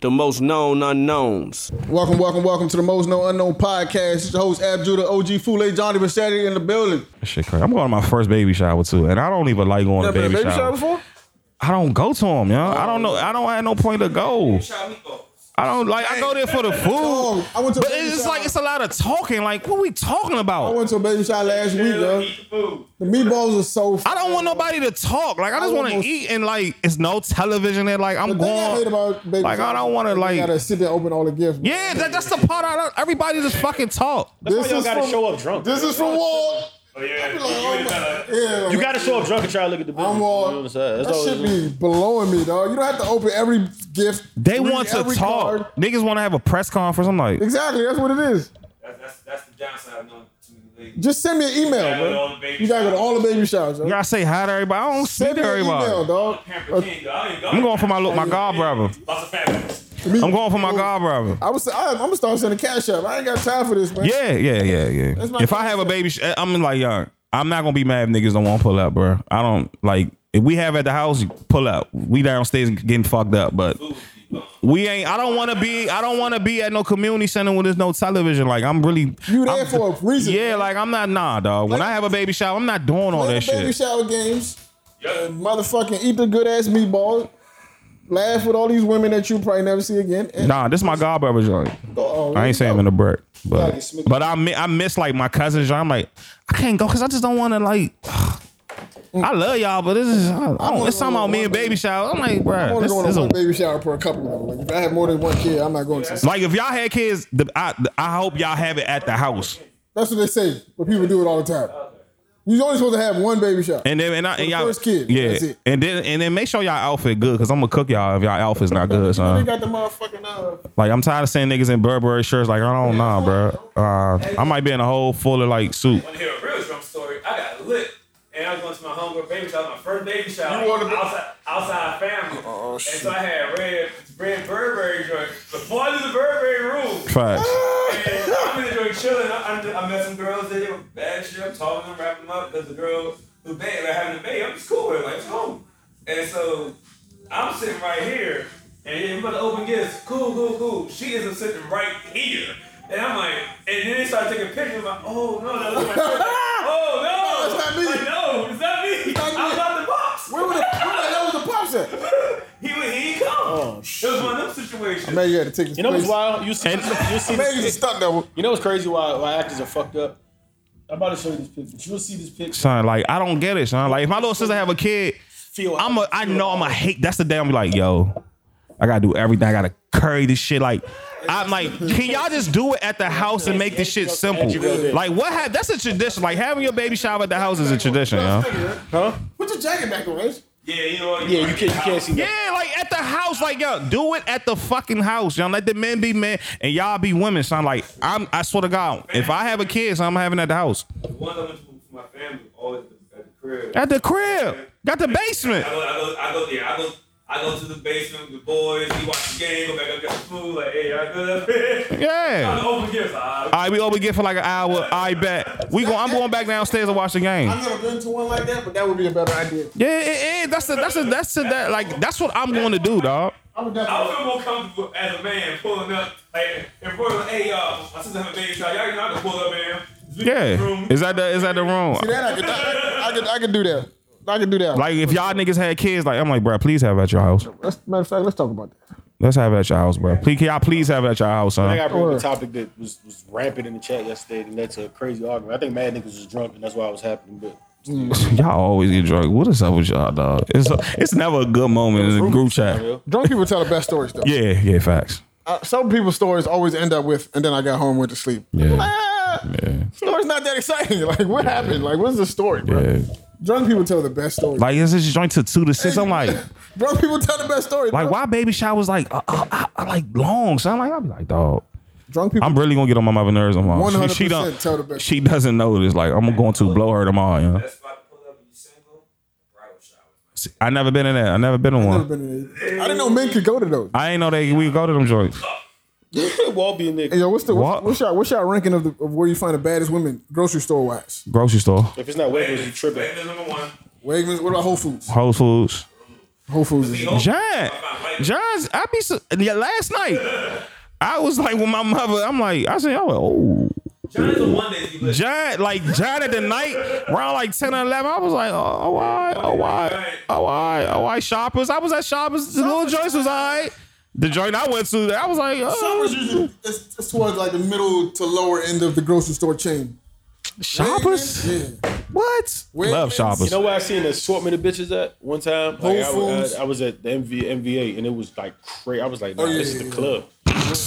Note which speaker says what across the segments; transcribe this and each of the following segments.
Speaker 1: the most known unknowns.
Speaker 2: Welcome, welcome, welcome to the Most Known Unknown Podcast. It's your host, Ab Judah, OG Fule, Johnny Bassetti in the building.
Speaker 3: That Shit, crazy. I'm going to my first baby shower too, and I don't even like going to baby, shower.
Speaker 2: before?
Speaker 3: I don't go to them, yo. I don't know. I don't have no point to go. I don't like. I go there for the
Speaker 2: Dog,
Speaker 3: food.
Speaker 2: Oh, I went to a
Speaker 3: but
Speaker 2: baby
Speaker 3: it's
Speaker 2: shower.
Speaker 3: like it's a lot of talking. Like, what we talking
Speaker 2: I
Speaker 3: about?
Speaker 2: went to a baby shower last week, yo. The meatballs are so.
Speaker 3: I don't want nobody to talk. Like, I just
Speaker 2: I
Speaker 3: want to
Speaker 2: almost-
Speaker 3: eat and like, it's no television there. Like, I'm
Speaker 2: The thing I hate
Speaker 3: going.
Speaker 2: about baby
Speaker 3: Like, I
Speaker 2: showers,
Speaker 3: don't want to
Speaker 2: You gotta
Speaker 3: like.
Speaker 2: sit there, and open all the gifts.
Speaker 3: Yeah, that, that's the part. I don't, everybody just fucking talk.
Speaker 2: this
Speaker 4: Why y'all
Speaker 2: is
Speaker 4: gotta
Speaker 2: from-
Speaker 4: show up drunk?
Speaker 2: This is from Wall.
Speaker 4: Oh, yeah.
Speaker 2: Like,
Speaker 4: You
Speaker 2: oh
Speaker 4: ain't
Speaker 2: my-
Speaker 4: gotta-
Speaker 2: yeah,
Speaker 4: You gotta show up drunk and try to look at the booty.
Speaker 2: I'm all.
Speaker 4: You know what I'm saying?
Speaker 2: that
Speaker 4: That's
Speaker 2: should
Speaker 4: all it is.
Speaker 2: be blowing me, dog. You don't have to open every gift.
Speaker 3: They
Speaker 2: read
Speaker 3: want to
Speaker 2: every
Speaker 3: talk.
Speaker 2: card.
Speaker 3: Niggas want to have a press conference. I'm like,
Speaker 2: Exactly, that's what it is.
Speaker 5: That's, that's, that's the downside of knowing too many ladies.
Speaker 2: Just send me an email,
Speaker 5: gotta go to all
Speaker 2: bro.
Speaker 5: the baby
Speaker 2: You gotta go to all the baby showers. Yo.
Speaker 3: you gotta say hi to everybody. I don't see
Speaker 2: Send me an
Speaker 3: everybody.
Speaker 2: email, dog. Uh,
Speaker 5: Pamper King, I ain't
Speaker 3: uh, I'm going for my look, my god brother.
Speaker 5: Lots of fat women.
Speaker 3: I'm going for
Speaker 2: Oh.
Speaker 3: my god brother.
Speaker 2: I was. I, I'm gonna start sending cash up. I ain't got time for this, man.
Speaker 3: Yeah, yeah, yeah, yeah.
Speaker 2: my
Speaker 3: If I have a baby, sh- I'm like, yo, I'm not gonna be mad if niggas don't want to pull out, bro. I don't like if we have at the house, pull out. We downstairs getting fucked up, but we ain't. I don't want to be. I don't want to be at no community center when there's no television. Like I'm really.
Speaker 2: You there
Speaker 3: I'm-
Speaker 2: for a reason?
Speaker 3: Yeah, like I'm not nah, dog. When I have a baby shower, I'm not doing all
Speaker 2: Play
Speaker 3: that
Speaker 2: the baby
Speaker 3: shit.
Speaker 2: shower games. and motherfucking eat the good ass meatballs. Laugh with all these women that you probably never see again. And
Speaker 3: Nah, this is my god brother joint.
Speaker 2: oh,
Speaker 3: I ain't saying I'm in the break,
Speaker 2: gotta get
Speaker 3: but
Speaker 2: smooth.
Speaker 3: but I mi- I miss like my cousins. y'all. I'm like I can't go because I just don't want to like. I love y'all, but this is I don't,
Speaker 2: only
Speaker 3: it's something
Speaker 2: going
Speaker 3: about
Speaker 2: to
Speaker 3: me
Speaker 2: one
Speaker 3: and baby shower. I'm like, bro,
Speaker 2: I'm only
Speaker 3: this,
Speaker 2: going
Speaker 3: this
Speaker 2: to one
Speaker 3: a,
Speaker 2: baby shower per couple of them. Like, if I have more than one kid, I'm not going to.
Speaker 3: like if y'all had kids, the, I the- I hope y'all have it at the house.
Speaker 2: That's what they say, but people do it all the time. You're only supposed to have one baby shower.
Speaker 3: And then and, I, and
Speaker 2: the
Speaker 3: y'all
Speaker 2: first kid,
Speaker 3: yeah,
Speaker 2: that's it.
Speaker 3: and then and then make sure y'all outfit good because I'm gonna cook y'all if y'all outfit's not good.
Speaker 2: they
Speaker 3: Son.
Speaker 2: got the motherfucking uh,
Speaker 3: Like I'm tired of seeing niggas in Burberry shirts. Like I don't know, bro. Uh, I might be in a whole full of like suit.
Speaker 5: Want to hear a real drunk story? I got lit. And I was going to my homegirl baby shower, my first baby
Speaker 2: You
Speaker 5: shower.
Speaker 2: Oh, wanna be-
Speaker 5: outside, outside family. and so I had red, red Burberry joint. Before I knew the Burberry rule,
Speaker 3: Facts.
Speaker 5: And I'm in the joint chilling. I, I, I met some girls that they were bad as shit. I'm talking to them, wrapping them up. There's a girl who bad, like having a baby. I'm just cool with it, like, it's cool. And so I'm sitting right here, and then about to open gifts. Cool, cool, cool. She isn't sitting right here. And I'm like, and then they start taking pictures. I'm like, oh no, that looks like Oh no,
Speaker 2: No, it's not me.
Speaker 5: Like, no, it's not me.
Speaker 2: not me.
Speaker 5: I was out the box.
Speaker 2: where were the where the hell was the pops at?
Speaker 5: He he ain't come.
Speaker 2: Oh,
Speaker 6: Oh,
Speaker 5: it was one of them situations.
Speaker 2: Man, you had to take his
Speaker 4: You know what's
Speaker 2: place.
Speaker 4: wild? You see, you see,
Speaker 2: Man, he's a stunt double.
Speaker 4: you know what's crazy? Why, why actors are fucked up? I'm about to show you this picture. You'll see this picture.
Speaker 3: son. Like I don't get it, son. Like if my little sister have a kid,
Speaker 4: Feel
Speaker 3: I'm a I know I'm a hate. That's the day I'm like, yo, I gotta do everything. I gotta curry this shit. Like I'm like, can y'all just do it at the house and make this shit simple? Like what? Ha- that's a tradition. Like having your baby shower at the house is a tradition, yo.
Speaker 4: Huh?
Speaker 2: Put your jacket back on, Ace.
Speaker 5: Yeah, you know what?
Speaker 4: Yeah, you can't, you can't see that.
Speaker 3: Yeah, like at the house, like yo, do it at the fucking house, yo. Let the men be men and y'all be women, son. Like I'm, I swear to God, if I have a kid, son, I'm having it at the house,
Speaker 5: One of them for my family, always at the crib.
Speaker 3: at the crib, got the basement.
Speaker 5: I go, I go, I go, yeah, I go, I go to the basement with the boys. We watch the game, go back up, get the food. Like, hey, y'all good?
Speaker 3: Yeah.
Speaker 5: I'm open gifts. Ah,
Speaker 3: All right, we over get for like an hour. I bet we go. I'm going back downstairs to watch the game.
Speaker 2: I've never been to one like that, but that would be a better idea.
Speaker 3: Yeah, it, it, that's the that's the that's the that like that's what I'm going to do, dog.
Speaker 2: I would
Speaker 5: I
Speaker 2: definitely.
Speaker 5: would feel more comfortable as a man pulling up, like, and bro, like, hey, y'all, my sister have a baby shot. Y'all, you know, I can pull up, man.
Speaker 3: Yeah, is that the is that the room?
Speaker 2: See that I could, I, I could, I could do that. I could do that.
Speaker 3: Like if y'all niggas had kids, like I'm like, bro, please have it at your house.
Speaker 2: let's, matter of fact, let's talk about that.
Speaker 3: Let's have it at your house, bro. Please, can y'all please have it at your house,
Speaker 4: I
Speaker 3: son?
Speaker 4: think I brought up a topic that was, was rampant in the chat yesterday and led to a crazy argument. I think mad niggas was drunk and that's why it was happening. But
Speaker 3: Y'all always get drunk. What is up with y'all, dog? It's it's never a good moment in a group chat.
Speaker 2: Drunk people tell the best stories though.
Speaker 3: Yeah, yeah, facts.
Speaker 2: Uh, some people's stories always end up with, and then I got home, went to sleep.
Speaker 3: Yeah.
Speaker 2: Ah,
Speaker 3: Yeah,
Speaker 2: Story's not that exciting. Like, what happened? Like, what's the story, bro?
Speaker 3: yeah.
Speaker 2: Drunk people tell the best stories.
Speaker 3: Like is this joint to two to six? I'm like.
Speaker 2: drunk people tell the best stories.
Speaker 3: Like
Speaker 2: bro.
Speaker 3: why baby showers like uh, uh, uh, uh, like long? So I'm like I'll be like dog.
Speaker 2: Drunk people.
Speaker 3: I'm really gonna get on my mother nerves tomorrow. She, she
Speaker 2: 100%
Speaker 3: don't.
Speaker 2: tell the best.
Speaker 3: She doesn't know this. Like I'm going to blow her tomorrow. You know?
Speaker 5: That's why I pull up and you single. Bridal shower.
Speaker 3: I never been in that. I never been in
Speaker 2: I've never
Speaker 3: one.
Speaker 2: been in a- I didn't know men could go to those.
Speaker 3: I ain't know they we go to them joints.
Speaker 4: wall being
Speaker 2: Hey,
Speaker 4: nigga.
Speaker 2: yo, what's the
Speaker 3: What?
Speaker 2: what's your what's your ranking of, the, of where you find the baddest women grocery store wise?
Speaker 3: Grocery store,
Speaker 4: If it's not Wegmans, you tripping.
Speaker 5: Wegmans number one.
Speaker 2: Wegmans. What about Whole Foods?
Speaker 3: Whole Foods.
Speaker 2: Whole Foods is
Speaker 3: John, John's. I be so, yeah, last night. I was like with my mother. I'm like, I said, I was oh.
Speaker 5: John's the one that you listen.
Speaker 3: John, like John at the night around like 10 or 11, I was like, oh, oh, I, oh, I, oh, I, oh, I, shoppers. I was at shoppers. The little joints was all right. The joint I went to, I was like,
Speaker 2: Shoppers
Speaker 3: oh,
Speaker 2: usually it's, it's towards like the middle to lower end of the grocery store chain.
Speaker 3: shoppers?
Speaker 2: Yeah.
Speaker 3: What? Love shoppers.
Speaker 6: You know where I seen an assortment of bitches at one time? Like, I,
Speaker 2: Whole
Speaker 6: was-
Speaker 2: Foods.
Speaker 6: I, I was at the MV, MVA and it was like crazy. I was like, nah,
Speaker 2: Oh, yeah,
Speaker 6: this
Speaker 2: yeah,
Speaker 6: is
Speaker 2: yeah.
Speaker 6: the club.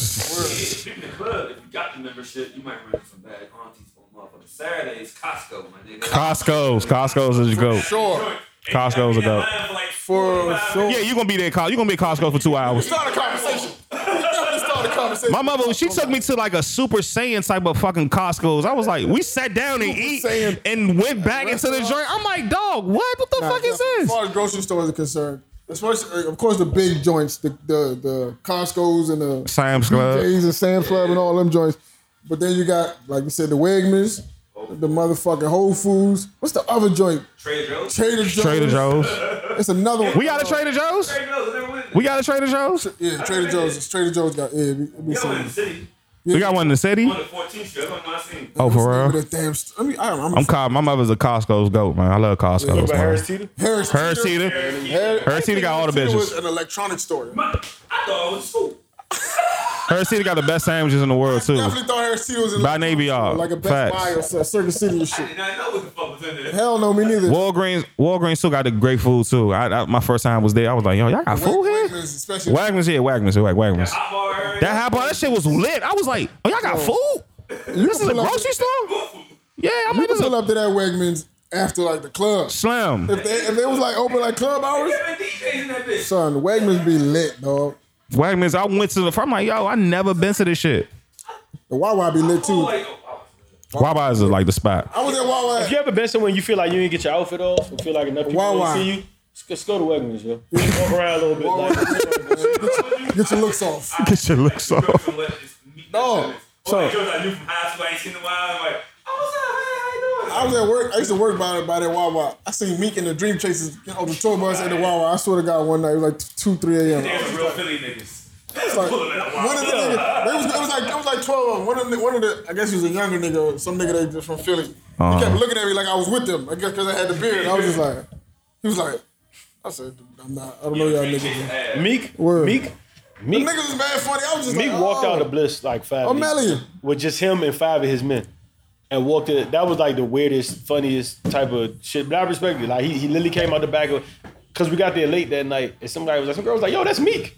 Speaker 5: Speaking of club, if you got the membership, you might run into some bad aunties for a motherfucker. Saturday is Costco, my nigga.
Speaker 3: Costco's. Costco's is go.
Speaker 2: Sure.
Speaker 3: Costco's a dope.
Speaker 2: For sure.
Speaker 3: Yeah, you're gonna be there. Cos- You're gonna be at Costco for two hours.
Speaker 2: Start a conversation. Start a conversation.
Speaker 3: My mother, she took me to like a Super Saiyan type of fucking Costco's. I was like, we sat down and
Speaker 2: Super
Speaker 3: eat
Speaker 2: Saiyan.
Speaker 3: and went back into the
Speaker 2: Restaurant.
Speaker 3: joint. I'm like, dog, what? What the
Speaker 2: Nah,
Speaker 3: fuck is
Speaker 2: yeah, As
Speaker 3: this?
Speaker 2: far as grocery stores are concerned, as far as, uh, of course the big joints, the the, the Costco's and the
Speaker 3: Sam's Club.
Speaker 2: BJ's and Sam's Club and all them joints. But then you got, like you said, the Wegmans, the motherfucking Whole Foods. What's the other joint?
Speaker 5: Trader Joe's.
Speaker 2: Trader Joe's.
Speaker 3: Trader Joe's.
Speaker 2: It's another one.
Speaker 3: We got a Trader Joe's.
Speaker 5: Trader Joe's. I never went there.
Speaker 3: We got a Trader Joe's.
Speaker 2: Yeah, Trader Joe's. Trader Joe's got yeah. It be, it be
Speaker 5: You know, in
Speaker 2: something.
Speaker 5: the city,
Speaker 3: We got one in the city.
Speaker 5: on the 14th Street, I'm not seeing.
Speaker 3: Oh, for real.
Speaker 2: That damn. St- I mean, I don't, I'm,
Speaker 3: I'm called. My mother's a Costco's goat, man. I love Costco's.
Speaker 6: Remember Harris
Speaker 3: Man.
Speaker 6: Teeter?
Speaker 2: Harris.
Speaker 3: Her Cedar.
Speaker 2: Harris,
Speaker 3: Harris Teeter got all the
Speaker 2: Teeter was
Speaker 3: bitches.
Speaker 2: an electronic store.
Speaker 5: My, I thought it was school.
Speaker 3: Her Cedar got the best sandwiches in the world too.
Speaker 2: Definitely thought Harris Teeter was an
Speaker 3: By Navy Yard.
Speaker 2: like a Best
Speaker 3: Facts.
Speaker 2: Buy or some Circus City and shit.
Speaker 5: And I know what the fuck was in there.
Speaker 2: Hell no, me neither.
Speaker 3: Walgreens. Walgreens still got the great food too. I, I- my first time was there. I was like, yo, y'all got food
Speaker 2: Wegmans
Speaker 3: here.
Speaker 2: especially.
Speaker 3: Wagmans here. Wagmans. Wag- Wagmans.
Speaker 5: Hot bar.
Speaker 3: That hot bar, that shit was lit. I was like, oh, y'all got food? This is a
Speaker 2: pull up-
Speaker 3: grocery store? Yeah, I'm
Speaker 2: You
Speaker 3: like,
Speaker 2: can
Speaker 3: this is
Speaker 2: pull
Speaker 3: a
Speaker 2: up to that Wegmans after like the club.
Speaker 3: slam.
Speaker 2: If they, if they was like open like club hours,
Speaker 5: Seven DJs in that bitch.
Speaker 2: son, Wegmans be lit, dog.
Speaker 3: Wagmans, I went to the, I'm like, yo, I never been to this shit.
Speaker 2: The Wawa be lit
Speaker 5: Oh,
Speaker 2: too.
Speaker 5: like, oh, oh.
Speaker 3: Wawa is like the spot.
Speaker 2: I was at Wawa.
Speaker 6: If you ever been somewhere and you feel like you didn't get your outfit off and feel like enough people
Speaker 2: Wawa.
Speaker 6: don't see you, just, just go to Wegmans, yo. Walk around a little bit. Like,
Speaker 2: Get your looks off.
Speaker 3: Get your looks off.
Speaker 5: From what- just meet
Speaker 2: No,
Speaker 5: them. Oh,
Speaker 6: so-
Speaker 5: the girls I knew from high school, I ain't seen in a while. I'm like, oh, what's up? How, how you doing?
Speaker 2: I was at work. I used to work by by that Wawa. I seen Meek and the Dream Chasers get on the tour bus at the Wawa. I swear to God, one night it was like two, three a.m.
Speaker 5: Niggas are real Philly niggas.
Speaker 2: It's like, one
Speaker 5: Pulling
Speaker 2: of
Speaker 5: that
Speaker 2: the
Speaker 5: Wawa.
Speaker 2: niggas, they was, it was like it was like twelve of them. One of the, one of the, I guess he was a younger nigga, or some nigga that just from Philly. He kept looking at me like I was with them. I guess because I had the beard. And I was just like, he was like, I said, I'm not. I don't know y'all niggas.
Speaker 5: Yeah.
Speaker 6: Meek,
Speaker 2: Word.
Speaker 6: Meek, Meek,
Speaker 2: Niggas is mad funny. I was just
Speaker 6: Meek
Speaker 2: like,
Speaker 6: walked
Speaker 2: oh.
Speaker 6: out of Bliss like five.
Speaker 2: I'm
Speaker 6: niggas.
Speaker 2: telling you.
Speaker 6: with just him and five of his men. And walked it. That was like the weirdest, funniest type of shit. But I respect it. Like he, he literally came out the back of because we got there late that night, and somebody was like, some girl was like, "Yo, that's Meek."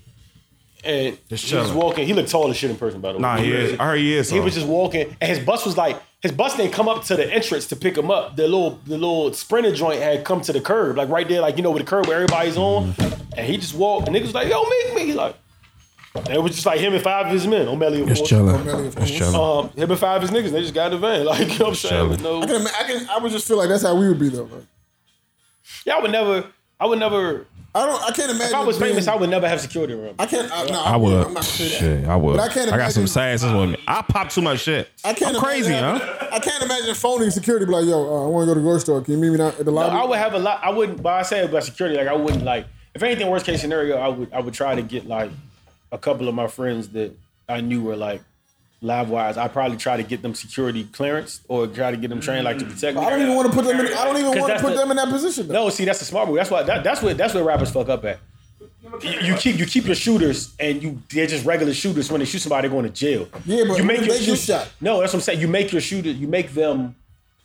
Speaker 6: And he was
Speaker 3: chilling.
Speaker 6: walking. He looked tall as shit in person, by the way.
Speaker 3: Nah, he is. I heard he is.
Speaker 6: He was just walking, and his bus was like, his bus didn't come up to the entrance to pick him up. The little, the little sprinter joint had come to the curb, like right there, like you know, with the curb where everybody's on. And he just walked, and niggas was like, "Yo, Meek, Meek," He's like, and it was just like him and five of his men. O'Malley, of course.
Speaker 2: O'Malley,
Speaker 3: chilling.
Speaker 2: of course.
Speaker 3: It's chilling.
Speaker 6: Um, him and five of his niggas, they just got in the van. Like, you know what I'm saying? With
Speaker 2: I
Speaker 6: no,
Speaker 2: can, I can, I would just feel like that's how we would be though. Like,
Speaker 6: yeah, I would never, I would never,
Speaker 2: I don't, I can't imagine.
Speaker 6: if I was
Speaker 2: being-
Speaker 6: famous, I would never have security around.
Speaker 2: I can't. I, no,
Speaker 3: I would.
Speaker 2: I'm not gonna say that.
Speaker 3: Shit, I would.
Speaker 2: But
Speaker 3: I,
Speaker 2: I can't
Speaker 3: got some
Speaker 2: imagine-
Speaker 3: sad sisters with me. I pop too much shit.
Speaker 2: I can't.
Speaker 3: I'm crazy,
Speaker 2: imagine-
Speaker 3: huh?
Speaker 2: I can't imagine phoning security be like, "Yo, uh, I want to go to the grocery store. Can you meet me down at the lobby?"
Speaker 6: I would have a lot, I wouldn't, but I say about security, like, I wouldn't, like, if anything, worst case scenario, I would, I would try to get, like, a couple of my friends that I knew were, like, live wires. I'd probably try to get them security clearance or try to get them trained, like, to protect me.
Speaker 2: Mm. I don't even want to put them. In, I don't even
Speaker 6: 'Cause
Speaker 2: want to
Speaker 6: that's
Speaker 2: put
Speaker 6: the-
Speaker 2: them in that position. Though.
Speaker 6: No, see, that's the smart move. That's why that, that's what that's where rappers fuck up at. You, you keep you keep your shooters and you they're just regular shooters. When they shoot somebody, they're going to jail.
Speaker 2: Yeah, but
Speaker 6: you
Speaker 2: when they get shot.
Speaker 6: No, that's what I'm saying. You make your shooter. You make them.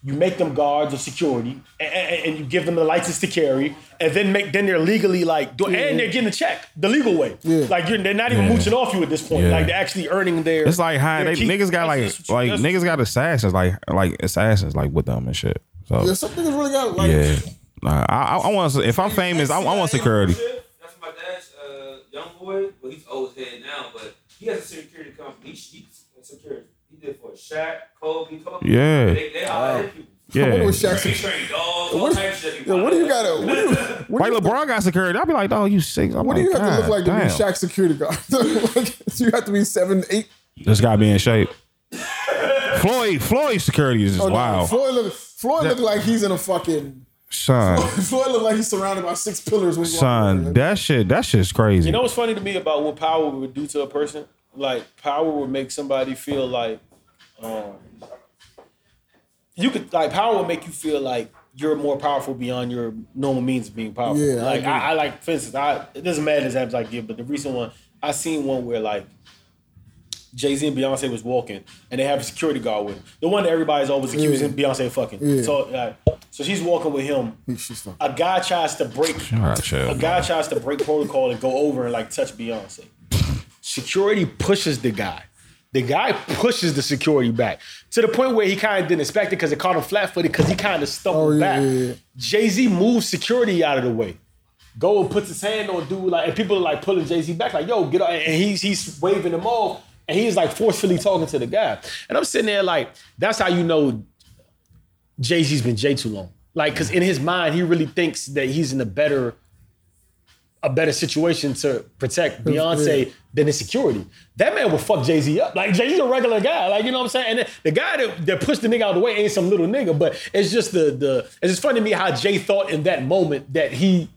Speaker 6: You make them guards of security, and, and, you give them the license to carry, and then make then they're legally like, do, and they're getting a check the legal way.
Speaker 2: Yeah.
Speaker 6: Like you're, they're not even
Speaker 3: Yeah.
Speaker 6: mooching off you at this point.
Speaker 3: Yeah.
Speaker 6: Like they're actually earning their.
Speaker 3: It's like high.
Speaker 6: their
Speaker 3: They,
Speaker 6: keep.
Speaker 3: niggas got like
Speaker 6: That's- that's what
Speaker 3: like
Speaker 6: you- that's-
Speaker 3: niggas got assassins like like assassins like with them and shit. So
Speaker 2: Yeah, some niggas really got like.
Speaker 3: yeah, Nah, I, I, I want if I'm famous, I, I want security.
Speaker 5: That's my dad's uh, young boy. Well, he's old as head now, but he has a security company. He, he security. He did for Shaq, Kobe, Kobe.
Speaker 3: Yeah.
Speaker 5: They, they all hit people.
Speaker 2: I wonder
Speaker 3: Yeah,
Speaker 2: what Shaq
Speaker 5: They
Speaker 2: said.
Speaker 5: train dogs, all
Speaker 2: What,
Speaker 5: types of shit.
Speaker 2: yeah, what do you got? to What do you? What
Speaker 3: Like
Speaker 2: do you,
Speaker 3: LeBron got security, I'd be like, "Oh, you sick." I'm
Speaker 2: what do you
Speaker 3: like,
Speaker 2: have
Speaker 3: God,
Speaker 2: to look like to
Speaker 3: damn.
Speaker 2: be Shaq security guard? Like, you have to be seven, eight.
Speaker 3: This guy be in shape. Floyd, Floyd security is just
Speaker 2: Oh, no,
Speaker 3: wow.
Speaker 2: Floyd look, Floyd look like he's in a fucking
Speaker 3: son,
Speaker 2: Floyd looked like he's surrounded by six pillars. When he walked away,
Speaker 3: son,
Speaker 2: like,
Speaker 3: that shit, that shit's crazy.
Speaker 6: You know what's funny to me about what power would do to a person? Like power would make somebody feel like um, you could like power would make you feel like you're more powerful beyond your normal means of being powerful.
Speaker 2: Yeah, I
Speaker 6: like
Speaker 2: agree.
Speaker 6: I, I like for instance, I it doesn't matter the examples I give, but the recent one I seen one where like Jay Z and Beyonce was walking, and they have a security guard with them. The one that everybody's always accusing Beyonce of fucking.
Speaker 2: Yeah.
Speaker 6: So, like, so she's walking with him.
Speaker 2: she's not-
Speaker 6: A guy tries to break
Speaker 3: All right, chill.
Speaker 6: a guy tries to break protocol and go over and like touch Beyonce. Security pushes the guy. The guy pushes the security back to the point where he kind of didn't expect it because it caught him flat footed because he kind of stumbled
Speaker 2: Oh, yeah,
Speaker 6: back.
Speaker 2: yeah, yeah.
Speaker 6: Jay Z moves security out of the way. Go and puts his hand on dude like, and people are like pulling Jay Z back like, "Yo, get out!" And he's he's waving him off, and he's like forcefully talking to the guy. And I'm sitting there like, that's how you know Jay Z's been Jay too long. Like, because in his mind, he really thinks that he's in a better a better situation to protect Beyonce than his security. That man will fuck Jay Z up. Like Jay Z's a regular guy. Like you know what I'm saying. And the- the guy that, that pushed the nigga out of the way ain't some little nigga. But it's just the the it's just funny to me how Jay thought in that moment that he.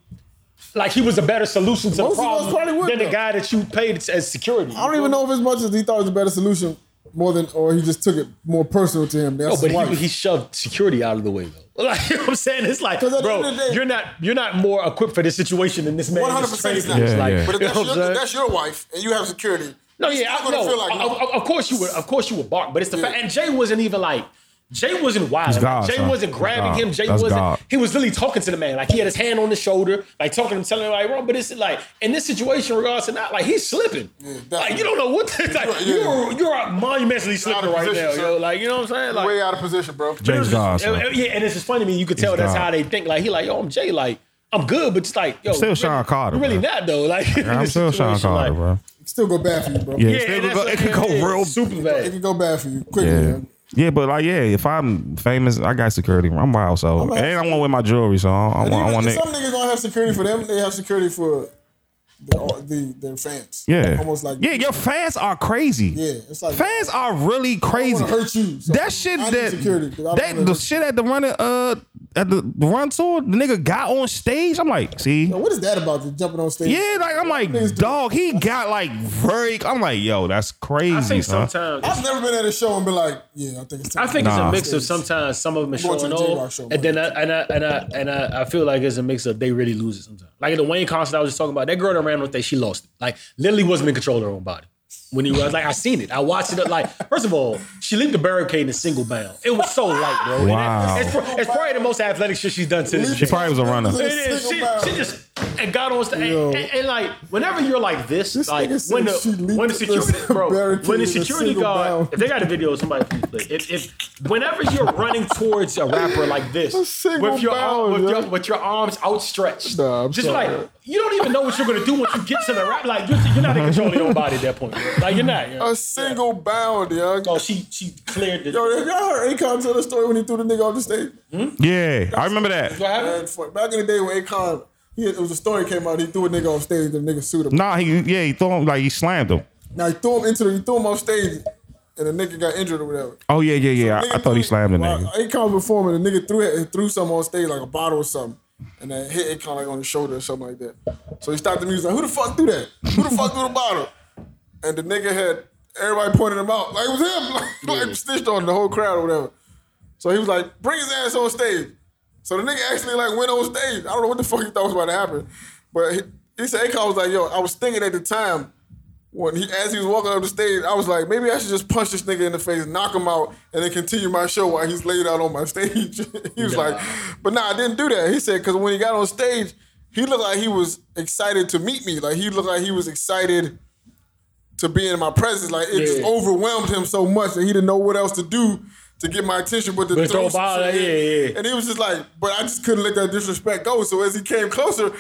Speaker 6: Like he was a better solution to the
Speaker 2: Most of us probably
Speaker 6: problem
Speaker 2: would,
Speaker 6: than the
Speaker 2: though.
Speaker 6: guy that you paid as security.
Speaker 2: I don't even know if as much as he thought it was a better solution, more than or he just took it more personal to him. That's
Speaker 6: No, Oh, but
Speaker 2: why.
Speaker 6: he, he shoved security out of the way though. Like you know what I'm saying, it's like,
Speaker 2: 'Cause at the
Speaker 6: bro,
Speaker 2: end of the day-
Speaker 6: you're not you're not more equipped for this situation than this man.
Speaker 2: 100% he's
Speaker 6: is
Speaker 2: not.
Speaker 6: It's
Speaker 3: Yeah,
Speaker 6: like,
Speaker 3: yeah.
Speaker 2: But if
Speaker 6: you know
Speaker 2: that's,
Speaker 6: what I'm
Speaker 2: your,
Speaker 6: saying?
Speaker 2: if that's your wife and you have security,
Speaker 6: No,
Speaker 2: it's
Speaker 6: yeah,
Speaker 2: not
Speaker 6: I
Speaker 2: gonna
Speaker 6: know.
Speaker 2: feel like
Speaker 6: of,
Speaker 2: no.
Speaker 6: of- of course you would. Of course you would bark. But it's the
Speaker 2: Yeah.
Speaker 6: fact. And Jay wasn't even like. Jay wasn't wild.
Speaker 3: God,
Speaker 6: Jay
Speaker 3: son.
Speaker 6: wasn't grabbing
Speaker 3: God.
Speaker 6: him. Jay
Speaker 3: That's
Speaker 6: wasn't.
Speaker 3: God.
Speaker 6: He was literally talking to the man. Like he had his hand on his shoulder, like talking to him, telling him like, "Bro, but it's like in this situation, regards to not like he's slipping. like you don't know what. The, like
Speaker 2: yeah.
Speaker 6: you're you're monumentally
Speaker 2: out
Speaker 6: slipping
Speaker 2: of
Speaker 6: right
Speaker 2: position,
Speaker 6: now,
Speaker 2: sir.
Speaker 6: yo. Like you know what I'm saying? Like
Speaker 2: Way out of position, bro.
Speaker 6: it
Speaker 3: Jay's
Speaker 6: was just-
Speaker 3: God, son.
Speaker 6: it- it- yeah, and it's just funny to me. You could tell
Speaker 3: He's
Speaker 6: that's
Speaker 3: God.
Speaker 6: how they think. Like he like, yo, I'm Jay. Like I'm good, but it's like, yo,
Speaker 3: still
Speaker 6: you
Speaker 3: Sean
Speaker 6: really-
Speaker 3: Carter,
Speaker 6: you Really
Speaker 3: bro.
Speaker 6: not though. Like
Speaker 3: I'm
Speaker 6: this
Speaker 3: still Sean
Speaker 6: situation,
Speaker 3: Carter,
Speaker 6: like-
Speaker 3: bro.
Speaker 2: Still go bad for you, bro.
Speaker 3: Yeah,
Speaker 6: Yeah,
Speaker 3: it, could
Speaker 6: that's
Speaker 3: go,
Speaker 6: what
Speaker 3: it could
Speaker 6: I'm
Speaker 3: go
Speaker 6: saying.
Speaker 3: real
Speaker 6: super
Speaker 2: It
Speaker 6: bad.
Speaker 2: can go bad for you quickly.
Speaker 3: Yeah.
Speaker 2: man.
Speaker 3: Yeah, but like, yeah, if I'm famous, I got security. I'm wild, so
Speaker 2: I'm a-
Speaker 3: and I want to wear my jewelry, so I, I
Speaker 2: And
Speaker 3: want, I
Speaker 2: even- and
Speaker 3: want it.
Speaker 2: some niggas don't have security for them. They have security for the, the their fans.
Speaker 3: Yeah,
Speaker 2: almost like
Speaker 3: yeah, your fans are crazy.
Speaker 2: Yeah, it's like-
Speaker 3: fans are really crazy.
Speaker 2: wanna hurt you, so
Speaker 3: that shit
Speaker 2: I need
Speaker 3: that
Speaker 2: security, 'cause I don't
Speaker 3: that
Speaker 2: wanna
Speaker 3: the
Speaker 2: hurt you.
Speaker 3: shit at the running uh at the the run tour, the nigga got on stage. I'm like, see,
Speaker 2: What is that about? Just jumping on stage?
Speaker 3: yeah, like I'm
Speaker 2: Niggas
Speaker 3: like,
Speaker 2: do-
Speaker 3: dog, he got like very. I'm like, yo, that's crazy.
Speaker 6: I think
Speaker 3: huh?
Speaker 6: sometimes
Speaker 2: I've never been at a show and been like, yeah, I think it's time.
Speaker 6: I think
Speaker 3: Nah.
Speaker 6: it's a mix of sometimes some of them are
Speaker 2: Going to
Speaker 6: showing
Speaker 2: the J-Rock
Speaker 6: off,
Speaker 2: show,
Speaker 6: and then I, and I and I and I, I feel like it's a mix of they really lose it sometimes. Like in the Wayne concert I was just talking about, that girl that ran with that she lost it. Like literally wasn't in control of her own body. When he was like, I seen it. I watched it. Like, first of all, she leaped the barricade in a single bound. It was so light, bro. And it-
Speaker 3: Wow.
Speaker 6: it's, pro- it's probably the most athletic shit she's done to this.
Speaker 3: she probably was a runner.
Speaker 2: It
Speaker 6: It is. She,
Speaker 2: Single
Speaker 6: she just and got on stage
Speaker 2: Yo.
Speaker 6: and, and, and, like whenever you're like this, like
Speaker 2: nigga said
Speaker 6: when
Speaker 2: she
Speaker 6: the
Speaker 2: leaped
Speaker 6: when the security
Speaker 2: this
Speaker 6: bro,
Speaker 2: barricade
Speaker 6: when the
Speaker 2: in a
Speaker 6: security
Speaker 2: single
Speaker 6: guard,
Speaker 2: bound.
Speaker 6: if they got a video, somebody please play. it. If, if whenever you're running towards a rapper like this,
Speaker 2: single
Speaker 6: with your arm,
Speaker 2: bound,
Speaker 6: with,
Speaker 2: yo.
Speaker 6: your, with your arms outstretched,
Speaker 2: Nah, I'm
Speaker 6: just
Speaker 2: sorry.
Speaker 6: like you don't even know what you're gonna do once you get to the rap. Like you're, you're not in control of your body at that point. bro. Like you're not. you know.
Speaker 2: A single bound, yo.
Speaker 6: So she she cleared the.
Speaker 2: Yo, y'all heard Akon tell the story when he threw the nigga off the stage?
Speaker 3: Yeah, I remember that.
Speaker 6: what happened?
Speaker 2: Man, fuck. Back in the day when Akon, he, it was a story came out, he threw a nigga off stage, the nigga sued him.
Speaker 3: Nah, he yeah, he threw him like he slammed him.
Speaker 2: Now he threw him into the, he threw him off stage, and the nigga got injured or whatever.
Speaker 3: Oh yeah, yeah, yeah. I, I
Speaker 2: Nigga
Speaker 3: thought he
Speaker 2: threw-
Speaker 3: slammed the
Speaker 2: while
Speaker 3: nigga.
Speaker 2: Akon was performing, the nigga threw it, threw something on stage like a bottle or something, and then hit Akon like on his shoulder or something like that. So he stopped the music. Like, Who the fuck threw that? Who the fuck threw the bottle? And the nigga had everybody pointing him out like it was him, like, like stitched on the whole crowd or whatever. So he was like, bring his ass on stage. So the nigga actually like went on stage. I don't know what the fuck he thought was about to happen, but he, he said Akon was like, yo, I was thinking at the time when he as he was walking up the stage, I was like, maybe I should just punch this nigga in the face, knock him out, and then continue my show while he's laid out on my stage. he was like, but nah, I didn't do that. He said because when he got on stage, he looked like he was excited to meet me. Like he looked like he was excited to be in my presence. Like it just
Speaker 6: Yeah.
Speaker 2: overwhelmed him so much that he didn't know what else to do to get my attention but to
Speaker 6: But throw
Speaker 2: throw
Speaker 6: a ball,
Speaker 2: some shit
Speaker 6: yeah,
Speaker 2: in.
Speaker 6: yeah.
Speaker 2: And he was just like, but I just couldn't let that disrespect go. So as he came closer.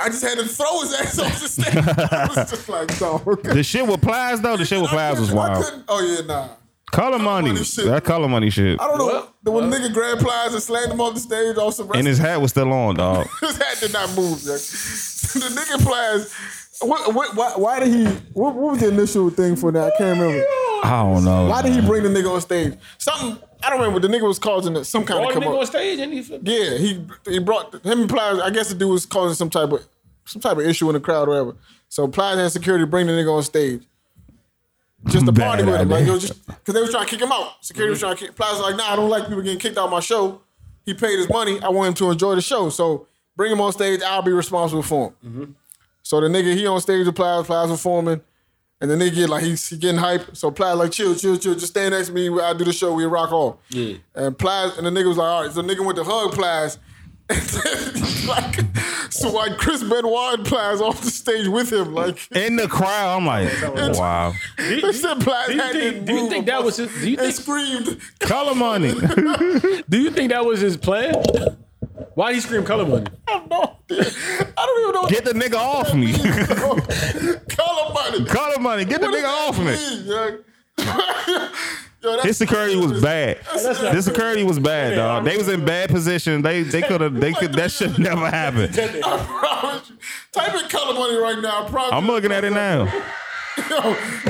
Speaker 2: I just had to throw his ass off the stage. I was just like, dog.
Speaker 3: The shit with Plies though, the shit with
Speaker 2: I
Speaker 3: Plies was
Speaker 2: couldn't- I
Speaker 3: wild.
Speaker 2: couldn't- Oh yeah, nah.
Speaker 3: Color money,
Speaker 2: money shit.
Speaker 3: that color money shit.
Speaker 2: I don't know.
Speaker 6: What?
Speaker 2: The when nigga grabbed plies and slammed him off the stage off some
Speaker 3: And his hat was still on, dog.
Speaker 2: his hat did not move. yo. the nigga plies. What, what, why, why did he? What, what was the initial thing for that? I can't remember.
Speaker 3: I don't know.
Speaker 2: Why did he bring the nigga on stage? Something I don't remember. The nigga was causing it, some kind
Speaker 4: Brought
Speaker 2: of
Speaker 4: the
Speaker 2: come
Speaker 4: nigga on
Speaker 2: up.
Speaker 4: stage and he flipped.
Speaker 2: Yeah, he he brought him and Pliers. I guess the dude was causing some type of some type of issue in the crowd or whatever. So Pliers and security bring the nigga on stage. Just to
Speaker 3: Bad
Speaker 2: party with him,
Speaker 3: idea.
Speaker 2: like yo, just because they was trying to kick him out. Security was trying to kick. Pliers was like, nah, I don't like people getting kicked out of my show. He paid his money. I want him to enjoy the show. So bring him on stage. I'll be responsible for him. So the nigga he on stage with Pliers, Pliers performing, and the nigga like he's he getting hype. So Pliers like chill, chill, chill. Just stand next to me. I do the show. We rock off. Yeah. And Pliers and the nigga was like, all right. So the nigga went to hug Pliers. like, so like Chris Benoit and Pliers off the stage with him. Like
Speaker 3: in the crowd, I'm like, wow.
Speaker 2: they said Pliers
Speaker 4: do you
Speaker 2: had
Speaker 4: think-
Speaker 2: to
Speaker 4: do you
Speaker 2: move
Speaker 4: think
Speaker 2: a
Speaker 4: that was
Speaker 2: muscle
Speaker 4: his- do you
Speaker 2: and
Speaker 4: think-
Speaker 2: screamed
Speaker 3: Color money.
Speaker 4: Do you think that was his plan? Why did he scream color money?
Speaker 2: no, dude. I don't even know what
Speaker 3: Get the nigga off me.
Speaker 2: color money.
Speaker 3: Color money. Get the nigga off me.
Speaker 2: Yo, that's-
Speaker 3: His security was bad. This security was bad, dog. They was in bad position. They they could have they could that should never happen.
Speaker 2: I promise you. Type in color money right now. I promise
Speaker 3: I'm
Speaker 2: you.
Speaker 3: looking at it now.
Speaker 2: Yo,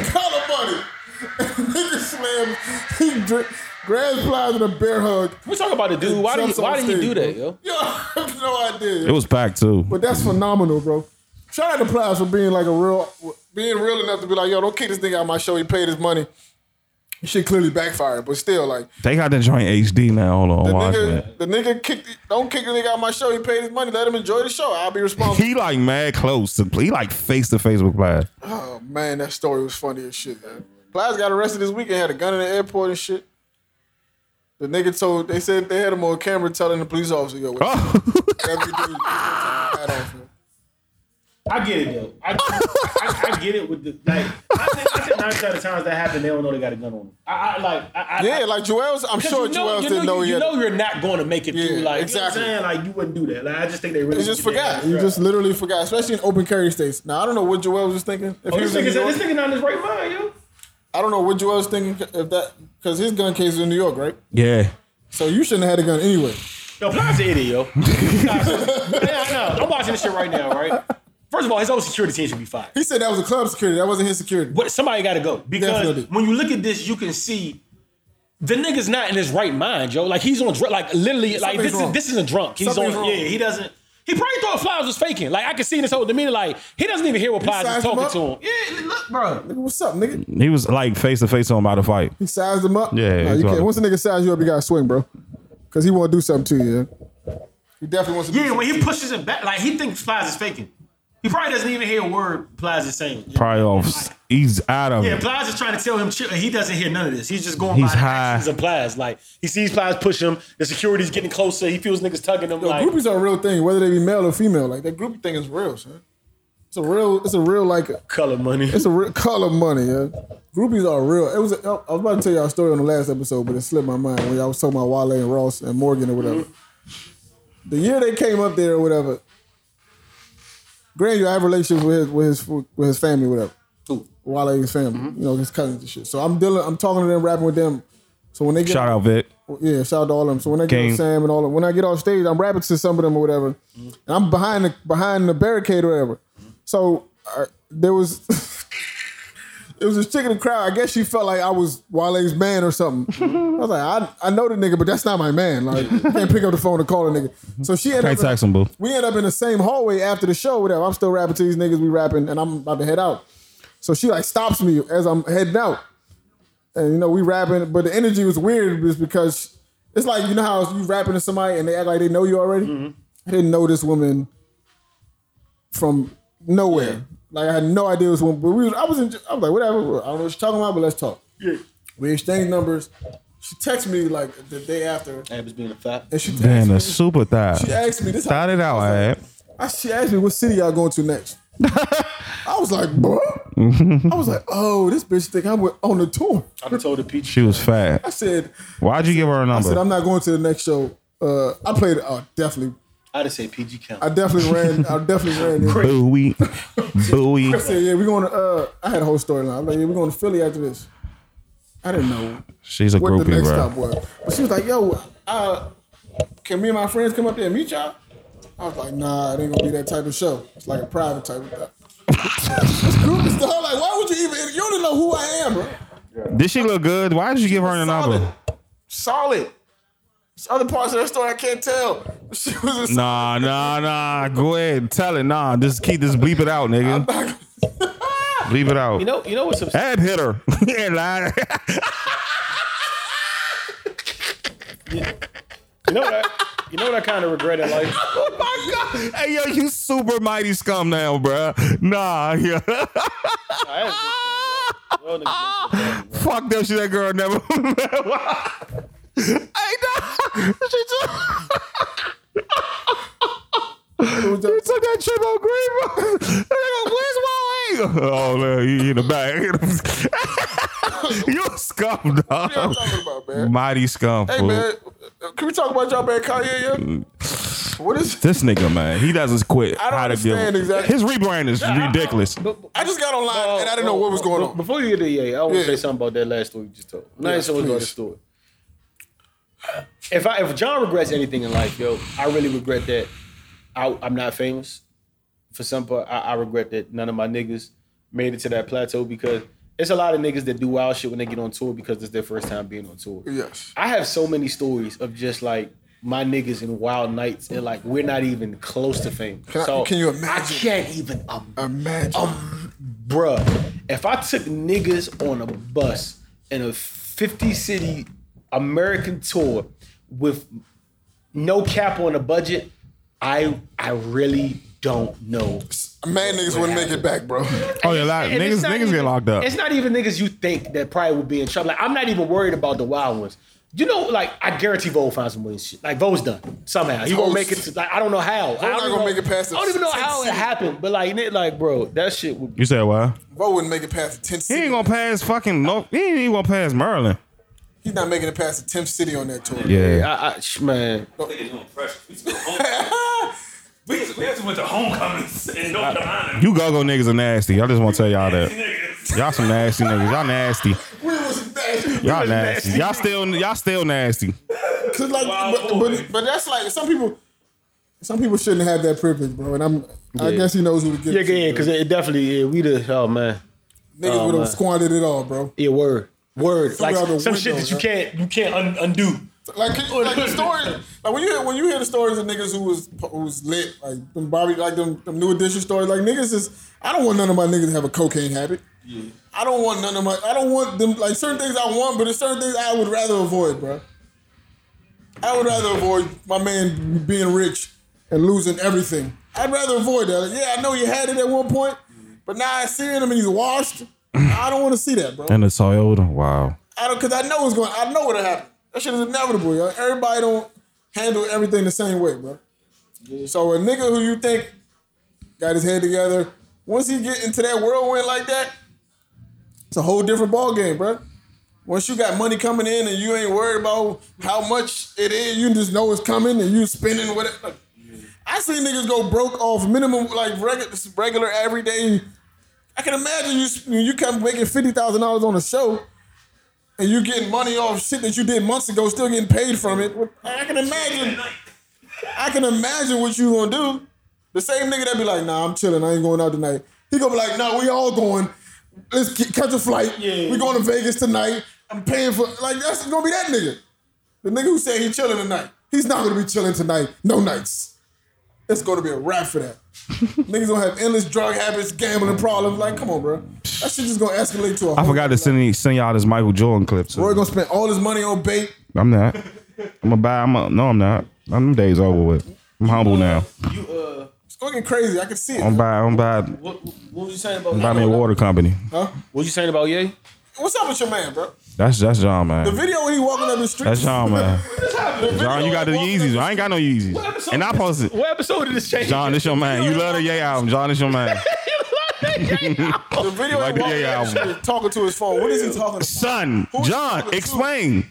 Speaker 2: color money. Nigga slam. He dri- grabs flies with a bear hug.
Speaker 4: We talking about the dude. Why did
Speaker 2: Jumps
Speaker 4: he,
Speaker 2: on
Speaker 4: why did he
Speaker 2: stage,
Speaker 4: do that,
Speaker 2: bro.
Speaker 4: yo?
Speaker 2: Yo, I have no idea.
Speaker 3: It was packed too.
Speaker 2: But that's phenomenal, bro. Shout out to Plies for being like a real, being real enough to be like, yo, don't kick this nigga out of my show. He paid his money. Shit clearly backfired, but still, like
Speaker 3: They got the joint HD now. Hold on,
Speaker 2: the
Speaker 3: watch
Speaker 2: nigga,
Speaker 3: that.
Speaker 2: the nigga kicked. Don't kick the nigga out of my show. He paid his money. Let him enjoy the show. I'll be responsible.
Speaker 3: He like mad close. To, he like face to face with Plies.
Speaker 2: oh man, that story was funny as shit. Man. Plies got arrested this weekend. Had a gun in the airport and shit. The nigga told. They said they had him on camera telling the police officer, yo, what
Speaker 3: Oh,
Speaker 2: that dude doing? Hat off, man.
Speaker 6: I get it though. I, I, I get it with the like. I think, I think nine out of times that happen, they don't know they got a gun on them. I, I like. I, I,
Speaker 2: Yeah, like Joel's. I'm
Speaker 4: Because
Speaker 2: sure
Speaker 4: you know,
Speaker 2: Joel's
Speaker 4: you know,
Speaker 2: didn't know,
Speaker 4: you,
Speaker 2: he
Speaker 4: you
Speaker 2: had.
Speaker 4: know you're not going to make it through.
Speaker 2: Yeah,
Speaker 6: you
Speaker 4: Like
Speaker 6: know what I'm
Speaker 2: exactly.
Speaker 6: saying like you wouldn't do that. Like I just think they really
Speaker 2: You just
Speaker 6: get that.
Speaker 2: forgot. You just literally forgot, especially in open carry states. Now I don't know what Joel was just thinking. If
Speaker 6: Oh,
Speaker 2: he
Speaker 6: this
Speaker 2: was in
Speaker 6: nigga
Speaker 2: New
Speaker 6: said this
Speaker 2: York,
Speaker 6: nigga not in his right mind, yo.
Speaker 2: I don't know what Joel was thinking if that because his gun case is in New York, right?
Speaker 3: yeah.
Speaker 2: So you shouldn't have had a gun anyway.
Speaker 4: Yo, Plies an idiot, yo. nah, nah, I'm watching this shit right now, right? First of all, his own security team should be fired.
Speaker 2: He said that was a club security. That wasn't his security.
Speaker 4: But somebody got to go because
Speaker 2: Definitely.
Speaker 4: when you look at this, you can see the nigga's not in his right mind, yo. Like he's on dr- like literally like
Speaker 2: Something's
Speaker 4: this
Speaker 2: wrong.
Speaker 4: is this isn't drunk. He's
Speaker 2: Something's
Speaker 4: on
Speaker 2: wrong.
Speaker 4: yeah. He doesn't. He probably thought Flowers was faking. Like I can see in his whole demeanor, like he doesn't even hear what Plies is
Speaker 2: sized him
Speaker 4: talking
Speaker 2: up?
Speaker 4: to him. Yeah,
Speaker 2: Nigga, what's up, nigga?
Speaker 3: He was like face to face on about to fight.
Speaker 2: He sized him up.
Speaker 3: Yeah,
Speaker 2: Nah,
Speaker 3: he's
Speaker 2: you can't.
Speaker 3: on-
Speaker 2: Once a nigga size you up, you gotta swing, bro. Cause he wanna do something to you. Yeah? He definitely wants to. do
Speaker 6: Yeah,
Speaker 2: something.
Speaker 6: when he pushes it back, like he thinks Plies is faking. He probably doesn't even hear a word Plies is saying.
Speaker 3: Probably off. He's out of
Speaker 6: Yeah,
Speaker 3: it.
Speaker 6: Plies is trying to tell him chill, and he doesn't hear none of this. He's just going
Speaker 3: He's
Speaker 6: by the
Speaker 3: high.
Speaker 6: actions
Speaker 4: he's in Plies. Like he sees Plies push him. The security's getting closer. He feels niggas tugging him.
Speaker 2: Yo,
Speaker 4: like
Speaker 2: groupies are a real thing, whether they be male or female. Like that groupie thing is real, son. It's a real. It's a real like.
Speaker 4: color money.
Speaker 2: It's a real color money, yeah. Groupies are real. It was. I was about to tell y'all a story on the last episode, but it slipped my mind when y'all was talking about Wale and Ross and Morgan or whatever. The year they came up there or whatever. Granted, I have relationships with his with his with his family, or whatever. Wale and his family, you know, his cousins and shit. So I'm dealing. I'm talking to them, rapping with them. So when they get
Speaker 3: Shout out Vic.
Speaker 2: yeah, shout out to all of them. So when I get
Speaker 3: Game.
Speaker 2: on Sam and all of when I get off stage, I'm rapping to some of them or whatever, and I'm behind the behind the barricade or whatever. So uh, there was it was this chick in the crowd. I guess she felt like I was Wale's man or something. I was like, I, I know the nigga, but that's not my man. Like, you can't pick up the phone and call the nigga. So she ended
Speaker 3: Can't
Speaker 2: up in-
Speaker 3: tax him, boo.
Speaker 2: we end up in the same hallway after the show, whatever. I'm still rapping to these niggas, we rapping, and I'm about to head out. So she like stops me as I'm heading out. And you know, we rapping, but the energy was weird just because it's like, you know how you rapping to somebody and they act like they know you already? I didn't know this woman from nowhere. Like I had no idea this woman, but we was, I was in, I was like, whatever, I don't know what you're talking about, but let's talk. We exchanged numbers. She texted me like the day after,
Speaker 4: Abby's being a fat.
Speaker 2: and she texted
Speaker 3: Damn,
Speaker 2: me,
Speaker 3: a super thigh.
Speaker 2: she asked me this.
Speaker 3: Shout it out, Ab.
Speaker 2: I, she asked me, what city y'all going to next? I was like, bro. I was like, oh, this bitch think I'm with- on the tour.
Speaker 4: I told the peach.
Speaker 3: She was fat.
Speaker 2: I said,
Speaker 3: Why'd you give her a
Speaker 2: I said,
Speaker 3: number?
Speaker 2: I'm not going to the next show. Uh, I played, oh, definitely.
Speaker 4: I just say PG count.
Speaker 2: I definitely ran, I definitely ran in.
Speaker 3: Bowie. Bowie.
Speaker 2: I said, yeah, we're going to, uh, I had a whole storyline. I was like, yeah, we're going to Philly after this. I didn't know
Speaker 3: She's a
Speaker 2: what the
Speaker 3: groupie,
Speaker 2: next
Speaker 3: bro.
Speaker 2: stop was. But she was like, yo, uh, can me and my friends come up there and meet y'all? I was like, nah, it ain't gonna be that type of show. It's like a private type of stuff. It's group stuff. Like, why would you even? You don't even know who I am, bro.
Speaker 3: Did she look good? Why did you give her the number?
Speaker 2: Solid. There's other parts of that story I can't tell. She was a
Speaker 3: Nah, nah, nah. Go ahead, tell it. Nah, just keep this bleep it out, nigga. Bleep it out.
Speaker 6: You know, you know what's upsetting?
Speaker 3: Ad hit her. yeah, lie.
Speaker 6: You know what? I, you know what I kind of regret in life.
Speaker 3: hey yo, you super mighty scum now, bruh. Nah, yeah.
Speaker 6: I had- well, niggas been-
Speaker 3: Fuck that shit. That girl never. hey, nah. She took, she took that trip on Greenwood. Where's my leg? Oh man, you in the back. you a scum,
Speaker 2: I'm
Speaker 3: dog.
Speaker 2: talking about, man.
Speaker 3: Mighty scum.
Speaker 2: Hey,
Speaker 3: fool.
Speaker 2: man. uh, Can we talk about y'all man Kanye yet? What is
Speaker 3: This nigga, man, he doesn't quit.
Speaker 2: I don't
Speaker 3: how to deal.
Speaker 2: understand exactly-
Speaker 3: His rebrand is ridiculous.
Speaker 2: I just got online
Speaker 6: Oh,
Speaker 2: and I didn't know what was going on.
Speaker 6: Before you get to EA, I want to
Speaker 2: Yeah.
Speaker 6: say something about that last story you just told. Not
Speaker 2: Yeah,
Speaker 6: so much about the
Speaker 2: please.
Speaker 6: story. If I if John regrets anything in life, yo, I really regret that I, I'm not famous. For some part, I, I regret that none of my niggas made it to that plateau because it's a lot of niggas that do wild shit when they get on tour because it's their first time being on tour.
Speaker 2: Yes.
Speaker 6: I have so many stories of just like my niggas in wild nights and like we're not even close to fame.
Speaker 2: I-
Speaker 6: so
Speaker 2: can you imagine?
Speaker 6: I can't even imagine
Speaker 2: Imagine.
Speaker 6: bruh, if I took niggas on a bus in a 50 city American tour with no cap on a budget, I I really don't know.
Speaker 2: man, niggas wouldn't make it back, bro.
Speaker 3: Oh yeah, like,
Speaker 6: And it's
Speaker 3: niggas,
Speaker 6: not
Speaker 3: niggas get
Speaker 6: even-
Speaker 3: locked up.
Speaker 6: It's not even niggas you think that probably would be in trouble. Like, I'm not even worried about the wild ones. You know, like I guarantee Vo finds some ways. Shit. Like Vo's done somehow. He
Speaker 2: Vo's-
Speaker 6: won't make it. To, like I don't know how. I
Speaker 2: not
Speaker 6: don't
Speaker 2: gonna
Speaker 6: know-
Speaker 2: make it past the
Speaker 6: I don't even know how it
Speaker 2: 10th seed.
Speaker 6: happened. But like, nigga, like bro, that shit would
Speaker 3: You said what?
Speaker 2: Bro wouldn't make it past the 10th
Speaker 3: He
Speaker 2: city.
Speaker 3: ain't gonna pass fucking no. He ain't even gonna pass Maryland.
Speaker 2: He's not making it past the 10th city on that tour.
Speaker 3: Yeah.
Speaker 6: I, I, sh- man.
Speaker 5: Niggas doing pressure. We just go home. We just, we just went to homecomings in North Carolina.
Speaker 3: You go go niggas are nasty. I just want to tell y'all that.
Speaker 5: Niggas.
Speaker 3: Y'all some nasty niggas. Y'all nasty.
Speaker 2: We was nasty.
Speaker 3: Y'all nasty. Y'all still y'all still nasty.
Speaker 2: Cause like,
Speaker 5: Wild
Speaker 2: but,
Speaker 5: boy.
Speaker 2: but, but that's like some people. Some people shouldn't have that privilege, bro. And I'm. I guess he knows who to get.
Speaker 6: Yeah,
Speaker 2: it to,
Speaker 6: yeah, because
Speaker 2: bro.
Speaker 6: it Oh, definitely yeah, we the oh man.
Speaker 2: niggas would have
Speaker 6: man.
Speaker 2: squandered it all, bro.
Speaker 6: Yeah, word. Word.
Speaker 2: Threw
Speaker 6: Like
Speaker 2: it out the
Speaker 6: some
Speaker 2: window,
Speaker 6: shit that you
Speaker 2: man.
Speaker 6: can't you can't un- undo.
Speaker 2: Like, like the story, like when you hear, when you hear the stories of niggas who was who was lit, like them Bobby, like them, them new edition stories, like niggas is. I don't want none of my niggas to have a cocaine habit. I don't want none of my. I don't want them like certain things I want, but there's certain things I would rather avoid, bro. I would rather avoid my man being rich and losing everything. I'd rather avoid that. Like, yeah, I know you had it at one point, but now I see him and he's washed. I don't want to see that, bro.
Speaker 3: And the Toyota. Wow.
Speaker 2: I don't because I know it's going. I know what'll happen. That shit is inevitable, yo. Everybody don't handle everything the same way, bro. So a nigga who you think got his head together, once he get into that whirlwind like that, it's a whole different ball game, bro. Once you got money coming in and you ain't worried about how much it is, you just know it's coming and you spending whatever. I seen niggas go broke off minimum like regular, regular everyday. I can imagine you when you come making fifty thousand dollars on a show and you getting money off shit that you did months ago, still getting paid from it. I can imagine. I can imagine what you gonna do. The same nigga that be like, "Nah, I'm chilling. I ain't going out tonight." He gonna be like, "Nah, we all going. Let's get, catch a flight.
Speaker 7: Yeah.
Speaker 2: We going to Vegas tonight. I'm paying for like that's gonna be that nigga. The nigga who said he chilling tonight. He's not gonna be chilling tonight. No nights. It's gonna be a wrap for that. Niggas gonna have endless drug habits, gambling problems. Like, come on, bro. That shit just gonna escalate to a.
Speaker 3: I forgot to send send y'all this Michael Jordan clip.
Speaker 2: Roy
Speaker 3: Too.
Speaker 2: gonna spend all his money on bait.
Speaker 3: I'm not. I'm a buy. I'm a, no. I'm not. I'm days over with. I'm humble now.
Speaker 7: You uh,
Speaker 2: It's gonna get crazy. I can see it.
Speaker 3: I'm buy. I'm buy.
Speaker 7: what, what was you saying about?
Speaker 3: Buy me a water company.
Speaker 6: What you saying about Ye?
Speaker 2: What's up with your man, bro?
Speaker 3: That's that's John man.
Speaker 2: The video when he walking up the street.
Speaker 3: That's John, man. John, you got the
Speaker 2: walking up
Speaker 3: Yeezys. I ain't got no Yeezys. And I posted,
Speaker 6: What episode did this change?
Speaker 3: John, this your man. You love the Yay album. John, this your man.
Speaker 2: The video like
Speaker 3: Like the
Speaker 2: walking
Speaker 3: Ye
Speaker 2: up the
Speaker 3: album.
Speaker 2: street talking to his phone. What is he talking to?
Speaker 3: Son, John, explain.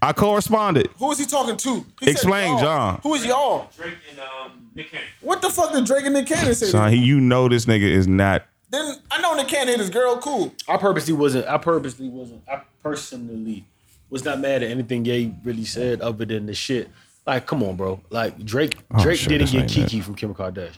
Speaker 3: I corresponded.
Speaker 2: Who is he talking to? He said,
Speaker 3: Explain,
Speaker 2: y'all.
Speaker 3: John.
Speaker 2: Who is y'all?
Speaker 5: Drake and um, Nick Cannon.
Speaker 2: What the fuck did Drake and Nick Cannon say?
Speaker 3: John, he, you know this nigga is not.
Speaker 2: then I know Nick Cannon hit his girl. Cool.
Speaker 6: I purposely wasn't. I purposely wasn't. I personally was not mad at anything Ye really said other than the shit. Like, come on, bro. Like Drake.
Speaker 2: Oh,
Speaker 6: Drake
Speaker 3: shit,
Speaker 6: didn't
Speaker 3: this
Speaker 6: get
Speaker 3: ain't it.
Speaker 6: Kiki from Kim Kardashian.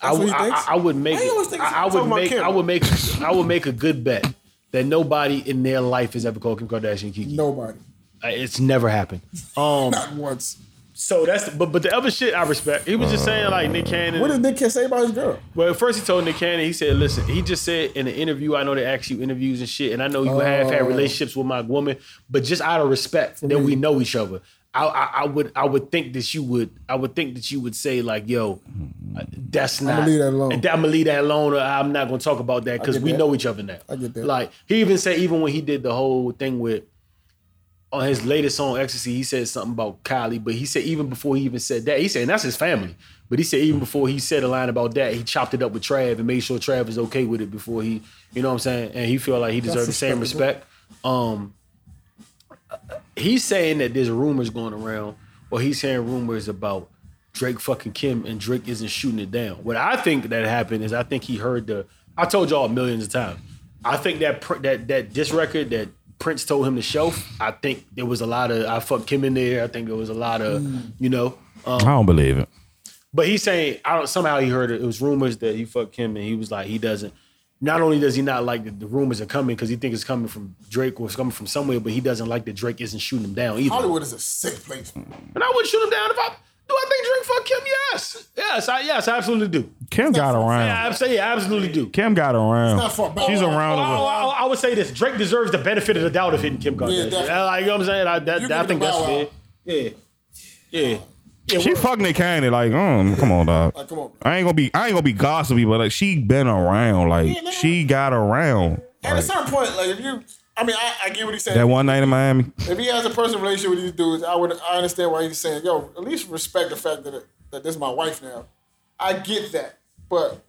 Speaker 6: I,
Speaker 2: what
Speaker 6: would.
Speaker 2: he
Speaker 6: I,
Speaker 2: thinks?
Speaker 6: I- I would make.
Speaker 2: Why you always
Speaker 6: it-
Speaker 2: think
Speaker 6: I, I
Speaker 2: talking
Speaker 6: would
Speaker 2: about
Speaker 6: make.
Speaker 2: Kim?
Speaker 6: I would make. I would make a good bet that nobody in their life has ever called Kim Kardashian Kiki.
Speaker 2: Nobody.
Speaker 6: Uh, It's never happened. Um,
Speaker 2: Not once.
Speaker 6: so that's the, but but the other shit I respect. He was just saying like Nick Cannon.
Speaker 2: What did Nick Cannon say about his girl?
Speaker 6: Well, at first he told Nick Cannon, he said, listen, he just said in the interview, I know they ask you interviews and shit, and I know
Speaker 2: Oh.
Speaker 6: you have had relationships with my woman, but just out of respect that we know each other. I, I, I would I would think that you would I would think that you would say like yo uh, that's not
Speaker 2: leave that alone.
Speaker 6: I'm gonna leave that alone or I'm not gonna talk about that because
Speaker 2: get
Speaker 6: we
Speaker 2: that.
Speaker 6: know each other now
Speaker 2: I get that.
Speaker 6: like he even said even when he did the whole thing with on his latest song Ecstasy, he said something about Kylie, but he said even before he even said that, he said and that's his family. But he said even before he said a line about that, he chopped it up with Trav and made sure Trav is okay with it before he, you know what I'm saying? And he felt like he deserved the same respect. Um he's saying that there's rumors going around, or he's saying rumors about Drake fucking Kim and Drake isn't shooting it down. What I think that happened is I think he heard the. I told y'all millions of times. I think that pr- that that disc record that Prince told him to shelf. I think there was a lot of I fucked Kim in there. I think there was a lot of you know. Um,
Speaker 2: Oh.
Speaker 3: I don't believe it.
Speaker 6: but he's saying I don't. Somehow he heard it. It was rumors that he fucked Kim, and he was like he doesn't. Not only does he not like that the rumors are coming because he thinks it's coming from Drake or it's coming from somewhere, but he doesn't like that Drake isn't shooting him down either.
Speaker 2: Hollywood is a sick place.
Speaker 6: And I wouldn't shoot him down if I. Do I think Drake fuck Kim? Yes. Yes, I yes, I absolutely do.
Speaker 3: Kim got around.
Speaker 6: Yeah, I say yeah, I absolutely do.
Speaker 3: Kim got around.
Speaker 2: not for about-
Speaker 3: She's
Speaker 6: Oh, I,
Speaker 3: around.
Speaker 6: I- I would say this: Drake deserves the benefit of the doubt of hitting Kim Kardashian.
Speaker 2: definitely.
Speaker 6: Yeah, like you know what I'm saying, I, that,
Speaker 2: You
Speaker 6: that- I
Speaker 2: give
Speaker 6: think
Speaker 2: it a
Speaker 6: that's
Speaker 2: Bow Wow.
Speaker 6: fair. Yeah, yeah.
Speaker 3: with- She fucking Nick Cannon. Like, um, come on, dog.
Speaker 2: Like, come on.
Speaker 3: I ain't gonna be. I ain't gonna be gossipy, but like, she been around. Like,
Speaker 2: Yeah,
Speaker 3: she got around.
Speaker 2: At a
Speaker 3: Like,
Speaker 2: certain point, like if you, I mean, I, I get what he's saying.
Speaker 3: that one night in Miami.
Speaker 2: if he has a personal relationship with these dudes, I would I understand why he's saying, yo, at least respect the fact that that this is my wife now. I get that, but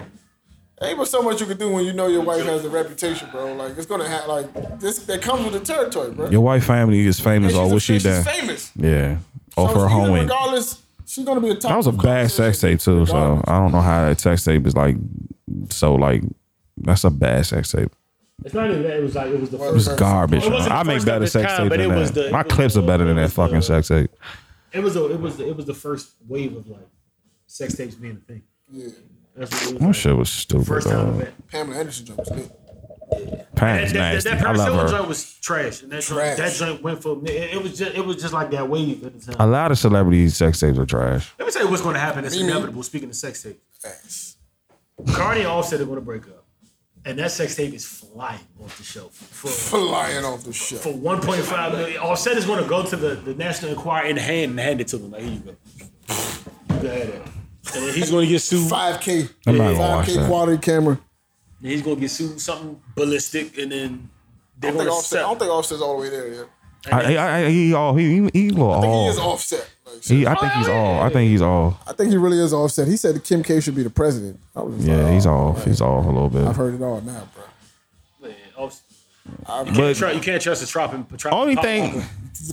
Speaker 2: ain't but so much you can do when you know your wife has a reputation, bro. Like it's gonna have like this that comes with the territory, bro.
Speaker 3: Your wife family is
Speaker 2: And
Speaker 3: famous,
Speaker 2: she's
Speaker 3: or
Speaker 2: a-
Speaker 3: what she
Speaker 2: she's
Speaker 3: done?
Speaker 2: famous.
Speaker 3: Yeah, off
Speaker 2: So
Speaker 3: her
Speaker 2: even
Speaker 3: home. end.
Speaker 2: Regardless, she's gonna be a top.
Speaker 3: That was a bad sex tape too. So I don't know how that sex tape is like. So like, that's a bad sex tape.
Speaker 6: It's not even that. It was like it was the
Speaker 3: It's garbage.
Speaker 6: It wasn't
Speaker 3: I
Speaker 6: the
Speaker 3: make
Speaker 6: first of
Speaker 3: better
Speaker 6: its
Speaker 3: sex
Speaker 6: kind,
Speaker 3: tape
Speaker 6: but
Speaker 3: than
Speaker 6: it was
Speaker 3: that.
Speaker 6: the- it
Speaker 3: My
Speaker 6: was
Speaker 3: clips
Speaker 6: the-
Speaker 3: are better than
Speaker 6: it
Speaker 3: that
Speaker 6: was
Speaker 3: fucking
Speaker 6: the-
Speaker 3: sex tape.
Speaker 6: It was a, it was the, it was the first wave of like sex tapes being a thing. That's what it was.
Speaker 3: That
Speaker 6: like.
Speaker 3: shit was stupid.
Speaker 6: First time
Speaker 3: dog.
Speaker 6: event.
Speaker 2: Pamela Anderson joke. was lit.
Speaker 3: Pam's
Speaker 6: That, that,
Speaker 3: nasty.
Speaker 6: that
Speaker 3: I love
Speaker 6: Paracel
Speaker 3: her.
Speaker 6: joint was trash, and that
Speaker 2: Trash.
Speaker 6: joint, that joint went for it, it was just it was just like that wave at the time.
Speaker 3: A lot of celebrity sex tapes are trash.
Speaker 6: Let me tell you what's going to happen. It's
Speaker 2: Mimi.
Speaker 6: inevitable. Speaking of sex tape,
Speaker 2: Facts.
Speaker 6: Cardi and Offset are going to break up, and that sex tape is flying off the shelf for
Speaker 2: Flying off the ship.
Speaker 6: for 1.5 million. Offset is going to go to the, the National Enquirer in hand and hand it to them. Like here you go, you can have that. And then he's going to get sued.
Speaker 2: Five K.
Speaker 3: I'm not gonna
Speaker 2: Five
Speaker 3: watch
Speaker 2: K
Speaker 3: that.
Speaker 2: quality camera.
Speaker 6: And he's going to get sued something ballistic, and then
Speaker 2: I
Speaker 6: they're
Speaker 2: don't think
Speaker 6: going to
Speaker 2: offset. I don't think offset's all the way there yet.
Speaker 3: I, I, I, he all he, he, he a little
Speaker 2: I think he is
Speaker 3: all.
Speaker 2: offset. Like,
Speaker 3: He, I think he's all. I think he's all.
Speaker 2: I think he really is offset. He said Kim K should be the president. I was just
Speaker 3: Yeah,
Speaker 2: like,
Speaker 3: he's
Speaker 2: oh,
Speaker 3: off.
Speaker 2: man.
Speaker 3: He's off a little
Speaker 2: I've
Speaker 3: bit.
Speaker 2: heard it all now, bro.
Speaker 6: Man, Offset-
Speaker 3: But
Speaker 6: Tru- you can't trust a tropping.
Speaker 3: only thing,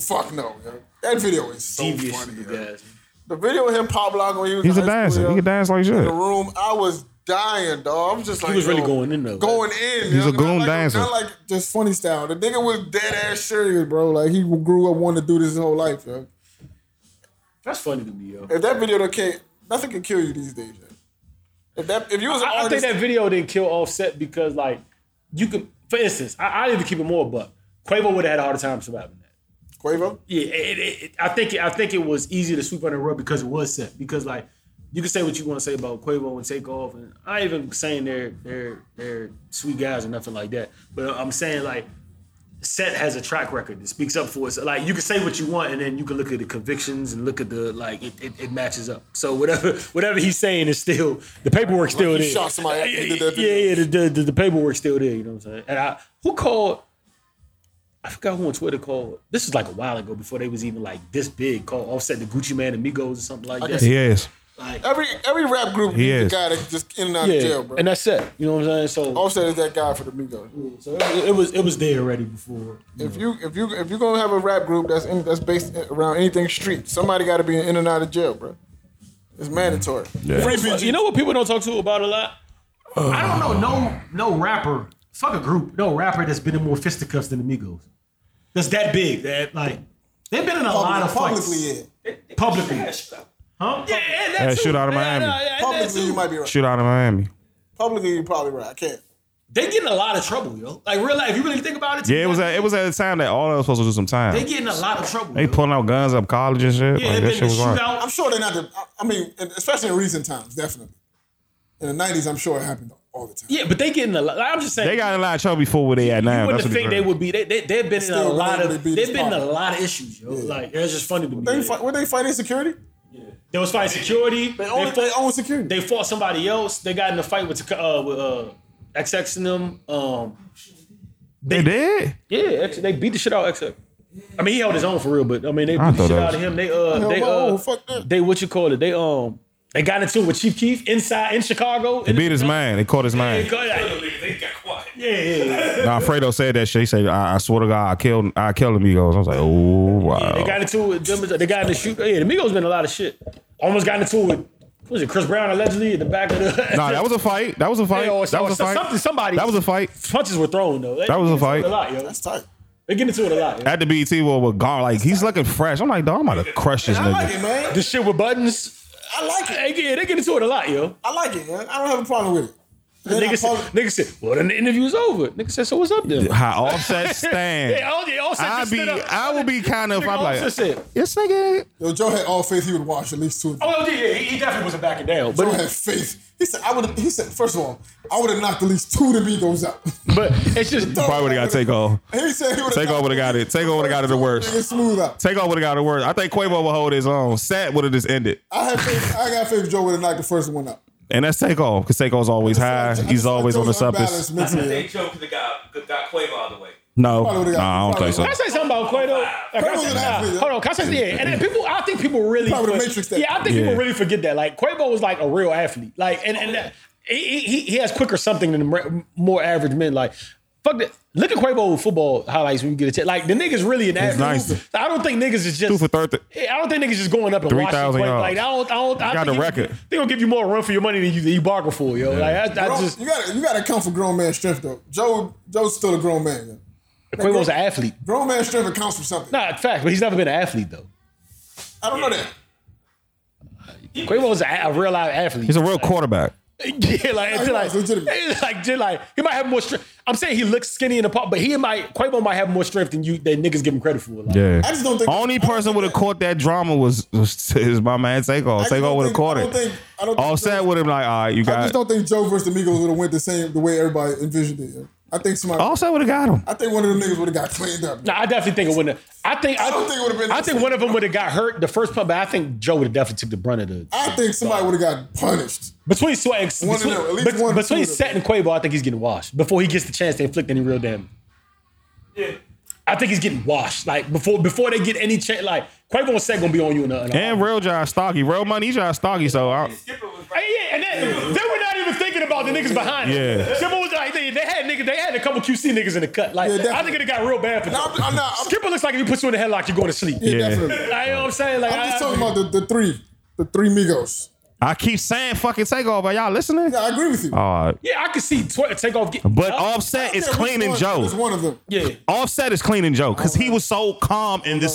Speaker 2: Fuck no. Yo. That video is so
Speaker 6: devious
Speaker 2: funny.
Speaker 6: you
Speaker 2: yo.
Speaker 6: guys.
Speaker 2: The video of him pop lock when he was
Speaker 3: he's
Speaker 2: in
Speaker 3: a
Speaker 2: high school,
Speaker 3: dancer.
Speaker 2: yo,
Speaker 3: He can dance like
Speaker 2: In
Speaker 3: shit.
Speaker 2: the room, I was dying, dog. I'm just like
Speaker 6: was really
Speaker 2: yo,
Speaker 6: going in, though.
Speaker 2: Going in.
Speaker 3: He's
Speaker 2: yo.
Speaker 3: a goon
Speaker 2: not like,
Speaker 3: dancer.
Speaker 2: Not like just funny style. The nigga was dead ass serious, bro. Like he grew up wanting to do this his whole life, yo.
Speaker 6: That's funny to me, yo.
Speaker 2: If that video don't can't, nothing can kill you these days. Yo. If that, if you was an
Speaker 6: I, I think
Speaker 2: artist,
Speaker 6: that video didn't kill Offset because, like, you could, for instance, I, I need to keep it more, but Quavo would have had a harder time surviving that.
Speaker 2: Quavo,
Speaker 6: Yeah, it, it, it- I think it, I think it was easy to sweep under the rug because it was set. Because like, you can say what you want to say about Quavo and Takeoff, and I ain't even saying they're they're they're sweet guys or nothing like that. But I'm saying like, Set has a track record that speaks up for us. Like you can say what you want, and then you can look at the convictions and look at the like it, it, it matches up. So whatever whatever he's saying is still the paperwork still
Speaker 2: you
Speaker 6: there.
Speaker 2: shot somebody after you did that
Speaker 6: yeah,
Speaker 2: video.
Speaker 6: yeah, the, the, the, the paperwork still there. You know what I'm saying? And I who called? I forgot who on Twitter called. This was like a while ago before they was even like this big. Called Offset the Gucci Man and Migos or something like that.
Speaker 3: He is.
Speaker 6: Like,
Speaker 2: every every rap group
Speaker 3: He
Speaker 2: needs
Speaker 3: is.
Speaker 2: a guy that just in and out
Speaker 6: yeah,
Speaker 2: of jail, bro. Oh.
Speaker 6: and that's it. You know what I'm saying? So,
Speaker 2: Offset is that guy for the Migos.
Speaker 6: so it, it was it was there already before.
Speaker 2: If you if you if you're gonna have a rap group that's in, that's based around anything street, somebody got to be in and out of jail, bro. It's mandatory.
Speaker 3: Yeah.
Speaker 6: But you know what people don't talk to about a lot? I don't know no no rapper. Fuck a group. No rapper that's been in more fisticuffs than Amigos. That's that big. That like they've been in a lot of fights
Speaker 2: publicly, yeah.
Speaker 6: publicly. Huh? Yeah, and
Speaker 3: Yeah,
Speaker 6: that's
Speaker 3: shoot out of Miami.
Speaker 2: Publicly, you might be right.
Speaker 3: Shoot out of Miami.
Speaker 2: Publicly, you're probably right. I can't.
Speaker 6: They get in a lot of trouble, yo. Like real life, if you really think about it.
Speaker 3: Yeah, it was at it was at the time that all of us supposed to do some time.
Speaker 6: They get in a lot of trouble.
Speaker 3: They
Speaker 6: yo.
Speaker 3: pulling out guns up college and shit.
Speaker 6: yeah,
Speaker 3: like, that
Speaker 6: they've been
Speaker 3: shit
Speaker 6: in
Speaker 3: was wild.
Speaker 6: shootout.
Speaker 2: I'm sure they're not the. I- I mean, and especially in recent times, definitely. In the '90s, I'm sure it happened all the time.
Speaker 6: Yeah, but they get in a lot. I'm just saying.
Speaker 3: They got in a lot of trouble before where they at now.
Speaker 6: you
Speaker 3: That's
Speaker 6: wouldn't
Speaker 3: what
Speaker 6: think they would be. They, they, they've been in a
Speaker 2: Still
Speaker 6: lot
Speaker 2: remember
Speaker 6: of.
Speaker 2: they beat
Speaker 6: They've
Speaker 2: us
Speaker 6: been in a
Speaker 2: hard.
Speaker 6: lot of issues, yo. Like it's just funny to me.
Speaker 2: They
Speaker 6: Like,
Speaker 2: fight, were they fighting security?
Speaker 6: There was fighting security. They,
Speaker 2: They own, they
Speaker 6: fought,
Speaker 2: own security.
Speaker 6: they fought somebody else. They got in a fight with uh, with uh, XX and them. Um,
Speaker 3: They did.
Speaker 6: Yeah, X, they beat the shit out of XX. I mean, he held his own for real, but I mean, they
Speaker 3: I
Speaker 6: beat
Speaker 3: thought
Speaker 6: the shit
Speaker 3: that
Speaker 6: out of
Speaker 3: was-
Speaker 6: him. They uh,
Speaker 2: Hell
Speaker 6: they
Speaker 2: no,
Speaker 6: uh,
Speaker 2: fuck that.
Speaker 6: they what you call it? They um, they got into it with Chief Keef inside in Chicago.
Speaker 3: They beat his man. They caught his man.
Speaker 6: Yeah,
Speaker 5: They got quiet.
Speaker 6: yeah, yeah.
Speaker 3: Now Fredo said that shit. He said, I, I swear to God, I killed I killed amigos. I was like, oh wow.
Speaker 6: They got into it. Them, they got in the shoot. Yeah, the Migos been a lot of shit. Almost got into it. with- What was it? Chris Brown allegedly in the back of the.
Speaker 3: nah, that was a fight. That was a fight.
Speaker 6: They always-
Speaker 3: that was a
Speaker 6: so-
Speaker 3: fight.
Speaker 6: something- somebody-
Speaker 3: That was a fight.
Speaker 6: punches were thrown though. They
Speaker 3: That was a
Speaker 6: get into it
Speaker 3: fight.
Speaker 6: A lot, yo.
Speaker 2: That's tight.
Speaker 6: They get into it a lot. Yo.
Speaker 3: At the BT World with Gar, like he's looking fresh. I'm like, dog, I'm about to crush this
Speaker 2: I like it,
Speaker 3: nigga.
Speaker 2: man.
Speaker 6: The shit with buttons.
Speaker 2: I like it.
Speaker 6: They get, they get into it a lot, yo.
Speaker 2: I like it, man. I don't have a problem with it. They're not
Speaker 6: Nigga said,
Speaker 2: poli-
Speaker 6: nigga said, well, then the interview's over. Nigga said, so what's up then?
Speaker 3: How offset stand.
Speaker 6: Yeah, all, yeah, all said,
Speaker 3: I
Speaker 6: just
Speaker 3: be,
Speaker 6: stood up.
Speaker 3: I would be kind of.
Speaker 6: Nigga,
Speaker 3: I'm
Speaker 6: all
Speaker 3: like,
Speaker 6: said-
Speaker 3: this nigga.
Speaker 2: Yo, Joe had all faith he would watch at least two. Of them.
Speaker 6: Oh, yeah, yeah, he he definitely wasn't backing down.
Speaker 2: Joe
Speaker 6: But,
Speaker 2: had faith. He said, "I would." He said, first of all, I would have knocked at least two to beat those out."
Speaker 6: but it's just,
Speaker 3: Probably would have got take off.
Speaker 2: He said he would
Speaker 3: Take off would have got it. Take off would have got it the worst.
Speaker 2: Nigga smooth out.
Speaker 3: Take off would have got it worse. I think Quavo would hold his own. Sat would have just ended.
Speaker 2: I had faith. I got faith Joe would have knocked the first one out.
Speaker 3: And that's Takeoff, because Takeoff's always high.
Speaker 2: I just-
Speaker 3: He's
Speaker 2: I
Speaker 3: always
Speaker 2: Joe
Speaker 3: on the
Speaker 2: was
Speaker 3: surface.
Speaker 2: unbalanced mentally.
Speaker 5: They choked the guy, got Quavo out of the way.
Speaker 3: No,
Speaker 2: Probably would've got-
Speaker 3: nah, I don't think so.
Speaker 6: can I say something about Quato? Like, I
Speaker 2: Quavo's
Speaker 6: said,
Speaker 2: an
Speaker 6: nah,
Speaker 2: athlete, yo.
Speaker 6: hold on, can I say, yeah, and then people, I think people really,
Speaker 2: Probably the
Speaker 6: for-
Speaker 2: Matrix that-
Speaker 6: yeah, I think
Speaker 3: Yeah.
Speaker 6: people really forget that. Like, Quavo was like a real athlete. Like, and, and that, he, he, he has quicker something than the mer- more average men. Like, fuck that. Look at Quavo football highlights when you get a chance. Like, the nigga's really an athlete.
Speaker 3: nice.
Speaker 6: I don't think niggas is just.
Speaker 3: Two for thirty.
Speaker 6: Yeah, I don't think niggas just going up and watching.
Speaker 3: 3,000
Speaker 6: Quavo.
Speaker 3: yards.
Speaker 6: Like I don't, I don't. I
Speaker 3: got
Speaker 6: think
Speaker 3: the
Speaker 6: he-
Speaker 3: record.
Speaker 6: They gonna give you more run for your money than you, than you bargain for, yo. Like I, I
Speaker 2: Bro,
Speaker 6: just
Speaker 2: you gotta you gotta come for grown man strength though. Joe Joe's still a grown man. Yo.
Speaker 6: Quavo's an athlete.
Speaker 2: Grown man strength accounts for something.
Speaker 6: Nah, fact, but he's never been an athlete though.
Speaker 2: I don't know that.
Speaker 6: Quavo's a, a real life athlete.
Speaker 3: He's a real quarterback.
Speaker 6: yeah, like it's
Speaker 2: he
Speaker 6: like,
Speaker 2: was legitimate.
Speaker 6: it's like, just like he might have more strength. I'm saying he looks skinny in the pop, but he might Quavo might have more strength than you than niggas give him credit for. Like,
Speaker 3: Yeah.
Speaker 2: I just don't think-
Speaker 3: only
Speaker 2: I don't
Speaker 3: person
Speaker 2: think
Speaker 3: would have
Speaker 2: that-
Speaker 3: caught that drama was, was is my man Takeoff.
Speaker 2: just don't
Speaker 3: Takeoff would have
Speaker 2: think-
Speaker 3: caught
Speaker 2: I don't
Speaker 3: it.
Speaker 2: think- I don't think
Speaker 3: Offset
Speaker 2: Joe-
Speaker 3: would have been like, all right, you
Speaker 2: I
Speaker 3: got.
Speaker 2: just don't think Joe versus the Migos would have went the same the way everybody envisioned it. yo. I think somebody.
Speaker 3: Offset would have got him.
Speaker 2: I think one of them niggas would have got cleaned up.
Speaker 6: Nah, I definitely think it wouldn't. have- I think I,
Speaker 2: I don't think it would've been
Speaker 6: I think one of them would have got hurt the first pump, but I think Joe would have definitely took the brunt of the.
Speaker 2: I think somebody would have got punished.
Speaker 6: Between Sweat and
Speaker 2: One of
Speaker 6: between,
Speaker 2: them, at least
Speaker 6: bet-
Speaker 2: one or
Speaker 6: between
Speaker 2: two of them.
Speaker 6: Set and Quavo, I think he's getting washed before he gets the chance to inflict any real damage.
Speaker 5: Yeah.
Speaker 6: I think he's getting washed. Like before, before they get any chance, like Quavo and Set gonna be on you in a. In a
Speaker 3: And real John Stocky, real money. He's John Stocky, so I,
Speaker 5: Skipper
Speaker 6: Hey,
Speaker 5: was right.
Speaker 6: yeah, and that, they were not even thinking about the niggas behind him.
Speaker 3: Yeah.
Speaker 6: Skipper was like, they, they had niggas, they had a couple QC niggas in the cut. Like,
Speaker 2: Yeah, definitely.
Speaker 6: I think it got real bad for
Speaker 2: Nah,
Speaker 6: them.
Speaker 2: I'm, I'm not. I'm,
Speaker 6: Skipper looks like if he puts you in the headlock, you're going to sleep.
Speaker 2: yeah,
Speaker 3: Yeah.
Speaker 2: definitely.
Speaker 6: Like, you know what I'm saying? Like,
Speaker 2: I'm just
Speaker 6: I-
Speaker 2: talking about the, the three, the three Migos.
Speaker 3: I keep saying fucking Takeoff, but y'all listening?
Speaker 2: Yeah, I agree with you.
Speaker 3: All right,
Speaker 6: yeah, I could see tw- take off. Get,
Speaker 3: but
Speaker 6: Uh,
Speaker 2: I
Speaker 3: Offset
Speaker 2: don't
Speaker 3: is
Speaker 2: care which
Speaker 3: cleaning
Speaker 2: one,
Speaker 3: Joe.
Speaker 2: It's one of them.
Speaker 6: yeah.
Speaker 3: Offset is cleaning Joe because he was so calm in this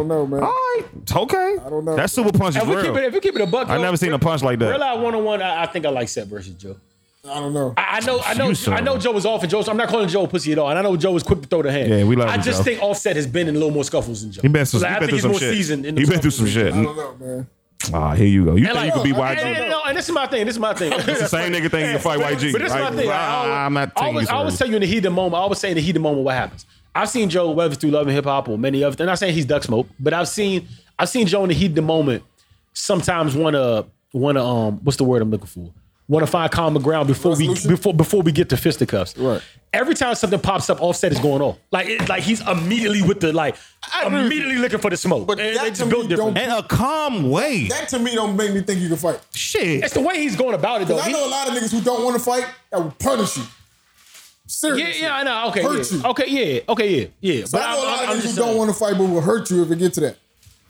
Speaker 2: I don't know, man.
Speaker 3: All right, okay.
Speaker 2: I don't know.
Speaker 3: That super punch is
Speaker 6: If we, keep
Speaker 3: real.
Speaker 6: it, if we keep it a buck,
Speaker 3: I never seen a punch like that.
Speaker 6: Real life one on one, I I think I like Seth versus Joe.
Speaker 2: I don't know.
Speaker 6: I I know, I know,
Speaker 3: You son
Speaker 6: I know.
Speaker 3: of a-
Speaker 6: Joe was off, and Joe. I'm not calling Joe a pussy at all. And I know Joe was quick to throw the hand.
Speaker 3: Yeah, we love
Speaker 6: I
Speaker 3: you,
Speaker 6: just
Speaker 3: Joe.
Speaker 6: think Offset has been in a little more scuffles than Joe.
Speaker 3: He been through,
Speaker 6: Like,
Speaker 3: he
Speaker 6: I
Speaker 3: been
Speaker 6: think
Speaker 3: through
Speaker 6: he's
Speaker 3: some
Speaker 6: more
Speaker 3: shit.
Speaker 6: seasoned. In
Speaker 3: He been through
Speaker 6: scuffles
Speaker 3: some
Speaker 6: than Joe.
Speaker 3: shit.
Speaker 2: I don't know, man.
Speaker 3: Ah, here you go. You
Speaker 6: And
Speaker 3: think
Speaker 6: like,
Speaker 3: you could be
Speaker 6: and, and,
Speaker 3: YG?
Speaker 6: and, and this is my thing. This is my thing. It's
Speaker 3: the same nigga thing you fight YG.
Speaker 6: But this is my
Speaker 3: Like,
Speaker 6: thing.
Speaker 3: I-
Speaker 6: I,
Speaker 3: I'm not
Speaker 6: I
Speaker 3: taking
Speaker 6: always,
Speaker 3: this
Speaker 6: I always
Speaker 3: serious.
Speaker 6: tell you in the heat of the moment. I always say in the heat of the moment what happens. I've seen Joe whether through Love and Hip Hop or many other. And I'm saying he's duck smoke, but I've seen I've seen Joe in the heat of the moment. Sometimes want to want to um what's the word I'm looking for? Want to find common ground before we
Speaker 2: Resolution?
Speaker 6: before before we get to fisticuffs.
Speaker 2: Right.
Speaker 6: Every time something pops up, Offset is going off. Like it, like he's immediately with the like immediately looking for the smoke.
Speaker 2: But
Speaker 6: And
Speaker 2: that
Speaker 6: they
Speaker 2: to
Speaker 6: just
Speaker 2: me
Speaker 6: built different.
Speaker 2: don't-
Speaker 3: In a calm way.
Speaker 2: That to me don't make me think you can fight.
Speaker 3: Shit.
Speaker 6: It's the way he's going about it though.
Speaker 2: I
Speaker 6: He-
Speaker 2: know a lot of niggas who don't want to fight that will punish you.
Speaker 6: Yeah,
Speaker 2: Seriously.
Speaker 6: yeah, I know. Okay,
Speaker 2: Hurt
Speaker 6: yeah.
Speaker 2: you.
Speaker 6: okay, yeah, okay, yeah, yeah.
Speaker 2: But
Speaker 6: But
Speaker 2: I
Speaker 6: I'm,
Speaker 2: know a lot
Speaker 6: I'm,
Speaker 2: of niggas
Speaker 6: I'm
Speaker 2: who
Speaker 6: just
Speaker 2: don't
Speaker 6: saying,
Speaker 2: want to fight but will hurt you if it get to that.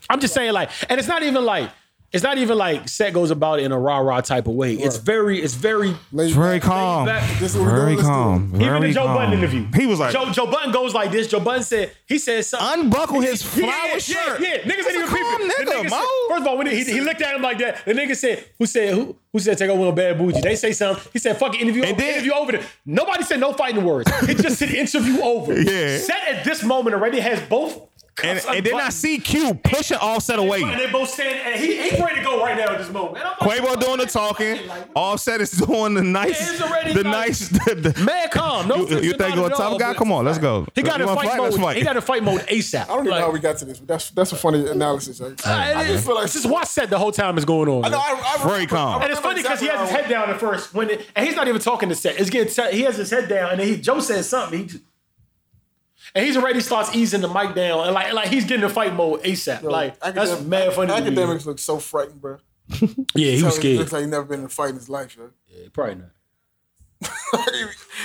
Speaker 6: I'm just saying, like, and it's not even like it's not even like Set goes about it in a rah rah type of way. It's very, it's very.
Speaker 2: Laid
Speaker 3: Very
Speaker 2: back.
Speaker 3: calm.
Speaker 6: back.
Speaker 2: This is what we doing.
Speaker 3: Very
Speaker 2: Let's do it.
Speaker 3: calm.
Speaker 6: Even
Speaker 3: Very
Speaker 6: the Joe
Speaker 3: calm.
Speaker 6: Budden interview,
Speaker 3: He was like,
Speaker 6: Joe, Joe Budden goes like this. Joe Budden said, he said something.
Speaker 3: unbuckle his
Speaker 6: Yeah,
Speaker 3: flower
Speaker 6: yeah,
Speaker 3: shirt.
Speaker 6: Yeah, yeah. niggas ain't even
Speaker 3: calm
Speaker 6: peeping. The
Speaker 3: nigga, Mo.
Speaker 6: nigga said, first of all, when he, he looked at him like that, the nigga said, "Who said who? Who said take over on Bad Bougie?" They say something. He said, "Fuck it, interview,
Speaker 3: And
Speaker 6: over,
Speaker 3: then-
Speaker 6: interview over." There. Nobody said no fighting words. It just said interview over.
Speaker 3: Yeah.
Speaker 6: Set at this moment already has both.
Speaker 3: And,
Speaker 6: cuffs
Speaker 3: and then I
Speaker 6: unbuttoned.
Speaker 3: see Q pushing Offset
Speaker 6: And
Speaker 3: away.
Speaker 6: they both stand, and he he ready to go right now at this moment. And I'm like, oh.
Speaker 3: Quavo doing the talking. Offset is doing the nice,
Speaker 6: it's already
Speaker 3: the
Speaker 6: like-
Speaker 3: nice. The, the,
Speaker 6: Man, calm. No,
Speaker 3: you, you
Speaker 6: flips
Speaker 3: think
Speaker 6: about
Speaker 3: you're a
Speaker 6: it at all,
Speaker 3: tough guy?
Speaker 6: but
Speaker 3: Come on, let's go.
Speaker 6: He got
Speaker 3: You
Speaker 6: in
Speaker 3: wanna
Speaker 6: fight,
Speaker 3: fight?
Speaker 6: mode.
Speaker 3: Let's fight.
Speaker 6: He got in fight mode ASAP.
Speaker 2: I don't even
Speaker 6: Like,
Speaker 2: know how we got to this, but that's that's a funny analysis. Like,
Speaker 6: it
Speaker 2: I
Speaker 6: is.
Speaker 2: just feel like
Speaker 6: this is what's set the whole time is going on.
Speaker 2: I know, I, I
Speaker 3: Very calm.
Speaker 2: I
Speaker 6: And it's funny
Speaker 2: remember
Speaker 6: because he
Speaker 2: exactly
Speaker 6: has his
Speaker 2: how I-
Speaker 6: head down at first when it, and he's not even talking to Seth. It's getting set. he has his head down and then he Joe says something. He just, and he's already starts easing the mic down and like like he's getting in fight mode ASAP. like that's
Speaker 2: uh, academic-
Speaker 6: mad funny. to me.
Speaker 2: Academics look so frightened, bro.
Speaker 6: Yeah, he was
Speaker 2: Looks
Speaker 6: scared.
Speaker 2: like he never been in a fight in his life, yo.
Speaker 6: Probably not.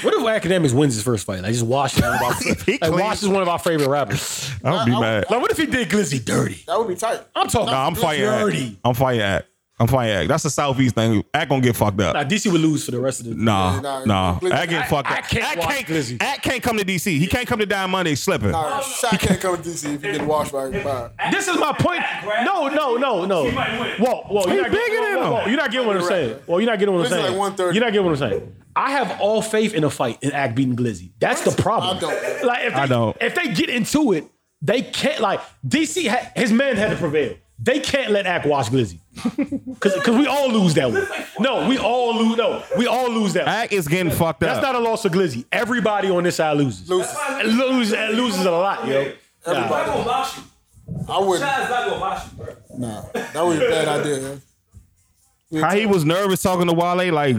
Speaker 6: What if academics wins his first fight? Like just watch one of our
Speaker 3: He
Speaker 6: like
Speaker 3: clean.
Speaker 6: Wash is one of our favorite rappers.
Speaker 3: I don't be mad.
Speaker 6: Like what if he did Glizzy dirty?
Speaker 2: that would be tight.
Speaker 6: I'm talking.
Speaker 3: Nah, I'm fighting. Act.
Speaker 6: dirty.
Speaker 3: I'm fighting. Act. I'm fighting. Act. That's a southeast thing. Act gonna get fucked up.
Speaker 6: Nah, DC would lose for the rest of the.
Speaker 3: Nah,
Speaker 2: Nah,
Speaker 3: nah.
Speaker 2: Glizzy-
Speaker 3: Act get
Speaker 2: I-
Speaker 3: fucked
Speaker 6: I
Speaker 3: up.
Speaker 6: can't
Speaker 3: Act
Speaker 6: watch
Speaker 3: can't.
Speaker 6: Glizzy.
Speaker 3: Act can't come to DC. He can't come to Diamond Monday slipping.
Speaker 2: Nah, Shaq can't come to DC if he get washed by his body.
Speaker 6: This is my point. No, no, no, no.
Speaker 5: He might win.
Speaker 6: Whoa, whoa,
Speaker 3: He
Speaker 6: you're not,
Speaker 3: bigger
Speaker 6: getting,
Speaker 3: than
Speaker 6: whoa, whoa,
Speaker 3: him.
Speaker 6: whoa, you're not getting what I'm saying. Well, you're not getting what I'm
Speaker 2: This is
Speaker 6: saying.
Speaker 2: like 130.
Speaker 6: You're not getting what I'm saying. I have all faith in a fight in Act beating Glizzy. That's the problem.
Speaker 2: I don't.
Speaker 6: Like if they,
Speaker 3: I don't.
Speaker 6: If they get into it, they can't. Like DC, ha- his man had to prevail. They can't let Act watch Glizzy, because we all lose that one. No, we all lose. No, we all lose that. One.
Speaker 3: Act is getting fucked
Speaker 6: That's
Speaker 3: up.
Speaker 6: not a loss to Glizzy. Everybody on this side loses.
Speaker 2: Loses.
Speaker 6: Loses. Loses a lot, yo.
Speaker 5: He's not gonna watch you.
Speaker 2: I wouldn't.
Speaker 5: Shaq's not gonna watch you, bro.
Speaker 2: Nah, that was a bad idea. yo.
Speaker 3: How he was nervous talking to Wale, like,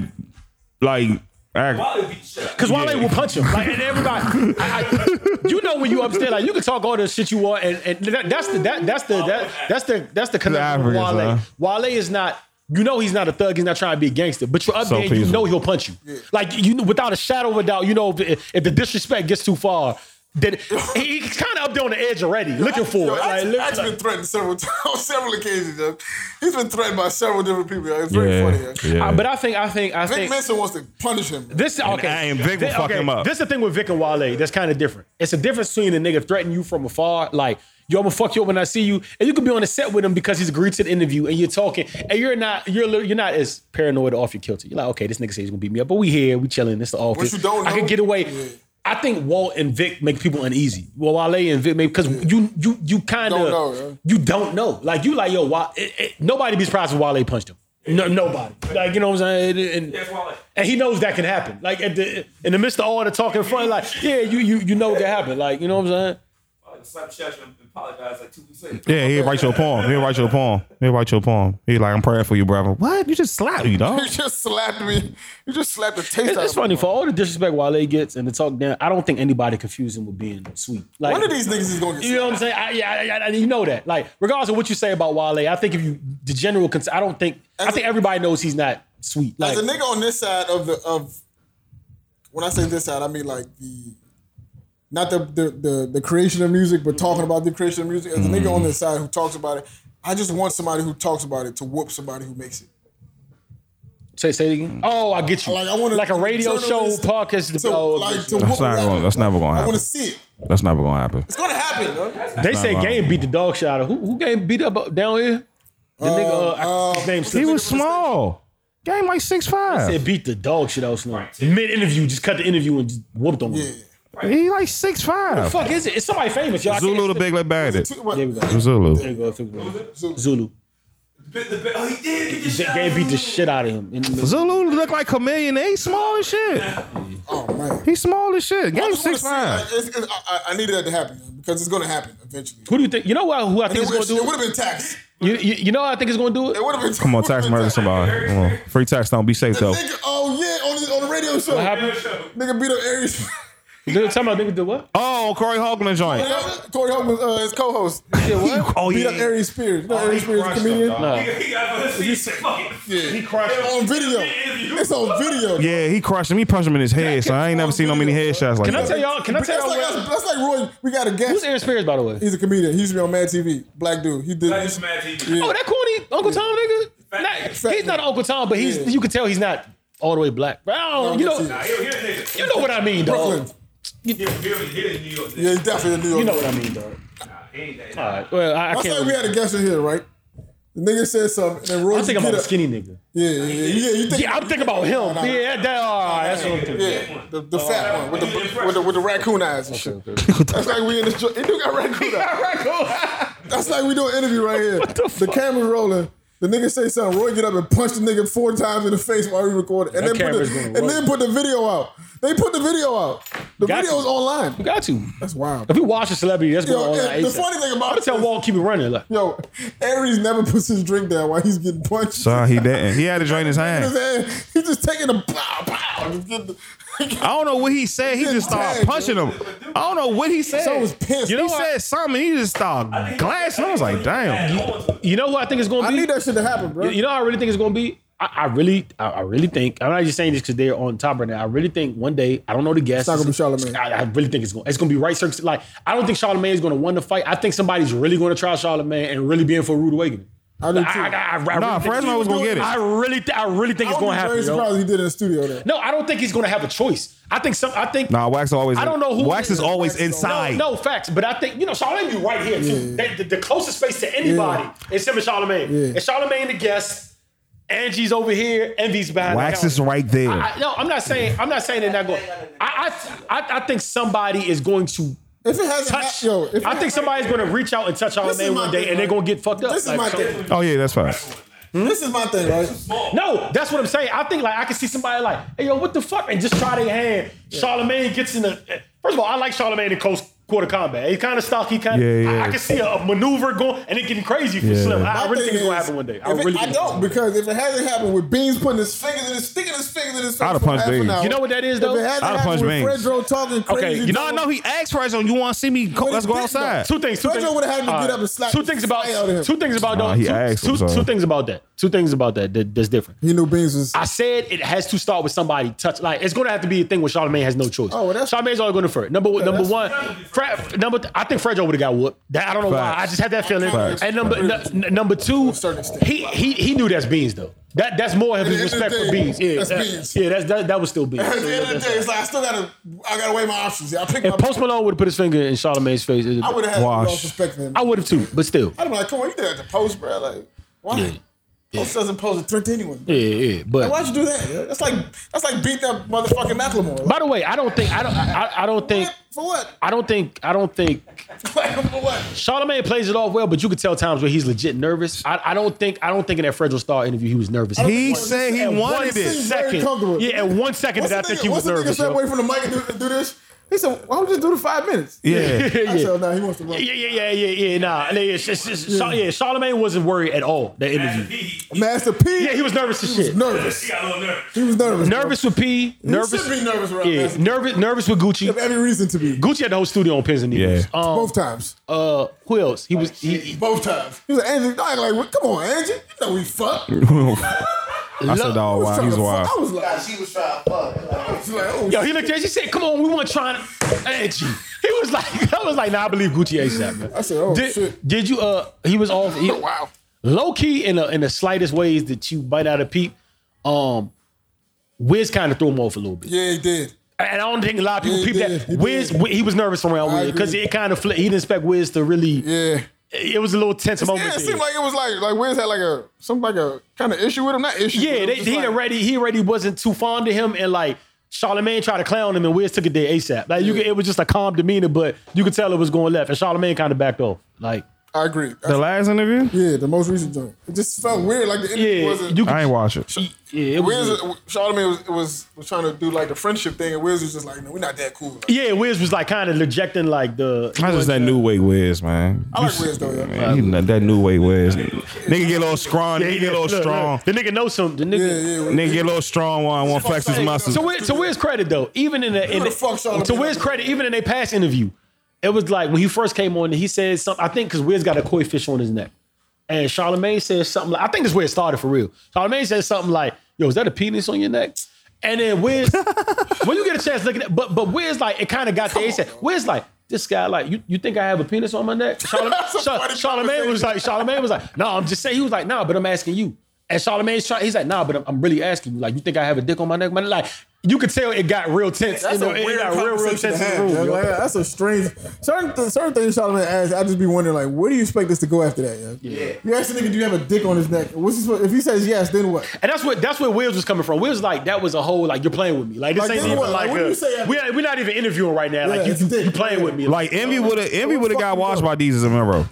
Speaker 3: like. Act.
Speaker 5: Wally beat Shaq.
Speaker 6: Because Wale will punch him. Like, and everybody, I, I- you know, when you upstairs, like you can talk all the shit you want, and, and that, that's the that, that's the that, that's the that's the connection with
Speaker 3: Africans,
Speaker 6: Wale.
Speaker 3: huh?
Speaker 6: Wale is not. You know he's not a thug. He's not trying to be a gangster. But you're up
Speaker 3: So
Speaker 6: there, and you
Speaker 3: peaceful.
Speaker 6: know he'll punch you. Like you, know, without a shadow of a doubt, you know if, if the disrespect gets too far, then he, he's kind of up there on the edge already, looking for
Speaker 2: Yo,
Speaker 6: it. Like,
Speaker 2: Ax-
Speaker 6: look-
Speaker 2: Ax
Speaker 6: like-
Speaker 2: been threatened several times, on several occasions. Yo. He's been threatened by several different people. Yo. It's very funny. Yo.
Speaker 3: yeah.
Speaker 6: I- Uh, but I think I think I
Speaker 2: Vic
Speaker 6: think
Speaker 2: Mensa wants to punish him.
Speaker 6: This okay.
Speaker 3: I am Vic will
Speaker 6: Thi-
Speaker 3: fuck him up.
Speaker 6: This is the thing with Vic and Wale. That's kind of different. It's a difference between a nigga threatening you from afar, like yo, I'm gonna fuck you up when I see you, and you could be on the set with him because he's agreed to the interview, and you're talking, and you're not, you're li- you're not as paranoid or off your kilter. You're like, okay, this nigga says he's gonna beat me up, but we here, we chilling. It's the office.
Speaker 2: you don't
Speaker 6: I can
Speaker 2: know-
Speaker 6: get away.
Speaker 2: Yeah.
Speaker 6: I think Walt and Vic make people uneasy. Well, Wale and Vic make because you you you kind
Speaker 2: Don't know, yeah.
Speaker 6: of you don't know. Like you like yo, Wa- it, it, nobody be surprised if Wale punched him. No, nobody. Like you know what I'm saying. And- and-
Speaker 5: That's Wally.
Speaker 6: and he knows that can happen. Like at the in the midst of all the talking front, like yeah, you you you know it can happen. Like you know what I'm saying?
Speaker 5: Wally slapped Shaq and apologized like two weeks later.
Speaker 3: yeah, he'll write your poem. He'll write your poem. He'll write your poem. He like, I'm praying for you, brother. What? You just slapped me, dog.
Speaker 2: You just slapped me. You just slapped the taste
Speaker 6: It's,
Speaker 2: out
Speaker 6: it's
Speaker 2: of me.
Speaker 6: funny for all the disrespect Wale gets and the talk down. I don't think anybody confused him with being sweet. Like
Speaker 2: One of these niggas is gonna get
Speaker 6: You know what I'm saying? I, yeah, I, I- I- you know that. Like, regardless of what you say about Wale, I think if you the general, cons- I don't think I
Speaker 2: As
Speaker 6: think
Speaker 2: a-
Speaker 6: everybody knows he's not sweet. Like,
Speaker 2: As a nigga on this side of the of when I say this side, I mean like the not the the the, the creation of music, but talking
Speaker 3: Mm-hmm.
Speaker 2: about the creation of music. As a nigga on this side who talks about it, I just want somebody who talks about it to whoop somebody who makes it.
Speaker 6: say say it again. Oh, I get you.
Speaker 2: Like, I wanna-
Speaker 6: like a radio show
Speaker 2: journalist-
Speaker 6: podcast.
Speaker 2: So
Speaker 6: oh,
Speaker 2: like to
Speaker 3: That's
Speaker 2: whoop
Speaker 3: not gonna, that's never gonna
Speaker 2: I want
Speaker 3: happen.
Speaker 2: to see it.
Speaker 3: That's never gonna happen.
Speaker 2: It's gonna happen. Though.
Speaker 6: they say
Speaker 3: wrong.
Speaker 6: Game beat the dog shit out of who? Who Game beat up uh, down here? The nigga, uh,
Speaker 2: uh,
Speaker 6: I, his name
Speaker 3: He
Speaker 6: slipped.
Speaker 3: was small. Game like six
Speaker 6: They
Speaker 3: five.
Speaker 6: beat the dog shit out of Slim. Mid interview, just cut the interview and just whooped on him.
Speaker 2: Yeah.
Speaker 3: He like six five.
Speaker 6: Fuck is it? It's somebody famous, y'all. I can't-
Speaker 3: Zulu the big lip bandit.
Speaker 2: Two- what-
Speaker 6: There we go. There
Speaker 3: Zulu.
Speaker 6: we go. There we go. Zulu.
Speaker 5: Bit the bit. Oh, he did beat the shit.
Speaker 6: Game beat the shit out of him. In the middle.
Speaker 3: Zulu look like chameleon. He small as shit.
Speaker 2: Oh man.
Speaker 3: He small as shit.
Speaker 2: I
Speaker 3: Game
Speaker 2: just wanna
Speaker 3: six
Speaker 2: see it. Like,
Speaker 3: five.
Speaker 2: it's- it's- I, I- I needed that to happen though, because it's gonna happen eventually.
Speaker 6: Who do you think? You know what? Who I
Speaker 2: And
Speaker 6: think
Speaker 2: it
Speaker 6: is going to do
Speaker 2: would have been tax.
Speaker 6: it? You, you, you know what I think is going to do it?
Speaker 2: It would have been.
Speaker 3: Come on, tax murder somebody. Come on. Free tax don't be safe though.
Speaker 2: Nigga, oh yeah, on the, on the radio show.
Speaker 6: What happened?
Speaker 2: Nigga beat up Aries.
Speaker 6: Nigga, tell my nigga did what?
Speaker 3: Oh, Corey Hogman joint.
Speaker 2: Corey Holm was uh, his co-host. He
Speaker 3: Oh
Speaker 2: beat up
Speaker 3: yeah.
Speaker 2: Aries Spears. You know Aries Spears, the comedian.
Speaker 5: He, he got the seat.
Speaker 2: Yeah.
Speaker 3: He crushed him.
Speaker 2: On video. It's on video.
Speaker 3: Yeah, he crushed him. He punched him in his head. So I ain't never seen no many headshots like
Speaker 6: Can I
Speaker 3: that.
Speaker 6: tell y'all? Can I
Speaker 2: But That's
Speaker 6: tell y'all?
Speaker 2: like,
Speaker 6: Where,
Speaker 2: that's, that's like Roy. We got a
Speaker 6: who's
Speaker 2: guest.
Speaker 6: Aaron Spears, by the way?
Speaker 2: He's a comedian. He used to be on Mad TV. Black dude. He did.
Speaker 5: That's Mad TV.
Speaker 2: Yeah.
Speaker 6: Oh, that corny Uncle Tom nigga. Not,
Speaker 2: Fat
Speaker 6: he's not
Speaker 2: nigga.
Speaker 6: Uncle Tom, but he's
Speaker 2: Yeah.
Speaker 6: you can tell he's not all the way black. But I don't,
Speaker 2: No,
Speaker 6: you
Speaker 2: I
Speaker 6: know,
Speaker 2: can
Speaker 5: Nah,
Speaker 2: see
Speaker 5: here, here, nigga.
Speaker 6: you know what I mean,
Speaker 2: Brooklyn.
Speaker 6: dog.
Speaker 5: Here, here, here in New York.
Speaker 2: Yeah, he's definitely in New York.
Speaker 6: You know what I mean, dog.
Speaker 5: Nah, he ain't that.
Speaker 6: All right, well, I, I
Speaker 2: I
Speaker 6: can't.
Speaker 2: said we had a guest in here, right? The nigga said something, and Roy.
Speaker 6: I'm thinking
Speaker 2: beat
Speaker 6: about a
Speaker 2: up-
Speaker 6: skinny nigga.
Speaker 2: Yeah, yeah, yeah. yeah, You think?
Speaker 6: Yeah, I'm thinking about him.
Speaker 2: Nah, nah.
Speaker 6: Yeah, that, all right, that's what I'm thinking.
Speaker 2: Yeah, the, the fat one with the, with the with the raccoon eyes and shit. That's like we in the joint. He do got raccoon eyes. That's like we do an interview right here. the, camera rolling. The nigga say something. Roy get up and punch the nigga four times in the face while we recorded, and then
Speaker 6: That
Speaker 2: put
Speaker 6: camera's
Speaker 2: the,
Speaker 6: gonna
Speaker 2: and
Speaker 6: roll.
Speaker 2: then put the video out. They put the video out. The
Speaker 6: Got
Speaker 2: video's
Speaker 6: you.
Speaker 2: online.
Speaker 6: Got to.
Speaker 2: That's wild.
Speaker 6: If you watch a celebrity, that's going
Speaker 2: Yo,
Speaker 6: on.
Speaker 2: and the
Speaker 6: ASAP.
Speaker 2: funny thing
Speaker 6: I'm
Speaker 2: about
Speaker 6: gonna
Speaker 2: it,
Speaker 6: tell Wall keep it running. Like,
Speaker 2: yo, Aries never puts his drink down while he's getting punched.
Speaker 3: So he didn't. He had a joint in his
Speaker 2: in his
Speaker 3: hand.
Speaker 2: hand. He just taking a pow pow. Just getting the-
Speaker 3: I don't know what he said. He just started punching him. I don't know what he said.
Speaker 2: So I was pissed.
Speaker 3: You know, he
Speaker 2: He
Speaker 3: said something. He just started glassing. I was like, damn.
Speaker 6: you know what I think it's gonna
Speaker 2: I
Speaker 6: be?
Speaker 2: need that shit to happen, bro.
Speaker 6: You- You know, what I really think it's gonna be. I, I really, I, I really think. I'm not just saying this because they're on top right now. I really think one day. I don't know the guess.
Speaker 2: not gonna be Charlamagne.
Speaker 6: I, I really think it's gonna. It's gonna be right. circ- Like I don't think Charlemagne is gonna win the fight. I think somebody's really gonna try Charlemagne and really be in for a rude awakening.
Speaker 2: I do too.
Speaker 6: I, I, I, I really
Speaker 3: Nah,
Speaker 6: think-
Speaker 3: Fresno was gonna get it.
Speaker 6: I really, th- I really think it's
Speaker 2: I would
Speaker 6: gonna
Speaker 2: be
Speaker 6: happen.
Speaker 2: Very surprised
Speaker 6: yo.
Speaker 2: he did it in the studio. There.
Speaker 6: No, I don't think he's gonna have a choice. I think some. I think
Speaker 3: Nah, Wax always.
Speaker 6: I don't know who
Speaker 3: Wax is always
Speaker 2: Wax is
Speaker 3: inside.
Speaker 6: No, no facts, but I think you know Charlemagne be right here too. They- the, the closest space to anybody is him and Charlemagne.
Speaker 2: Yeah.
Speaker 6: And Charlemagne the guest, Angie's over here, Envy's behind.
Speaker 3: Wax
Speaker 6: the
Speaker 3: is
Speaker 6: couch.
Speaker 3: right there.
Speaker 6: I, I- no, I'm not saying I'm not saying they're not going. I I, I I think somebody is going to
Speaker 2: If it hasn't,
Speaker 6: touch.
Speaker 2: happened, yo, if
Speaker 6: I think somebody's going to reach out and
Speaker 2: This
Speaker 6: touch
Speaker 2: is
Speaker 6: Charlemagne
Speaker 2: my
Speaker 6: one day,
Speaker 2: thing,
Speaker 6: and they're
Speaker 2: right?
Speaker 6: going to get fucked up.
Speaker 2: This is
Speaker 6: Like,
Speaker 2: my
Speaker 6: so-
Speaker 2: thing.
Speaker 3: oh yeah, that's fine.
Speaker 2: This is my thing, right?
Speaker 6: No, that's what I'm saying. I think like I can see somebody like, hey yo, what the fuck, and just try their hand. Charlemagne gets in the. First of all, I like Charlemagne in close quarter combat. He's kind of stocky, kind of.
Speaker 3: Yeah, yeah.
Speaker 6: I, I can see a, a maneuver going and it getting crazy for
Speaker 3: Yeah.
Speaker 6: Slim. I, I
Speaker 2: My
Speaker 6: really think
Speaker 2: thing
Speaker 6: it's gonna
Speaker 2: is,
Speaker 6: happen one day. I
Speaker 2: if it-
Speaker 6: really.
Speaker 2: I
Speaker 6: think-
Speaker 2: don't because if it hasn't happened with Beans putting his fingers in his sticking his fingers in his face,
Speaker 3: I'd have
Speaker 2: for
Speaker 3: punched
Speaker 2: half an
Speaker 3: Beans.
Speaker 2: hour,
Speaker 6: You know what that is
Speaker 2: If it
Speaker 6: though?
Speaker 2: hasn't
Speaker 3: I'd have punched
Speaker 2: happened with
Speaker 3: Beans.
Speaker 2: Fredro talking crazy,
Speaker 6: you know-
Speaker 3: No, no, he asked Fresno, "You want to see me? Go, let's go outside."
Speaker 6: Two things. Two
Speaker 2: Fredro
Speaker 6: things.
Speaker 2: would've had to
Speaker 6: All
Speaker 2: get up and slap
Speaker 6: Two
Speaker 2: the
Speaker 6: things about.
Speaker 2: shit out of him.
Speaker 6: Two things about.
Speaker 3: Nah,
Speaker 6: those-
Speaker 3: he
Speaker 6: two-
Speaker 3: asked him,
Speaker 6: two-
Speaker 3: so.
Speaker 6: two things about that. Two things about that, that that's different.
Speaker 2: he knew Beans was.
Speaker 6: I said it has to start with somebody touch. Like it's going to have to be a thing where Charlemagne has no choice.
Speaker 2: Oh, well, that's-
Speaker 6: Charlemagne's only going to first. Number number
Speaker 2: that's-
Speaker 6: one, Fred, number th- I think Fredro would have got whooped. That, I don't know why.
Speaker 3: Facts.
Speaker 6: I just had that feeling.
Speaker 3: Facts.
Speaker 6: And number n- n- number two,
Speaker 2: certain extent.
Speaker 6: he he he knew that's Beans though. That that's more of
Speaker 2: At
Speaker 6: his
Speaker 2: the end of
Speaker 6: respect
Speaker 2: the
Speaker 6: for
Speaker 2: day,
Speaker 6: Beans. Yeah,
Speaker 2: that's
Speaker 6: that-
Speaker 2: Beans.
Speaker 6: yeah, that's that, that was still Beans.
Speaker 2: At the end of the day, it's like I still gotta, I gotta weigh my options. Yeah, I picked
Speaker 6: If
Speaker 2: my.
Speaker 6: Post Malone would have put his finger in Charlemagne's face, it'd-
Speaker 2: I would have had
Speaker 3: Wash.
Speaker 2: lost respect for him.
Speaker 6: I would have too. But still,
Speaker 2: I'd be like, come on, you did that to Post, bro. Like, why? Post doesn't pose a threat to anyone.
Speaker 6: yeah, yeah. But
Speaker 2: Why'd you do that? yo? That's like that's like beating up motherfucking Macklemore.
Speaker 6: by the way, I don't think I don't I, I don't think
Speaker 2: What? for what?
Speaker 6: I don't think I don't think
Speaker 2: Like, for what?
Speaker 6: Charlemagne plays it off well, but you could tell times where he's legit nervous. I, I don't think I don't think in that Fredro Star interview he was nervous.
Speaker 3: He said he
Speaker 6: At one
Speaker 3: wanted it.
Speaker 2: He's very comfortable.
Speaker 6: second, yeah, at one second
Speaker 2: What's
Speaker 6: did I
Speaker 2: the
Speaker 6: think
Speaker 2: nigga,
Speaker 6: he
Speaker 2: what's
Speaker 6: was
Speaker 2: the nigga
Speaker 6: nervous.
Speaker 2: step
Speaker 6: yo.
Speaker 2: away from the mic and do, do this? He said, why don't we just do the five minutes?
Speaker 3: Yeah.
Speaker 6: Yeah,
Speaker 2: I
Speaker 6: yeah.
Speaker 2: said, oh, nah, he wants to run.
Speaker 6: Yeah, yeah, yeah, yeah, yeah. Nah, nah, yeah, sh- sh- sh- Char- yeah. Charlemagne wasn't worried at all that interview.
Speaker 2: Master P.
Speaker 6: Yeah, he was nervous as shit.
Speaker 2: nervous.
Speaker 5: He got a little nervous.
Speaker 2: He was nervous. bro.
Speaker 6: Nervous with P. Nervous.
Speaker 2: should be nervous around
Speaker 6: Yeah,
Speaker 2: Master P.
Speaker 6: nervous. Nervous with
Speaker 2: He have
Speaker 6: Gucci.
Speaker 2: every reason to be.
Speaker 6: Gucci had the whole studio on pins and needles.
Speaker 3: Yeah.
Speaker 6: Um,
Speaker 2: Both times.
Speaker 6: uh, who else? He was. He, he,
Speaker 2: Both times. He was like, Angie, I like, well, come on, Angie. You know we fuck.
Speaker 6: Oh,
Speaker 2: I
Speaker 3: I said, "Oh
Speaker 2: was
Speaker 3: wow,
Speaker 2: trying
Speaker 3: he's
Speaker 2: to
Speaker 3: wild."
Speaker 2: fuck. I was like,
Speaker 8: She was trying to fuck.
Speaker 2: I was like, oh,
Speaker 6: Yo, he looked at us, he said, Come on, we want trying to edge you. He was like, I was like, nah, I believe Gucci ASAP, man.
Speaker 2: I said, oh,
Speaker 6: did,
Speaker 2: shit.
Speaker 6: Did you uh he was off he,
Speaker 2: wow.
Speaker 6: low key in the in the slightest ways that you bite out a peep, um Wiz kind of threw him off a little bit.
Speaker 2: Yeah, he did.
Speaker 6: And I don't think a lot of
Speaker 2: Yeah,
Speaker 6: people
Speaker 2: he
Speaker 6: peep
Speaker 2: did.
Speaker 6: that.
Speaker 2: He
Speaker 6: Wiz,
Speaker 2: did.
Speaker 6: Wiz- he was nervous around
Speaker 2: I
Speaker 6: Wiz because
Speaker 2: agree.
Speaker 6: it kind of flipped. He didn't expect Wiz to really.
Speaker 2: Yeah.
Speaker 6: It was a little tense moment.
Speaker 2: Yeah, it
Speaker 6: there.
Speaker 2: seemed like it was like like Wiz had like a some like a kind of issue with him, not issue.
Speaker 6: Yeah,
Speaker 2: but it
Speaker 6: they,
Speaker 2: was
Speaker 6: he
Speaker 2: just like-
Speaker 6: already he already wasn't too fond of him, and like Charlemagne tried to clown him, and Wiz took it there ASAP. Like you, could, it was just a calm demeanor, but you could tell it was going left, and Charlemagne kind of backed off. Like
Speaker 2: I agree.
Speaker 3: The last interview?
Speaker 2: yeah, the most recent joint. It just felt weird. Like the interview
Speaker 6: Yeah,
Speaker 2: wasn't.
Speaker 6: you
Speaker 3: I
Speaker 6: can,
Speaker 3: ain't watch it.
Speaker 6: yeah, it
Speaker 2: Wiz,
Speaker 6: was,
Speaker 2: Charlamagne was, was was trying to do like the friendship thing, and Wiz was just like, "No, we're not that cool." Like,
Speaker 6: yeah, Wiz was like kind of rejecting like the.
Speaker 3: I just that new way Wiz, man.
Speaker 2: I like Wiz though. Yeah,
Speaker 3: Man, he- that new way Wiz. Nigga get a little strong. Nigga get a
Speaker 6: Look,
Speaker 3: little
Speaker 6: look,
Speaker 3: strong.
Speaker 6: The nigga knows something. The
Speaker 2: yeah.
Speaker 6: nigga.
Speaker 2: yeah.
Speaker 3: Nigga get a little strong while I want to flex his muscles.
Speaker 6: So where, to where's credit though? Even in the, in
Speaker 2: the fuck Charlamagne?
Speaker 6: to where's credit? Even in a past interview, it was like when he first came on, he said something. I think because Wiz got a koi fish on his neck, and Charlamagne said something. Like, I think this is where it started for real. Charlamagne said something like, "Yo, is that a penis on your neck?" And then Wiz, when you get a chance, look at that. But but Wiz like it kind of got there. He said, Wiz like. This guy, like, you, you think I have a penis on my neck?
Speaker 2: That's a
Speaker 6: Charlamagne, Char-
Speaker 2: funny
Speaker 6: Charlamagne was like, Charlamagne was like, no, I'm just saying. He was like, nah, but I'm asking you. And Charlamagne's trying, he's like, nah, but I'm, I'm really asking you. Like, you think I have a dick on my neck? Man, like, you could tell it got real tense.
Speaker 2: That's
Speaker 6: you know,
Speaker 2: a
Speaker 6: it
Speaker 2: weird
Speaker 6: got real, real tense
Speaker 2: conversation
Speaker 6: in
Speaker 2: to
Speaker 6: the
Speaker 2: have.
Speaker 6: room.
Speaker 2: yo.
Speaker 6: yo.
Speaker 2: Like, that's a strange. Certain th- certain things Charlamagne asked, I just be wondering like, where do you expect this to go after that? Yo? Yeah. You ask the nigga, do you have a dick on his neck? What's he supposed, if he says yes, then what?
Speaker 6: And that's what that's where Wills was coming from. Wills like that was a whole like you're playing with me. Like this
Speaker 2: Like,
Speaker 6: ain't
Speaker 2: then
Speaker 6: even
Speaker 2: what?
Speaker 6: like,
Speaker 2: Like, what do
Speaker 6: a-
Speaker 2: you say after-
Speaker 6: we are, we're not even interviewing right now.
Speaker 2: Yeah,
Speaker 6: like
Speaker 2: it's
Speaker 6: you,
Speaker 2: a dick.
Speaker 6: you playing with me. Like,
Speaker 3: Like Envy would have Envy would have got
Speaker 2: fucking
Speaker 3: washed
Speaker 2: go.
Speaker 3: by Jesus and Monroe.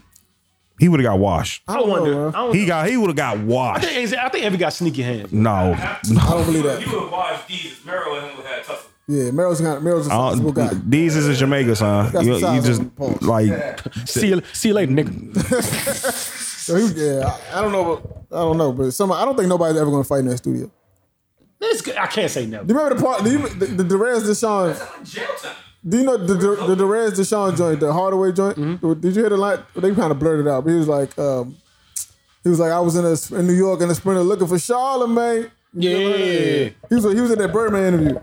Speaker 3: He would have got washed.
Speaker 6: I wonder.
Speaker 2: know, man.
Speaker 6: I, don't,
Speaker 3: He got he would have got
Speaker 6: I
Speaker 3: washed.
Speaker 6: think I think Envy got sneaky hands.
Speaker 3: No,
Speaker 2: I don't believe that.
Speaker 5: You would watch Jesus, Meryl, and him would have tussle.
Speaker 2: Yeah, Meryl's got Meryl's a
Speaker 6: Oh,
Speaker 2: sensible guy.
Speaker 3: Uh, these is in Jamaica, son.
Speaker 2: Got some
Speaker 3: You, you
Speaker 2: size
Speaker 3: just
Speaker 2: on the pole.
Speaker 3: like
Speaker 6: See you, see you later, nigga.
Speaker 2: So he, yeah, I, I don't know, but I don't know, but some I don't think nobody's ever gonna fight in that studio.
Speaker 6: This g- I can't say never.
Speaker 2: Do you remember the part? Do you, the, the Derez Deshaun?
Speaker 5: That's like jail time.
Speaker 2: Do you know the the, the Derez Deshaun joint, the Hardaway joint? Did you hear the line? They kind of blurted it out. But he was like, um, he was like, I was in a, in New York in the sprinter looking for Charlamagne. You
Speaker 6: Yeah.
Speaker 2: remember that? he was he was in that Birdman interview.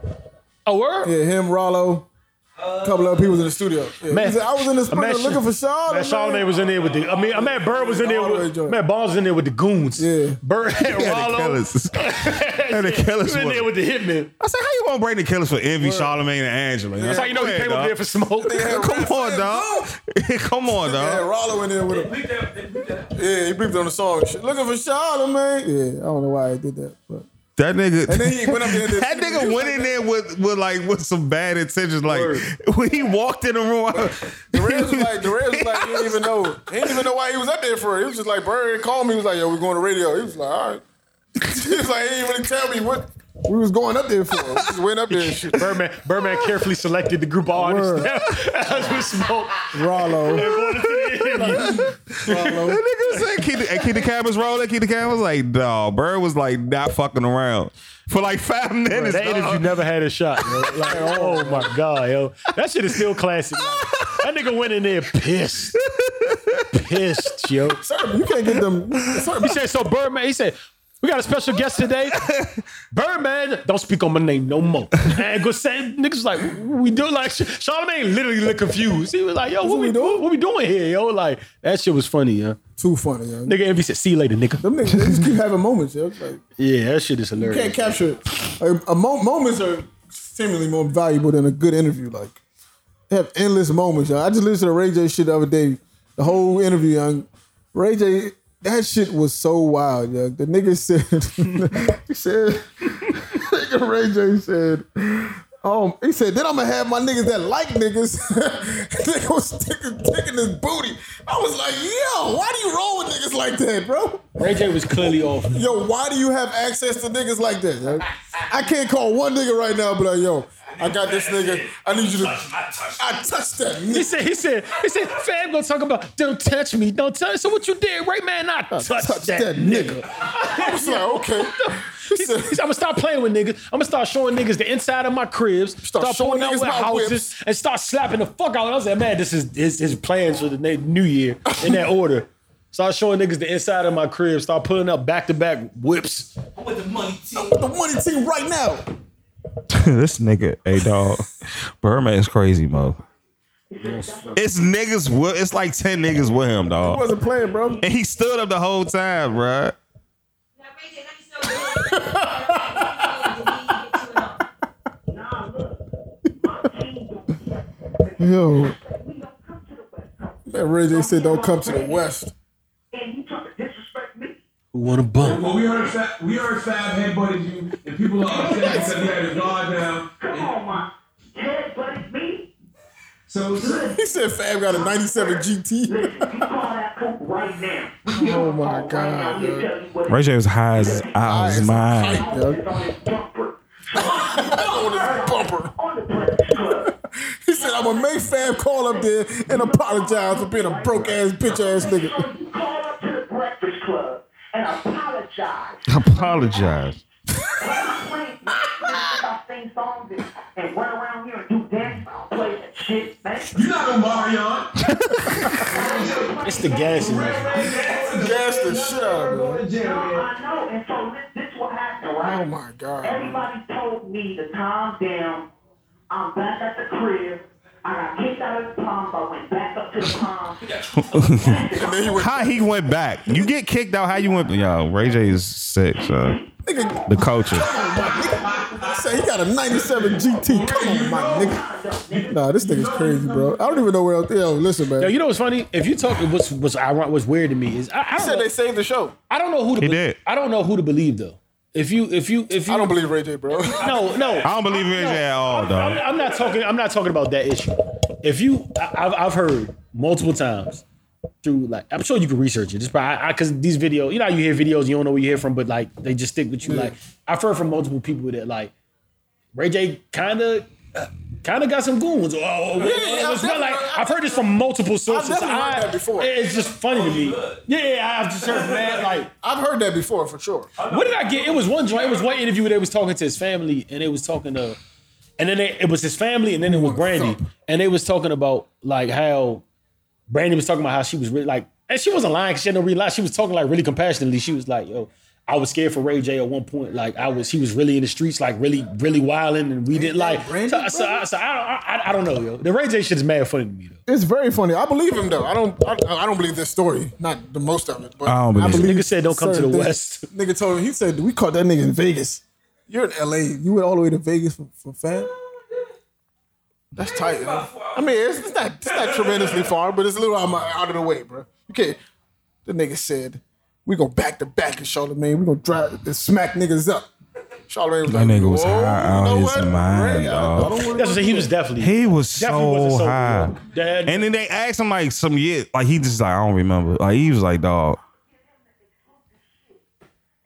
Speaker 6: Oh, word?
Speaker 2: Yeah, him, Rollo, a couple other people was in the studio. Yeah,
Speaker 6: Man,
Speaker 2: he said, I was in the sprinter
Speaker 6: imagine-
Speaker 2: looking for
Speaker 6: Man,
Speaker 2: Charlamagne.
Speaker 6: Charlamagne was in there with the. I mean, I mean, Bird was in there with. Man, Bonds was in there with the goons.
Speaker 2: Yeah.
Speaker 6: Bird had
Speaker 3: Eddie
Speaker 6: Rollo.
Speaker 3: Kellis. Eddie
Speaker 6: He
Speaker 3: Kellis
Speaker 6: was in
Speaker 3: was-
Speaker 6: there with the hitman.
Speaker 3: I said, how you gonna bring the killers for Envy, Charlemagne, and Angela?
Speaker 6: That's how you know he came up there for smoke.
Speaker 3: Come on, dog. Come on,
Speaker 2: Yeah,
Speaker 3: dog.
Speaker 2: Rollo in there with him.
Speaker 5: They bleeped that. They bleeped that.
Speaker 2: Yeah, he beeped on the song. Shit, Looking for Charlamagne. Yeah, I don't know why I did that, but.
Speaker 3: That nigga.
Speaker 2: And then he went up there and did-
Speaker 3: that nigga went in there with, with like with some bad intentions. Like
Speaker 6: Word.
Speaker 3: when he walked in the room, I-
Speaker 2: The Reds was like, the Reds was like, he didn't even know. He didn't even know why he was up there for. He was just like, Bird called me. He was like, yo, we're going to radio. He was like, all right. he was like, he didn't really tell me what we was going up there for. We just went up there and shit.
Speaker 6: Birdman, Birdman carefully selected the group of artists
Speaker 2: Word.
Speaker 6: that was with smoke.
Speaker 2: Rollo.
Speaker 6: Going into the interview.
Speaker 2: Rollo.
Speaker 3: that nigga said, keep the, and keep the cameras rolling. Keep the cameras like, dog. Bird was like not fucking around for like five minutes.
Speaker 6: That
Speaker 3: dawg.
Speaker 6: interview never had a shot. yo. Like, oh my god, yo, that shit is still classic. man. That nigga went in there pissed, pissed, yo.
Speaker 2: Certain- You can't get them.
Speaker 6: He
Speaker 2: Certain,
Speaker 6: said, "So Birdman," he said, "We got a special guest today, Birdman. Don't speak on my name no more." And go say, niggas was like, "What we do like Charlamagne literally looked confused. He was like, "Yo, what, we doing? What we doing here, yo?" Like that shit was funny, yo.
Speaker 2: too funny, yo.
Speaker 6: Nigga, Envy said, "See you later, nigga."
Speaker 2: Them niggas, they just keep having moments, yo. It's Like,
Speaker 6: Yeah, that shit is
Speaker 2: you can't
Speaker 6: hilarious.
Speaker 2: capture it. Like, a mo- moments are seemingly more valuable than a good interview. Like, they have endless moments. Y'all. I just listened to the Ray J shit the other day. The whole interview, young Ray J. That shit was so wild, yo. The nigga said, he said, nigga Ray J said, um, he said, then I'm gonna have my niggas that like niggas. nigga was sticking, taking his booty. I was like, yo, why do you roll with niggas like that, bro?
Speaker 6: Ray J was clearly off.
Speaker 2: Yo, why do you have access to niggas like that? yo? I can't call one nigga right now, but like, yo, I got this nigga. I need you to.
Speaker 5: I touched
Speaker 2: I touched that
Speaker 6: He
Speaker 2: nigga.
Speaker 6: said, he said, he said, Fab gonna talk about, don't touch me, don't touch. So what you did, right man? I touched
Speaker 2: touched
Speaker 6: that,
Speaker 2: that
Speaker 6: nigga.
Speaker 2: I was like, okay. He
Speaker 6: He said,
Speaker 2: said,
Speaker 6: he said, I'm gonna start playing with niggas. I'm gonna start showing niggas the inside of my cribs, start,
Speaker 2: showing
Speaker 6: pulling out
Speaker 2: niggas
Speaker 6: with
Speaker 2: my
Speaker 6: houses,
Speaker 2: whips.
Speaker 6: and start slapping the fuck out. I was like, man, this is his, his plans for the na- new year in that order. Start showing niggas the inside of my crib, start pulling up back to back whips.
Speaker 5: I'm with the money team.
Speaker 2: the money team right now.
Speaker 3: this nigga, hey dog, Birdman is crazy, mo. It's niggas. With, it's like ten niggas with him,
Speaker 2: I
Speaker 3: dog.
Speaker 2: wasn't playing, bro.
Speaker 3: And he stood up the whole time, bruh.
Speaker 2: Yo. Man, Ray J said, don't come to the West.
Speaker 8: And you trying to disrespect me?
Speaker 6: Who want a bump?
Speaker 9: Well, we heard Fab, we heard Fab headbutted you, and people are upset because you had his guard down.
Speaker 8: Come on, man. Headbutt me?
Speaker 9: So, so
Speaker 2: He said Fab got a 97 GT.
Speaker 8: Listen, you call that black poop right now. Oh
Speaker 2: my God, yo.
Speaker 3: Ray J was high as I was mine.
Speaker 2: Yo, bumper. He said, I'm a Mayfab call up there and apologize for being a broke ass, bitch ass nigga.
Speaker 10: Apologize.
Speaker 8: And run around here and do dance, play that shit, man.
Speaker 9: You're not gonna Marion.
Speaker 4: It's the gas in there.
Speaker 2: Gas the shit out of me.
Speaker 9: Go to jail, man.
Speaker 8: I know, and so this, this what happened, right?
Speaker 2: Oh my God. man.
Speaker 8: Everybody told me to calm down. I'm back at the crib. I got kicked out of the pond. I went back up to the pond.
Speaker 2: And then he went,
Speaker 3: How he went back? You get kicked out. How you went? Yo, Ray J is sick. So.
Speaker 2: nigga,
Speaker 3: The culture.
Speaker 2: I said he got a 97 GT. Come on, my nigga. Nah, this nigga's crazy, bro. I don't even know where else. Yo, listen, man.
Speaker 6: Yo,
Speaker 2: He
Speaker 6: you know what's funny? If you talk, what's what's ironic, what's weird to me is I, I, don't,
Speaker 2: said
Speaker 6: know,
Speaker 2: they saved the show.
Speaker 6: I don't know who to
Speaker 3: He
Speaker 6: be-
Speaker 3: did.
Speaker 6: I don't know who to believe though. If you if you if you
Speaker 2: I don't believe Ray J, bro.
Speaker 6: no no
Speaker 3: I don't believe Ray J at all,
Speaker 6: I'm,
Speaker 3: dog.
Speaker 6: I'm not talking. I'm not talking about that issue. If you, I, I've, I've heard multiple times through like I'm sure you can research it. Just probably because these videos, you know, how you hear videos, you don't know where you hear from, but like they just stick with you. Like I've heard from multiple people that like Ray J kind of. Kind of got some goons. Oh, oh,
Speaker 2: yeah,
Speaker 6: oh,
Speaker 2: I've
Speaker 6: it's not like
Speaker 2: definitely-
Speaker 6: I've heard this from multiple sources.
Speaker 2: definitely heard
Speaker 6: I-
Speaker 2: that before.
Speaker 6: it- It's just funny to me. Yeah, yeah, I've just heard that. Like
Speaker 2: I've heard that before, for sure.
Speaker 6: what did I get? It was one joint. It was one interview where they was talking to his family, and they was talking to, and then they, it was his family, and then it was Brandy, and they was talking about like how Brandy was talking about how she was really like, and she wasn't lying. 'cause She had no real lie. She was talking like really compassionately. She was like, "Yo, I was scared for Ray J at one point. Like I was, he was really in the streets, like really, really wilding, and we didn't like."
Speaker 2: Brandy,
Speaker 6: so, so, I, so I, I, I don't know, yo. The Ray J shit is mad funny to me though.
Speaker 2: It's very funny. I believe him though. I don't. I, I don't believe this story. Not the most of it, but
Speaker 3: I don't believe it.
Speaker 6: Nigga said don't come to
Speaker 2: certain
Speaker 6: the
Speaker 2: things.
Speaker 6: West.
Speaker 2: Nigga told him. He said we caught that nigga in Vegas. You're in L.A. You went all the way to Vegas for, for fan. That's tight. you know? I mean, it's, it's not it's not tremendously far, but it's a little out, my, out of the way, bro. You can't. The nigga said we go back to back in Charlemagne. We gonna drive and smack niggas up. Charlemagne was
Speaker 3: That
Speaker 2: like,
Speaker 3: nigga was
Speaker 2: "Whoa,
Speaker 3: high
Speaker 2: you
Speaker 3: out
Speaker 2: know
Speaker 3: his
Speaker 2: what?
Speaker 3: mind,
Speaker 2: Ray, I- I
Speaker 3: dog.
Speaker 2: don't wanna
Speaker 6: That's what
Speaker 2: do
Speaker 6: he
Speaker 2: that."
Speaker 6: was definitely.
Speaker 3: He was
Speaker 6: Definitely
Speaker 3: so
Speaker 6: wasn't sober,
Speaker 3: high.
Speaker 6: yo. That-
Speaker 3: And then they asked him like some year, like he just like I don't remember. Like he was like, dog.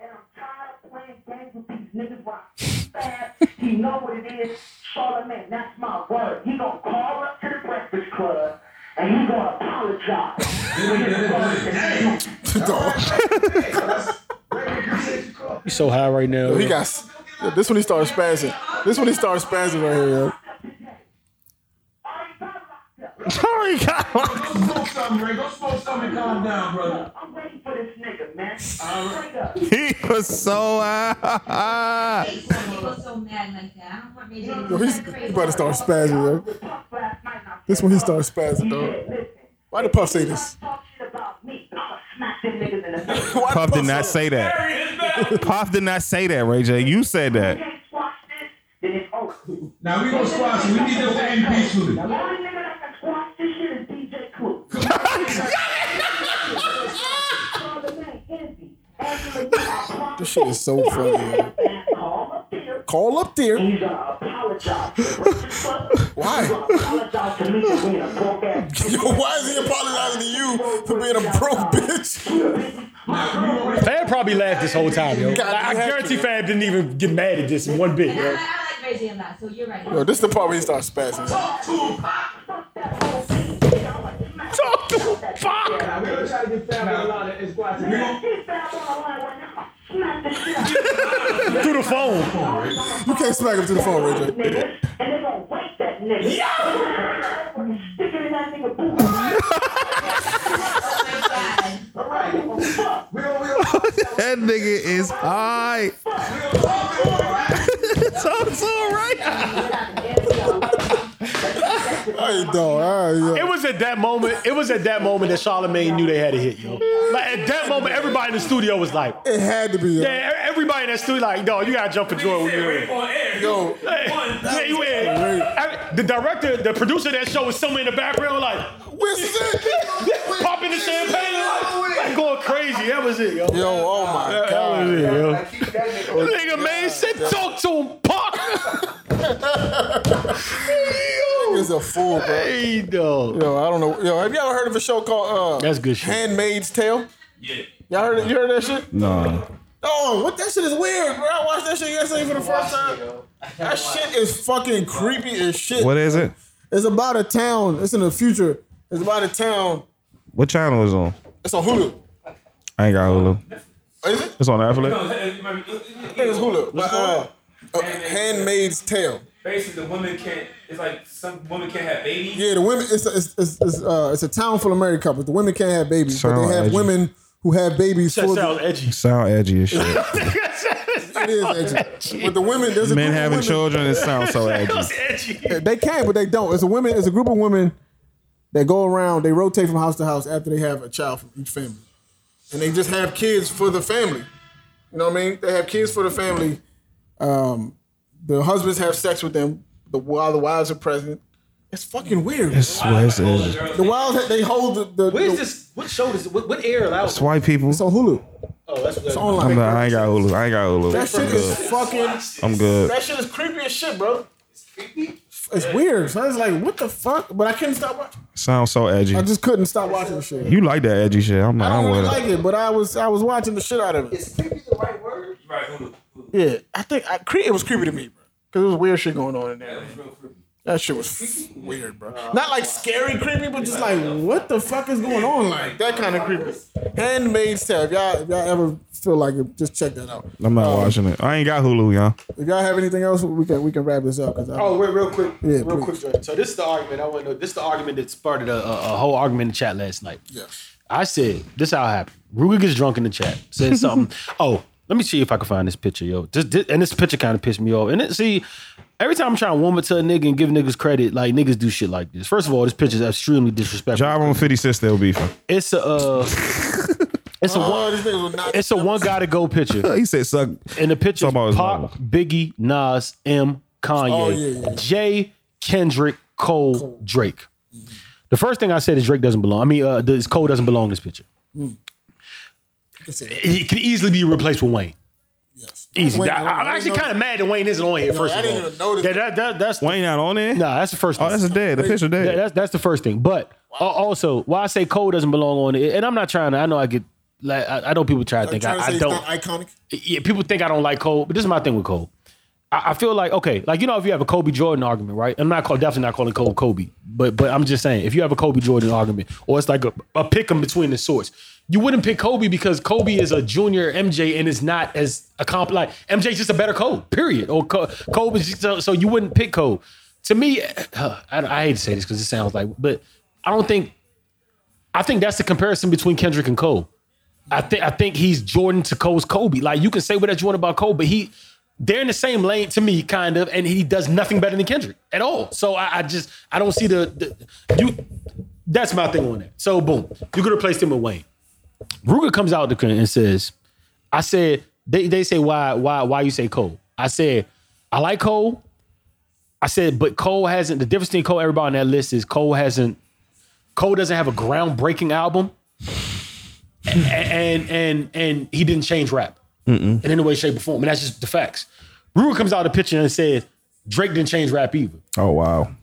Speaker 8: And I'm tired of playing games with these niggas while I'm fast. he know what it is. Charlemagne, that's my word. He gonna call up to the Breakfast Club and he gonna apologize. for his words and his
Speaker 6: He's so high right now.
Speaker 2: He
Speaker 6: yo.
Speaker 2: got s- yeah, this when he started spazzing. This when he started spazzing right here. Yo.
Speaker 8: Already got locked
Speaker 3: Sorry, God.
Speaker 8: up.
Speaker 9: Go smoke something, Ray. Go smoke something and calm down, brother.
Speaker 8: I'm waiting for this nigga, man. Straight up.
Speaker 3: He was so high.
Speaker 2: Yo, he's he about to start spazzing. Yo. This when he started spazzing, dog. Why did Puff say this? Why
Speaker 3: Puff did
Speaker 2: say
Speaker 3: not say that. Puff did not say that, Ray J. You said that.
Speaker 9: Now we gonna squash it. We need this to end peacefully.
Speaker 2: This shit is so funny. yo. Call up there.
Speaker 8: He's gonna apologize. Why? Apologize to me for being a broke ass.
Speaker 2: Yo, why is he apologizing to you for being a broke bitch?
Speaker 6: Fab probably laughed this whole time, yo.
Speaker 2: God,
Speaker 6: Like, I
Speaker 2: you have
Speaker 6: guarantee
Speaker 2: to.
Speaker 6: Fab didn't even get mad at this in one bit, yo.
Speaker 2: Yo, this is the part where he starts spazzing. yo.
Speaker 6: Talk to him. Fuck.
Speaker 9: Now we gonna try to get family a lot of squash. We gonna
Speaker 6: Through the phone.
Speaker 2: You can't smack him to the phone, Ray J.
Speaker 8: Niggas, and they gonna wake that nigga. Yeah! Stick it in that nigga boot.
Speaker 9: we gonna we gonna
Speaker 3: That nigga is high. it's all so right.
Speaker 2: Hey, dog. All right,
Speaker 6: It
Speaker 2: yo.
Speaker 6: was at that moment. It was at that moment that Charlamagne knew they had a hit, yo. Like at that moment, everybody in the studio was like,
Speaker 2: It had to be. Yo.
Speaker 6: yeah, e- everybody in that studio like, no, you gotta jump for joy when you're in.
Speaker 2: Yo,
Speaker 6: Hey, yeah, you in. I- the director, the producer of that show was somewhere in the background, like
Speaker 2: this is it.
Speaker 6: popping the champagne, like, like going crazy. That was it, yo.
Speaker 2: Yo, oh my
Speaker 6: That
Speaker 2: god.
Speaker 6: was it, yo.
Speaker 2: Oh,
Speaker 6: Nigga, man, sit talk to him, pop.
Speaker 2: Niggas He's a fool, bro.
Speaker 6: Hey, dog.
Speaker 2: Yo, I don't know. Yo, have y'all heard of a show called uh,
Speaker 6: That's good shit.
Speaker 2: Handmaid's Tale?
Speaker 5: Yeah.
Speaker 2: Y'all heard it? You heard that shit?
Speaker 3: No.
Speaker 2: Oh, what that shit is weird, bro. I watched that shit yesterday for the first time. That shit is fucking creepy as shit.
Speaker 3: What is it?
Speaker 2: It's about a town. It's in the future. It's about a town.
Speaker 3: What channel is it on?
Speaker 2: It's on Hulu.
Speaker 3: I ain't got Hulu.
Speaker 2: Is it?
Speaker 3: It's on Netflix.
Speaker 2: I think it's Hulu. But, uh, uh, Handmaid's Tale.
Speaker 5: Basically, the women can't. It's like some women can't have babies.
Speaker 2: Yeah, the women. It's a, it's it's it's, uh, it's a town full of married couples. The women can't have babies, but
Speaker 3: Sound
Speaker 2: they have
Speaker 3: edgy.
Speaker 2: women who have babies.
Speaker 6: That
Speaker 2: for the-
Speaker 6: sounds edgy.
Speaker 3: Sound edgy as shit.
Speaker 2: It is edgy. But the women, there's a
Speaker 3: Men
Speaker 2: group of
Speaker 3: having
Speaker 2: women,
Speaker 3: children, it sounds so
Speaker 6: That's
Speaker 3: edgy.
Speaker 6: edgy.
Speaker 2: They can, but they don't. It's a women. It's a group of women that go around. They rotate from house to house after they have a child from each family, and they just have kids for the family. You know what I mean? They have kids for the family. Um, the husbands have sex with them the, while the wives are present. It's fucking weird.
Speaker 3: It's, it's, it's,
Speaker 2: the wives they hold the. the
Speaker 6: What
Speaker 2: the-
Speaker 6: is this? What show is it? What, what air allowed?
Speaker 3: it's white people.
Speaker 2: It's on Hulu.
Speaker 6: Oh, that's
Speaker 2: It's
Speaker 6: what
Speaker 2: online.
Speaker 3: I'm not, I ain't got Hulu. I ain't got
Speaker 2: that
Speaker 3: Hulu.
Speaker 2: shit
Speaker 3: I'm good.
Speaker 2: is fucking.
Speaker 3: I'm good.
Speaker 2: That shit is creepy as shit, bro. It's weird. So I was like, what the fuck? But I couldn't stop watching.
Speaker 3: Sounds so edgy.
Speaker 2: I just couldn't stop watching the shit.
Speaker 3: You like that edgy shit. I'm
Speaker 2: I
Speaker 3: not.
Speaker 2: don't
Speaker 3: I'm
Speaker 2: really
Speaker 3: with
Speaker 2: like
Speaker 3: it.
Speaker 2: it, but I was I was watching the shit out of it.
Speaker 5: Right, Hulu. Hulu.
Speaker 2: Yeah, I think I, cre- it was creepy to me, bro. Cause it was weird shit going on in there.
Speaker 5: It's real creepy.
Speaker 2: That shit was f- weird, bro. Not like scary creepy, but just like what the fuck is going on? Like that kind of creepy. Handmaid's Tale. If y'all if y'all ever feel like it, just check that out. Uh,
Speaker 3: I'm not watching it. I ain't got Hulu, y'all.
Speaker 2: If y'all have anything else, we can we can wrap this up. Cause I,
Speaker 6: Oh, wait, real quick,
Speaker 2: Yeah,
Speaker 6: real
Speaker 2: please.
Speaker 6: quick. So this is the argument I want to know. This is the argument that started a, a, a whole argument in the chat last night.
Speaker 2: yeah.
Speaker 6: I said, this how it happened. Ruger gets drunk in the chat, says something. oh, let me see if I can find this picture, yo. This, this, and this picture kind of pissed me off. And it, see, every time I'm trying to warm up to a nigga and give niggas credit, like niggas do shit like this. First of all, this picture is extremely disrespectful.
Speaker 3: Job on 56 still beefing.
Speaker 6: It's a, uh, it's a one,
Speaker 2: Oh, these niggas will not.
Speaker 6: it's a one guy to go picture.
Speaker 3: He said, suck.
Speaker 6: And the picture,
Speaker 3: Somebody's
Speaker 6: Pop, Biggie, Nas, M, Kanye,
Speaker 2: Oh, yeah, yeah.
Speaker 6: Jay, Kendrick, Cole, Drake. The first thing I said is Drake doesn't belong. I mean, uh, this Cole doesn't belong in this picture.
Speaker 2: It's a-
Speaker 6: He could easily be replaced with Wayne.
Speaker 2: yes.
Speaker 6: Easy.
Speaker 2: Wayne,
Speaker 6: I,
Speaker 2: I
Speaker 6: am
Speaker 2: didn't
Speaker 6: actually
Speaker 2: know-
Speaker 6: kind of mad that Wayne isn't on here. First
Speaker 2: I
Speaker 6: of
Speaker 2: didn't
Speaker 6: all,
Speaker 2: even notice
Speaker 6: That- that- that- that's
Speaker 3: Wayne not on there?
Speaker 6: nah, that's the first.
Speaker 3: Oh,
Speaker 6: thing.
Speaker 3: that's a dead. The picture
Speaker 6: That-
Speaker 3: dead.
Speaker 6: that's that's the first thing. But uh, also, why I say Cole doesn't belong on it, and I'm not trying to. I know I get. Like, I, I know people try to
Speaker 2: I'm
Speaker 6: think
Speaker 2: trying to
Speaker 6: I,
Speaker 2: say
Speaker 6: I
Speaker 2: it's
Speaker 6: don't.
Speaker 2: not iconic.
Speaker 6: yeah, people think I don't like Cole, but this is my thing with Cole. I, I feel like okay, like you know, if you have a Kobe Jordan argument, right? I'm not call, definitely not calling Cole Kobe, but but I'm just saying if you have a Kobe Jordan argument, or it's like a, a pick 'em between the sorts, you wouldn't pick Kobe because Kobe is a junior MJ and is not as accomplished. Like MJ's just a better Cole, period. Or Co- Kobe, just, so, so you wouldn't pick Cole. To me, eh, I, I hate to say this because it sounds like, but I don't think. I think that's the comparison between Kendrick and Cole. I think I think he's Jordan to Cole's Kobe. Like you can say whatever you want about Cole, but he they're in the same lane to me, kind of, and he does nothing better than Kendrick at all. So I, I just I don't see the, the you. That's my thing on that. So boom, you could replace him with Wayne. Ruger comes out the and says, "I said they they say why why why you say Cole? I said I like Cole. I said but Cole hasn't. The difference between Cole and everybody on that list is Cole hasn't. Cole doesn't have a groundbreaking album." and and and he didn't change rap in any way, shape, or form. And that's just the facts. Ruger comes out of the picture and says Drake didn't change rap either.
Speaker 3: oh, wow.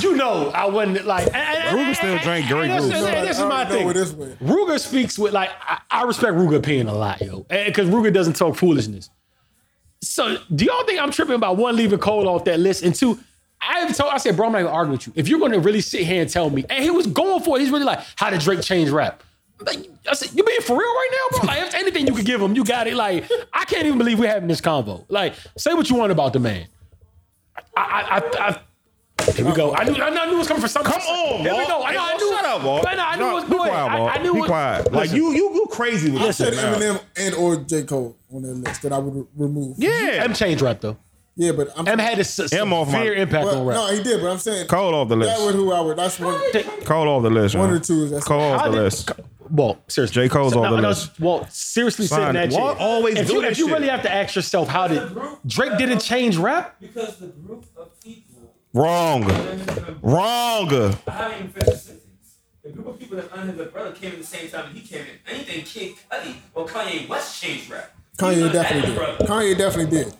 Speaker 6: You know, I wasn't like
Speaker 3: Ruger still drank Drake
Speaker 6: This,
Speaker 3: Ruger.
Speaker 6: this is my
Speaker 2: I don't know where this
Speaker 6: thing.
Speaker 2: went.
Speaker 6: Ruger speaks with like I, I respect Ruger opinion a lot, yo, because Ruger doesn't talk foolishness. So do y'all think I'm tripping about one leaving Cole off that list and two? I have told I said, bro, I'm not even arguing with you. If you're going to really sit here and tell me, and he was going for it, he's really like, how did Drake change rap? Like, I said, you being for real right now, bro? Like, if anything you could give him, you got it. Like, I can't even believe we're having this convo. Like, say what you want about the man. I, I, I, I here we go. I knew, I knew it was coming for something.
Speaker 3: Come on,
Speaker 6: Here
Speaker 3: Oh,
Speaker 6: we
Speaker 3: Walt.
Speaker 6: go. I know, I
Speaker 3: Walt,
Speaker 6: knew.
Speaker 3: Shut up, Walt.
Speaker 6: I know, I knew
Speaker 3: No,
Speaker 6: it was
Speaker 3: be
Speaker 6: going.
Speaker 3: quiet,
Speaker 6: I,
Speaker 3: Walt.
Speaker 6: I knew
Speaker 3: Be
Speaker 6: it-
Speaker 3: quiet. Like,
Speaker 6: Listen.
Speaker 3: you, you, you crazy with this
Speaker 6: Listen.
Speaker 2: Said
Speaker 3: shit now.
Speaker 2: Eminem and or J Cole on that list that I would re- remove.
Speaker 3: Yeah.
Speaker 6: M changed rap though.
Speaker 2: yeah, but I'm
Speaker 6: M had a s-
Speaker 3: M off my-
Speaker 6: severe impact
Speaker 2: Well,
Speaker 6: on rap.
Speaker 2: no, he did, but I'm saying
Speaker 3: Cole off the
Speaker 2: that was
Speaker 3: list.
Speaker 2: who I would. That's one.
Speaker 3: Cole off the list.
Speaker 2: One or
Speaker 3: man.
Speaker 2: two, that's-
Speaker 3: Cole off
Speaker 6: How
Speaker 3: the
Speaker 6: did-
Speaker 3: list.
Speaker 6: Well, seriously,
Speaker 3: J. Cole's on
Speaker 6: no,
Speaker 3: the
Speaker 6: no,
Speaker 3: list.
Speaker 6: Well, seriously, sit in
Speaker 3: Son,
Speaker 6: that
Speaker 3: Walt
Speaker 6: chair.
Speaker 3: always
Speaker 6: if
Speaker 3: do
Speaker 6: you,
Speaker 3: that
Speaker 6: if you
Speaker 3: shit.
Speaker 6: really have to ask yourself, how did Drake didn't change rap?
Speaker 5: Because the group of people
Speaker 3: Wrong. Wrong.
Speaker 5: I haven't even finished the sentence. The group of people that under his umbrella came at the same time and he came in. I didn't think Kid Cudi or Kanye West changed rap. He's
Speaker 2: Kanye
Speaker 5: not that
Speaker 2: definitely did.
Speaker 5: umbrella.
Speaker 2: Kanye definitely did.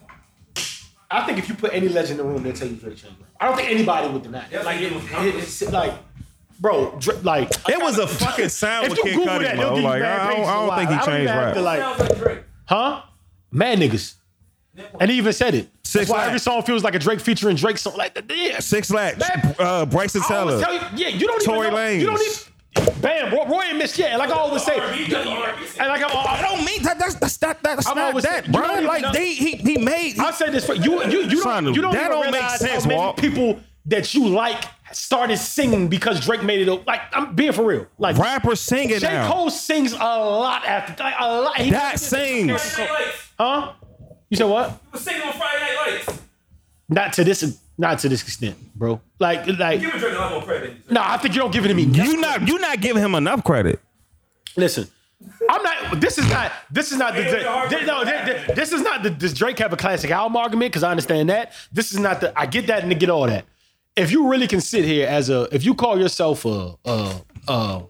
Speaker 6: I think if you put any legend in the room, they'll tell you Drake changed rap. I don't think anybody would deny it.
Speaker 5: That's
Speaker 6: Like,
Speaker 5: what
Speaker 6: it,
Speaker 5: he was coming.
Speaker 6: it's like, bro, Dra- like
Speaker 3: It was a fucking sound
Speaker 6: if
Speaker 3: with
Speaker 6: you
Speaker 3: Kid
Speaker 6: Google
Speaker 3: Cudi,
Speaker 6: that,
Speaker 3: bro.
Speaker 6: they'll give you
Speaker 3: Like,
Speaker 6: mad
Speaker 3: I don't-
Speaker 6: pages
Speaker 3: I don't
Speaker 6: why.
Speaker 3: think he
Speaker 6: I don't even
Speaker 3: changed
Speaker 6: have
Speaker 3: rap.
Speaker 6: to, like,
Speaker 5: Sounds like Drake.
Speaker 6: huh? Mad niggas. And he even said it.
Speaker 3: Six
Speaker 6: That's why
Speaker 3: Flags.
Speaker 6: every song feels like a Drake featuring Drake song. Like, yeah,
Speaker 3: Six Lacks,
Speaker 6: Man,
Speaker 3: uh, Bryson
Speaker 6: I always
Speaker 3: Teller.
Speaker 6: tell you, yeah, you don't
Speaker 3: Tory
Speaker 6: even know.
Speaker 3: Lanez.
Speaker 6: You don't even. Bam, Roy, Roy and Miss, yeah. And like I always say,
Speaker 5: R&B,
Speaker 6: and
Speaker 5: that's R&B.
Speaker 6: like I'm, I don't mean.
Speaker 3: That, that's that's that, that's
Speaker 6: I'm
Speaker 3: not
Speaker 6: always
Speaker 3: that,
Speaker 6: saying- you don't
Speaker 3: bro.
Speaker 6: even
Speaker 3: Like
Speaker 6: know-
Speaker 3: they he he made.
Speaker 6: I said this for you. You, you
Speaker 3: Son,
Speaker 6: don't. You don't
Speaker 3: that
Speaker 6: even
Speaker 3: don't make
Speaker 6: realize
Speaker 3: sense,
Speaker 6: how many
Speaker 3: Walt.
Speaker 6: people that you like started singing because Drake made it. o- Like I'm being for real. Like
Speaker 3: rappers singing
Speaker 6: J
Speaker 3: now.
Speaker 6: Cole sings a lot after like, a lot. He-
Speaker 3: That sings.
Speaker 5: Friday Night Lights.
Speaker 6: huh? You said what?
Speaker 5: He was singing on Friday Night Lights.
Speaker 6: Not to this. Not to this extent, bro. Like like.
Speaker 5: Give a Drake a lot more credit.
Speaker 6: No, I think you don't give it to me.
Speaker 3: You not you not giving him enough credit.
Speaker 6: Listen, I'm not. This is not. This is not the.
Speaker 5: It was a hard
Speaker 6: thi- no, thi- thi- this is not the. Does Drake have a classic album argument? Because I understand that. This is not the. I get that and I get all that. If you really can sit here as a, if you call yourself a, a, a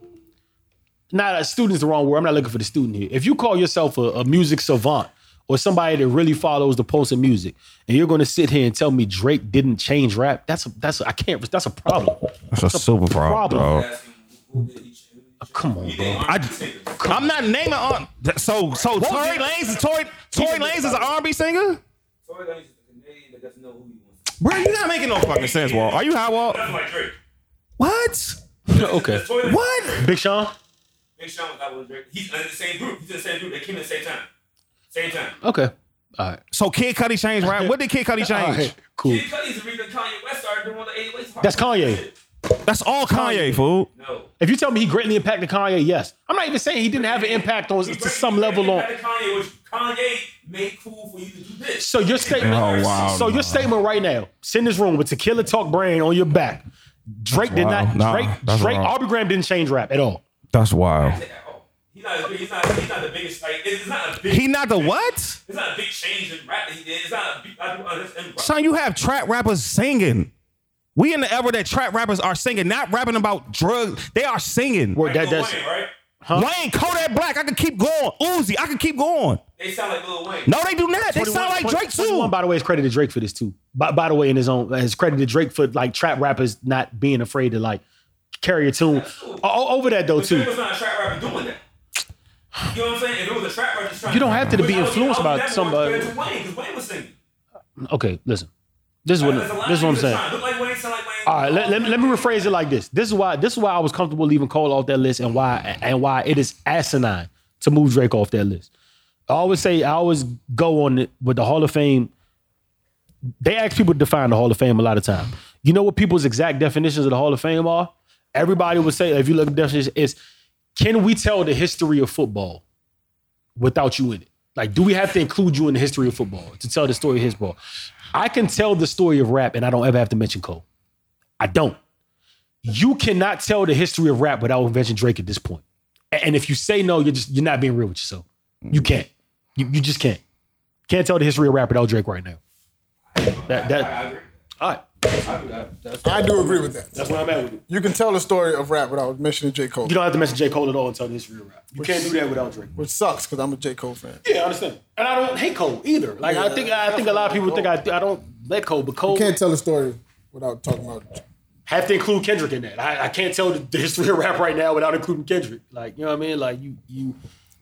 Speaker 6: not a student's the wrong word. I'm not looking for the student here. If you call yourself a, a music savant or somebody that really follows the pulse of music, and you're going to sit here and tell me Drake didn't change rap, that's a, that's a, I can't. That's a problem.
Speaker 3: That's a super problem,
Speaker 6: problem.
Speaker 3: dog.
Speaker 5: Ask him who did he change.
Speaker 6: Oh, Come on, bro.
Speaker 3: I, I'm not naming on. So so Tory Lanez is Tory Tory Lanez is an R&B singer.
Speaker 5: Tory Lanez is a Canadian that doesn't know who he wants.
Speaker 3: Bro, you're not making no fucking sense, Walt. Are you high,
Speaker 6: Oh.
Speaker 3: Walt?
Speaker 5: That's like Drake.
Speaker 3: What?
Speaker 6: Okay,
Speaker 5: Tory Lanez-
Speaker 3: What?
Speaker 6: Big Sean.
Speaker 5: Big Sean was out with Drake. He's in the same group. He's in the same group. They came in the same time. Same time.
Speaker 6: Okay, all right.
Speaker 3: So Kid Cudi changed rap. What did Kid Cudi
Speaker 6: All
Speaker 3: change?
Speaker 6: right, cool.
Speaker 5: Kid Cudi's the reason Kanye West started doing all the 80 ways.
Speaker 6: That's Kanye.
Speaker 3: That's all Kanye, fool.
Speaker 5: No.
Speaker 6: If you tell me he greatly impacted Kanye, yes. I'm not even saying he didn't have an impact on to some level on.
Speaker 5: Kanye was Kanye made cool for you to do this.
Speaker 6: So your statement.
Speaker 3: Oh, wow,
Speaker 6: so
Speaker 3: no.
Speaker 6: your statement right now. Send this room with Tequila Talk brand on your back. Drake did
Speaker 3: wild.
Speaker 6: not.
Speaker 3: Nah,
Speaker 6: Drake.
Speaker 3: that's
Speaker 6: Drake.
Speaker 3: wrong.
Speaker 6: Aubrey Graham didn't change rap at all.
Speaker 3: That's wild.
Speaker 5: At all. He's "Oh, not, as big- he's, not, he's not the biggest, like, it's not a big,
Speaker 3: He not the what?
Speaker 5: it's not a big change in rap that he did. It's not a big, I do uh, understand.
Speaker 3: Son, you have trap rappers singing. We in the era that trap rappers are singing, not rapping about drugs. They are singing.
Speaker 6: Word that
Speaker 5: Lil
Speaker 6: that's
Speaker 5: Wayne, right?
Speaker 3: Wayne, Kodak Black, I could keep going. Uzi, I could keep going.
Speaker 5: They sound like Lil Wayne.
Speaker 3: No, they do not. They
Speaker 6: 21
Speaker 3: sound like Drake too.
Speaker 6: 21, by the way, is credited Drake for this too. By, by the way, in his own, has credited Drake for like trap rappers not being afraid to like carry a tune. O- over that though too.
Speaker 5: Drake was not a trap rapper doing that. You know what I'm saying? If it was a trap rapper, just trying
Speaker 6: You don't have to
Speaker 5: But
Speaker 6: be
Speaker 5: I was-
Speaker 6: influenced
Speaker 5: I was
Speaker 6: by
Speaker 5: never
Speaker 6: somebody.
Speaker 5: compared to Wayne, 'cause Wayne was singing.
Speaker 6: Okay, listen. This is what
Speaker 5: There's a lot
Speaker 6: this is what
Speaker 5: of
Speaker 6: I'm
Speaker 5: people
Speaker 6: saying.
Speaker 5: trying to Look like Wayne, sound like Wayne.
Speaker 6: All right, let, let, me- let me rephrase it like this. This is why this is why I was comfortable leaving Cole off that list and why and why it is asinine to move Drake off that list. I always say I always go on it with the Hall of Fame. They ask people to define the Hall of Fame a lot of time. You know what people's exact definitions of the Hall of Fame are? Everybody would say, if you look at the definition, is can we tell the history of football without you in it? Like, do we have to include you in the history of football to tell the story of his ball? I can tell the story of rap and I don't ever have to mention Cole. I don't. You cannot tell the history of rap without invention Drake at this point. A- And if you say no, you're just you're not being real with yourself. You can't. You, you just can't. Can't tell the history of rap without Drake right now. That that all right.
Speaker 2: I do agree with that.
Speaker 6: That's where I'm at with it.
Speaker 2: You can tell the story of rap without mentioning J. Cole,
Speaker 6: You don't have to mention J. Cole at all and tell the history of rap. You can't do that without Drake.
Speaker 2: which sucks because I'm a J. Cole fan.
Speaker 6: Yeah, I understand. And I don't hate Cole either. Like I think I think a lot of people think I I don't let Cole, but Cole
Speaker 2: You can't tell the story without talking about
Speaker 6: have to include Kendrick in that. I, I can't tell the, the history of rap right now without including Kendrick. Like, you know what I mean? Like you you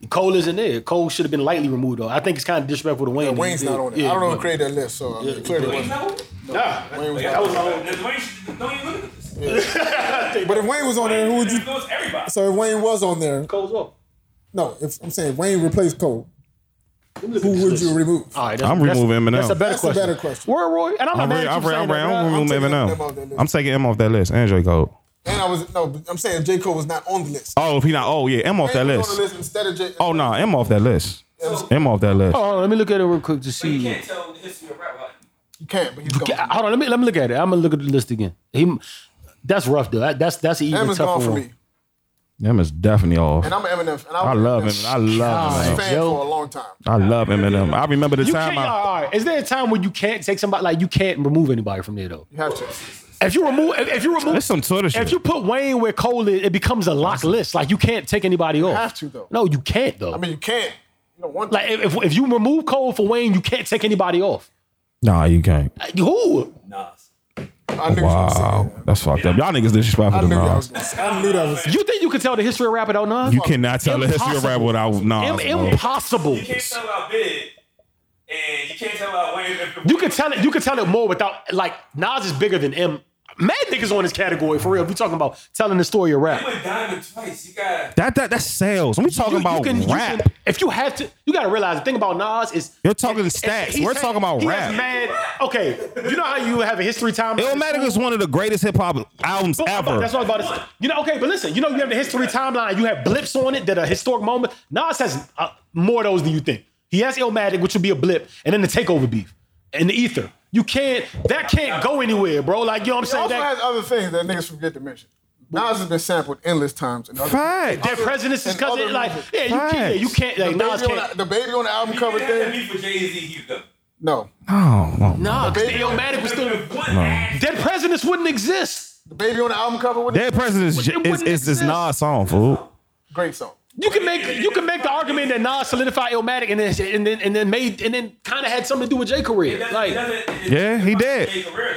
Speaker 6: Cole isn't there. Cole should have been lightly removed though. I think it's kind of disrespectful to Wayne. that he
Speaker 2: Wayne's
Speaker 6: did.
Speaker 2: not on it.
Speaker 6: Yeah,
Speaker 2: I don't know who
Speaker 6: but-
Speaker 2: created that list, so I mean, clearly it
Speaker 5: Wayne's
Speaker 2: wasn't.
Speaker 5: not on it?
Speaker 6: Nah.
Speaker 2: Wayne was
Speaker 5: That
Speaker 2: not.
Speaker 5: was all. That's Wayne should- Don't even look at this.
Speaker 2: But if Wayne was on there, who would you?
Speaker 5: It goes everybody.
Speaker 2: So if Wayne was on there,
Speaker 6: Cole's off.
Speaker 2: no. If I'm saying Wayne replaced Cole, who would you remove?
Speaker 6: All right, that's,
Speaker 3: I'm
Speaker 6: that's-
Speaker 3: removing Eminem.
Speaker 6: That's a better
Speaker 2: That's a
Speaker 6: question.
Speaker 2: better question.
Speaker 6: Where Roy? And I'm not
Speaker 3: I'm
Speaker 6: mad
Speaker 3: ready.
Speaker 6: at
Speaker 3: I'm
Speaker 6: you
Speaker 3: ready.
Speaker 6: saying
Speaker 3: I'm ready.
Speaker 6: that, bro.
Speaker 3: I'm removing
Speaker 2: I'm
Speaker 3: him
Speaker 2: taking him
Speaker 3: now.
Speaker 2: off that list.
Speaker 3: I'm taking him off that list. And J. Cole.
Speaker 2: And I was no. but I'm saying J. Cole was not on the list.
Speaker 3: Oh, if he not. Oh yeah, M off that
Speaker 2: Wayne was on the
Speaker 3: list.
Speaker 2: list instead of J.
Speaker 3: Oh nah, M off that list. M off that list.
Speaker 6: Hold on, let me look at it real quick to
Speaker 5: You
Speaker 6: see.
Speaker 5: can't tell the history of rap. like,
Speaker 2: you can't. But he's gone.
Speaker 6: Yeah, Hold on, let me let me look at it. I'm gonna look at the list again. He, that's rough though. That, that's that's an even
Speaker 2: Eminem's gone
Speaker 6: tougher
Speaker 2: for
Speaker 6: one.
Speaker 2: me,
Speaker 3: M is definitely off.
Speaker 2: and I'm an Eminem. And
Speaker 3: I love him. I love
Speaker 2: I've been a
Speaker 3: him.
Speaker 2: fan for a long time.
Speaker 3: I love Eminem. I remember the
Speaker 6: You
Speaker 3: time
Speaker 6: can't.
Speaker 3: I.
Speaker 6: all right, all right. Is there a time where you can't take somebody like you can't remove anybody from there though?
Speaker 2: You have to.
Speaker 6: If you remove, if, if you remove,
Speaker 3: That's some Twitter shit.
Speaker 6: uh, if you put Wayne where Cole is, it becomes a lock list. Like you can't take anybody off.
Speaker 2: have to, though.
Speaker 6: No, you can't though.
Speaker 2: I mean, you can't. You don't want.
Speaker 6: like if, if if you remove Cole for Wayne, you can't take anybody off.
Speaker 3: Nah, you can't.
Speaker 6: Who?
Speaker 5: Nas.
Speaker 2: I knew
Speaker 3: Wow, that's fucked up. Y'all niggas disrespectful
Speaker 2: I
Speaker 3: to
Speaker 2: knew that was
Speaker 3: Nas.
Speaker 2: gonna say. I knew that was.
Speaker 6: You think you can tell the history of rap without Nas?
Speaker 3: You cannot tell the history of rap without
Speaker 6: Im-
Speaker 3: Nas. bro.
Speaker 6: impossible.
Speaker 5: You can't tell about Big, and you can't tell about Wayne.
Speaker 6: You can tell it. You can tell it more without like Nas is bigger than M. Mad niggas on this category for real. If we talking about telling the story of
Speaker 5: You
Speaker 6: rap,
Speaker 5: went diamond twice. You got
Speaker 3: That that that's sales. We talking
Speaker 6: You- you
Speaker 3: about
Speaker 6: can- you
Speaker 3: rap.
Speaker 6: can- if you have to, you got to realize the thing about Nas is
Speaker 3: You're talking
Speaker 6: and-
Speaker 3: stats.
Speaker 6: and
Speaker 3: We're
Speaker 6: he's-
Speaker 3: talking about
Speaker 6: he
Speaker 3: rap.
Speaker 6: Has mad, okay, you know how you have a history time.
Speaker 3: Illmatic is one of the greatest hip hop albums
Speaker 6: Boom,
Speaker 3: ever.
Speaker 6: That's what I was about to say. You know, okay, but listen, you know, you have the history timeline. You have blips on it that are historic moments. Nas has uh, more of those than you think. He has Illmatic, which would be a blip, and then the takeover beef and the ether. You can't. That can't go anywhere, bro. Like you know what I'm
Speaker 2: He
Speaker 6: saying?
Speaker 2: also
Speaker 6: That,
Speaker 2: has other things that niggas forget to mention. Nas has been sampled endless times. In other
Speaker 3: Fact.
Speaker 6: their presidents is
Speaker 2: and
Speaker 6: cousin.
Speaker 2: other
Speaker 6: Like
Speaker 2: music.
Speaker 6: yeah, you can't. Yeah, you can't.
Speaker 2: The
Speaker 6: Like
Speaker 2: baby,
Speaker 6: Nas
Speaker 2: on
Speaker 6: can't.
Speaker 2: the, the baby on the album
Speaker 5: you
Speaker 2: cover
Speaker 5: didn't have to
Speaker 2: thing.
Speaker 5: be for Jay Z. You though.
Speaker 2: No,
Speaker 3: Oh, no.
Speaker 6: Nah, 'cause the
Speaker 2: Baby-
Speaker 6: Illmatic was still.
Speaker 5: One ass.
Speaker 6: Dead presidents wouldn't exist.
Speaker 2: the baby on the album cover with
Speaker 3: Dead President is
Speaker 6: It wouldn't
Speaker 3: is, is, is
Speaker 6: exist.
Speaker 3: Nas song, fool.
Speaker 2: great song.
Speaker 6: You can make you can make the argument that Nas solidified Illmatic and then and then and then made and then kind of had something to do with Jay career.
Speaker 5: It
Speaker 6: Like
Speaker 5: doesn't- it doesn't- it
Speaker 3: Yeah, he
Speaker 5: doesn't
Speaker 3: did.
Speaker 5: make a career,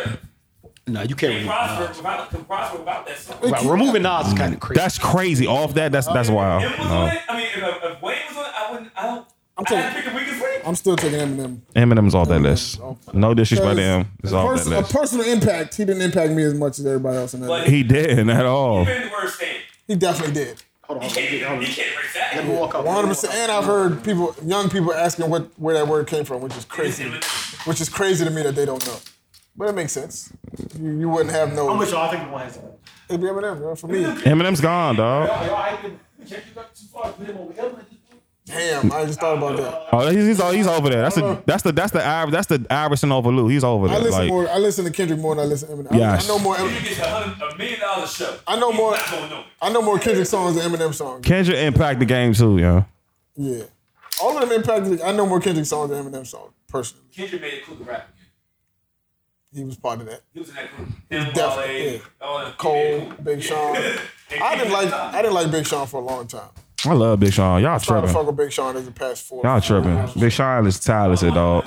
Speaker 5: though.
Speaker 6: no, you can't. really-
Speaker 5: Prosper without- could prosper without that song.
Speaker 6: Right, removing Nas is kind of crazy.
Speaker 3: That's crazy. Off that, that's that's wild. Uh,
Speaker 5: If it was on
Speaker 3: No.
Speaker 5: it, I mean, if, if Wayne was on it, I wouldn't. I don't. I'm
Speaker 2: taking-
Speaker 5: I'd pick a weakest link.
Speaker 2: I'm still taking Eminem.
Speaker 3: Eminem's off that list. No disrespect to him. um, It's
Speaker 2: a
Speaker 3: off that
Speaker 6: uh,
Speaker 2: pers- A
Speaker 3: list.
Speaker 2: personal impact. He didn't impact me as much as everybody else in that.
Speaker 5: Like-
Speaker 2: list.
Speaker 3: He didn't at all.
Speaker 5: Been the worst thing.
Speaker 2: He definitely did.
Speaker 5: You can't, you can't erase that.
Speaker 2: One hundred percent. And I've heard people, young people, asking what where that word came from, which is crazy. Which is crazy to me that they don't know. But it makes sense. You, you wouldn't have no.
Speaker 6: much y'all think one has it?
Speaker 2: It'd be Eminem bro, for me.
Speaker 3: Eminem's gone, dog.
Speaker 2: Damn, I just thought about that.
Speaker 3: Oh, he's he's, he's over there. That's
Speaker 6: Uh-huh.
Speaker 3: the that's the that's the Iver- that's the Iverson over Lou. He's over
Speaker 2: I
Speaker 3: there.
Speaker 2: listen
Speaker 3: Like,
Speaker 2: more. I listen to Kendrick more than I listen to Eminem. I-
Speaker 3: Yes.
Speaker 2: I, know more.
Speaker 5: You
Speaker 2: Em-
Speaker 5: get a hundred- a million dollar show.
Speaker 2: I know
Speaker 5: He's
Speaker 2: more.
Speaker 5: not going nowhere.
Speaker 2: I know more Kendrick songs than Eminem songs.
Speaker 3: Kendrick impact the game too, yeah.
Speaker 2: Yeah, all of them impacted. I know more Kendrick songs than Eminem songs personally.
Speaker 5: Kendrick made it cool to rap.
Speaker 2: He was part of that.
Speaker 5: He was in that group. Him,
Speaker 2: Definitely,
Speaker 5: Wale,
Speaker 2: yeah.
Speaker 5: all them.
Speaker 2: Cole, Big Sean. I didn't like. I didn't like Big Sean for a long time.
Speaker 3: I love Big Sean. Y'all
Speaker 2: Started to
Speaker 3: tripping.
Speaker 2: fuck with Big Sean as the past four.
Speaker 3: Y'all tripping. Big Sean is talented, dog.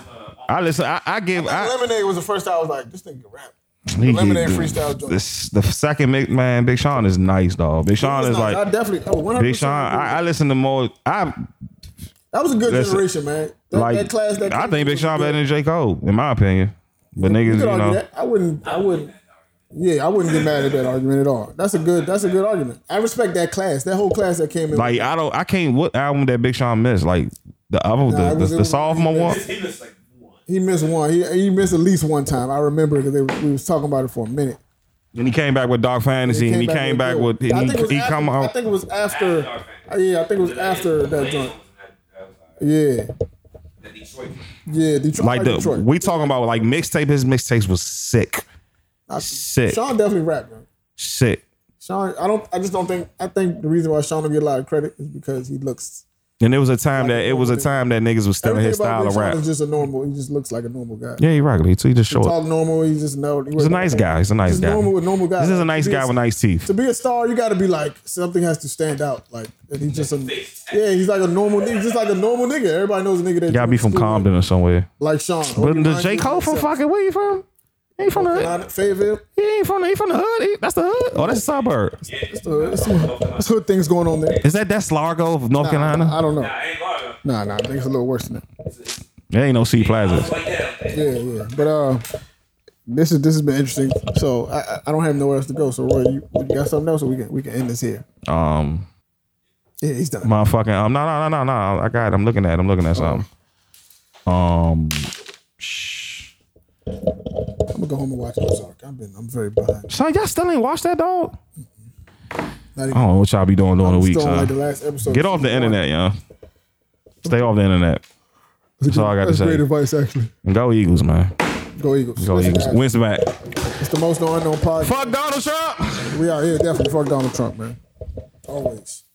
Speaker 3: I listen. I, I give. I,
Speaker 2: Lemonade was the first time I was like, this nigga can rap.
Speaker 3: he-
Speaker 2: Lemonade
Speaker 3: he-
Speaker 2: freestyle joint.
Speaker 3: This the second mi- man. Big Sean is nice, dog. Big Sean is
Speaker 2: It's not- I
Speaker 3: like
Speaker 2: definitely. Oh, 100%
Speaker 3: Big Sean. I, I listen to more. I
Speaker 2: that was a good
Speaker 3: listen,
Speaker 2: generation, man. That,
Speaker 3: like.
Speaker 2: that class. That
Speaker 3: I
Speaker 2: class
Speaker 3: think Big
Speaker 2: was
Speaker 3: Sean
Speaker 2: good.
Speaker 3: better than J Cole, in my opinion. But
Speaker 2: You
Speaker 3: niggas,
Speaker 2: could
Speaker 3: you
Speaker 2: argue
Speaker 3: know,
Speaker 2: that. I wouldn't. I wouldn't. Yeah, I wouldn't get mad at that argument at all. That's a good. That's a good argument. I respect that class. That whole class that came in.
Speaker 3: like I don't. I can't. What album that Big Sean missed? Like the album,
Speaker 2: Nah, it
Speaker 3: the,
Speaker 2: was-
Speaker 3: the,
Speaker 2: it
Speaker 3: the
Speaker 2: was-
Speaker 3: sophomore
Speaker 2: it
Speaker 3: one.
Speaker 2: was-
Speaker 5: He was like one.
Speaker 2: he missed one. He, he missed at least one time. I remember because we was talking about it for a minute.
Speaker 3: And he came back with Dark Fantasy, and he came back with.
Speaker 2: I think it
Speaker 3: And
Speaker 2: was
Speaker 3: he, he
Speaker 2: after-
Speaker 3: come
Speaker 2: I
Speaker 3: out.
Speaker 2: think it was after.
Speaker 5: Dark
Speaker 2: uh, Yeah, I think it was after that joint. Yeah,
Speaker 5: uh, That Detroit.
Speaker 2: yeah. Detroit.
Speaker 3: Like the
Speaker 2: Detroit.
Speaker 3: we talking about like mixtape. His mixtapes was sick,
Speaker 2: I-
Speaker 3: sick,
Speaker 2: Sean definitely rapped. Man.
Speaker 3: sick.
Speaker 2: Sean, I don't. I just don't think. I think the reason why Sean don't get a lot of credit is because he looks.
Speaker 3: And it was a time that it was a time that niggas was stealing
Speaker 2: everything
Speaker 3: his
Speaker 2: about
Speaker 3: style
Speaker 2: Big
Speaker 3: of
Speaker 2: Sean
Speaker 3: rap.
Speaker 2: Is just a normal. He just looks like a normal guy.
Speaker 3: Yeah, he rock. He, he just
Speaker 2: He's all
Speaker 3: short.
Speaker 2: normal. He just know. He's
Speaker 3: He's a nice guy. He's a nice
Speaker 2: He's
Speaker 3: guy.
Speaker 2: normal with normal guy.
Speaker 3: This is a nice
Speaker 2: To be
Speaker 3: guy with nice teeth.
Speaker 2: To be a star, you got to be like something has to stand out. Like and he's just a yeah. He's like a normal. nigga. just like a normal nigga. Everybody knows a nigga that
Speaker 3: You gotta be from
Speaker 2: school with,
Speaker 3: Compton or somewhere.
Speaker 2: like Sean.
Speaker 3: But the J Cole from fucking where you from? He ain't from the hood.
Speaker 2: Not Fayetteville.
Speaker 3: He ain't from the. He from the hood. He- that's the hood. Oh, that's the suburb.
Speaker 2: That's the hood. That's the hood. That's the hood things going on there.
Speaker 3: Is that that's Largo, of North
Speaker 2: I
Speaker 3: Carolina?
Speaker 2: don't know.
Speaker 5: I ain't lying.
Speaker 2: Nah, nah. Things a little worse than that.
Speaker 3: There ain't no C
Speaker 5: I
Speaker 3: Plaza.
Speaker 5: was like that.
Speaker 2: Yeah, yeah. But uh, this is this has been interesting. So I I- I don't have nowhere else to go. So Roy, you, you got something else, or we can we can end this here.
Speaker 3: Um,
Speaker 2: Yeah, he's done.
Speaker 3: motherfucking. Um, no, no, no, no, no. I got. It. I'm looking at. it. I'm looking at
Speaker 2: Uh-huh.
Speaker 3: something. Um,
Speaker 2: I'm gonna go home and watch Ozark. I've been I'm very behind.
Speaker 3: so y'all still ain't watched that dog?
Speaker 2: Not even,
Speaker 3: I don't know what y'all be doing during the week,
Speaker 2: still on, like
Speaker 3: son.
Speaker 2: the last episode.
Speaker 3: Get off the internet, yo. Stay off the internet. That's all I got to
Speaker 2: That's great
Speaker 3: say.
Speaker 2: advice, actually.
Speaker 3: Go Eagles, man.
Speaker 2: Go Eagles.
Speaker 3: Go
Speaker 2: Listen,
Speaker 3: Eagles.
Speaker 2: guys,
Speaker 3: Wins back.
Speaker 2: It's the most unknown podcast.
Speaker 3: Fuck Donald Trump.
Speaker 2: We out here definitely. Fuck Donald Trump, man. Always.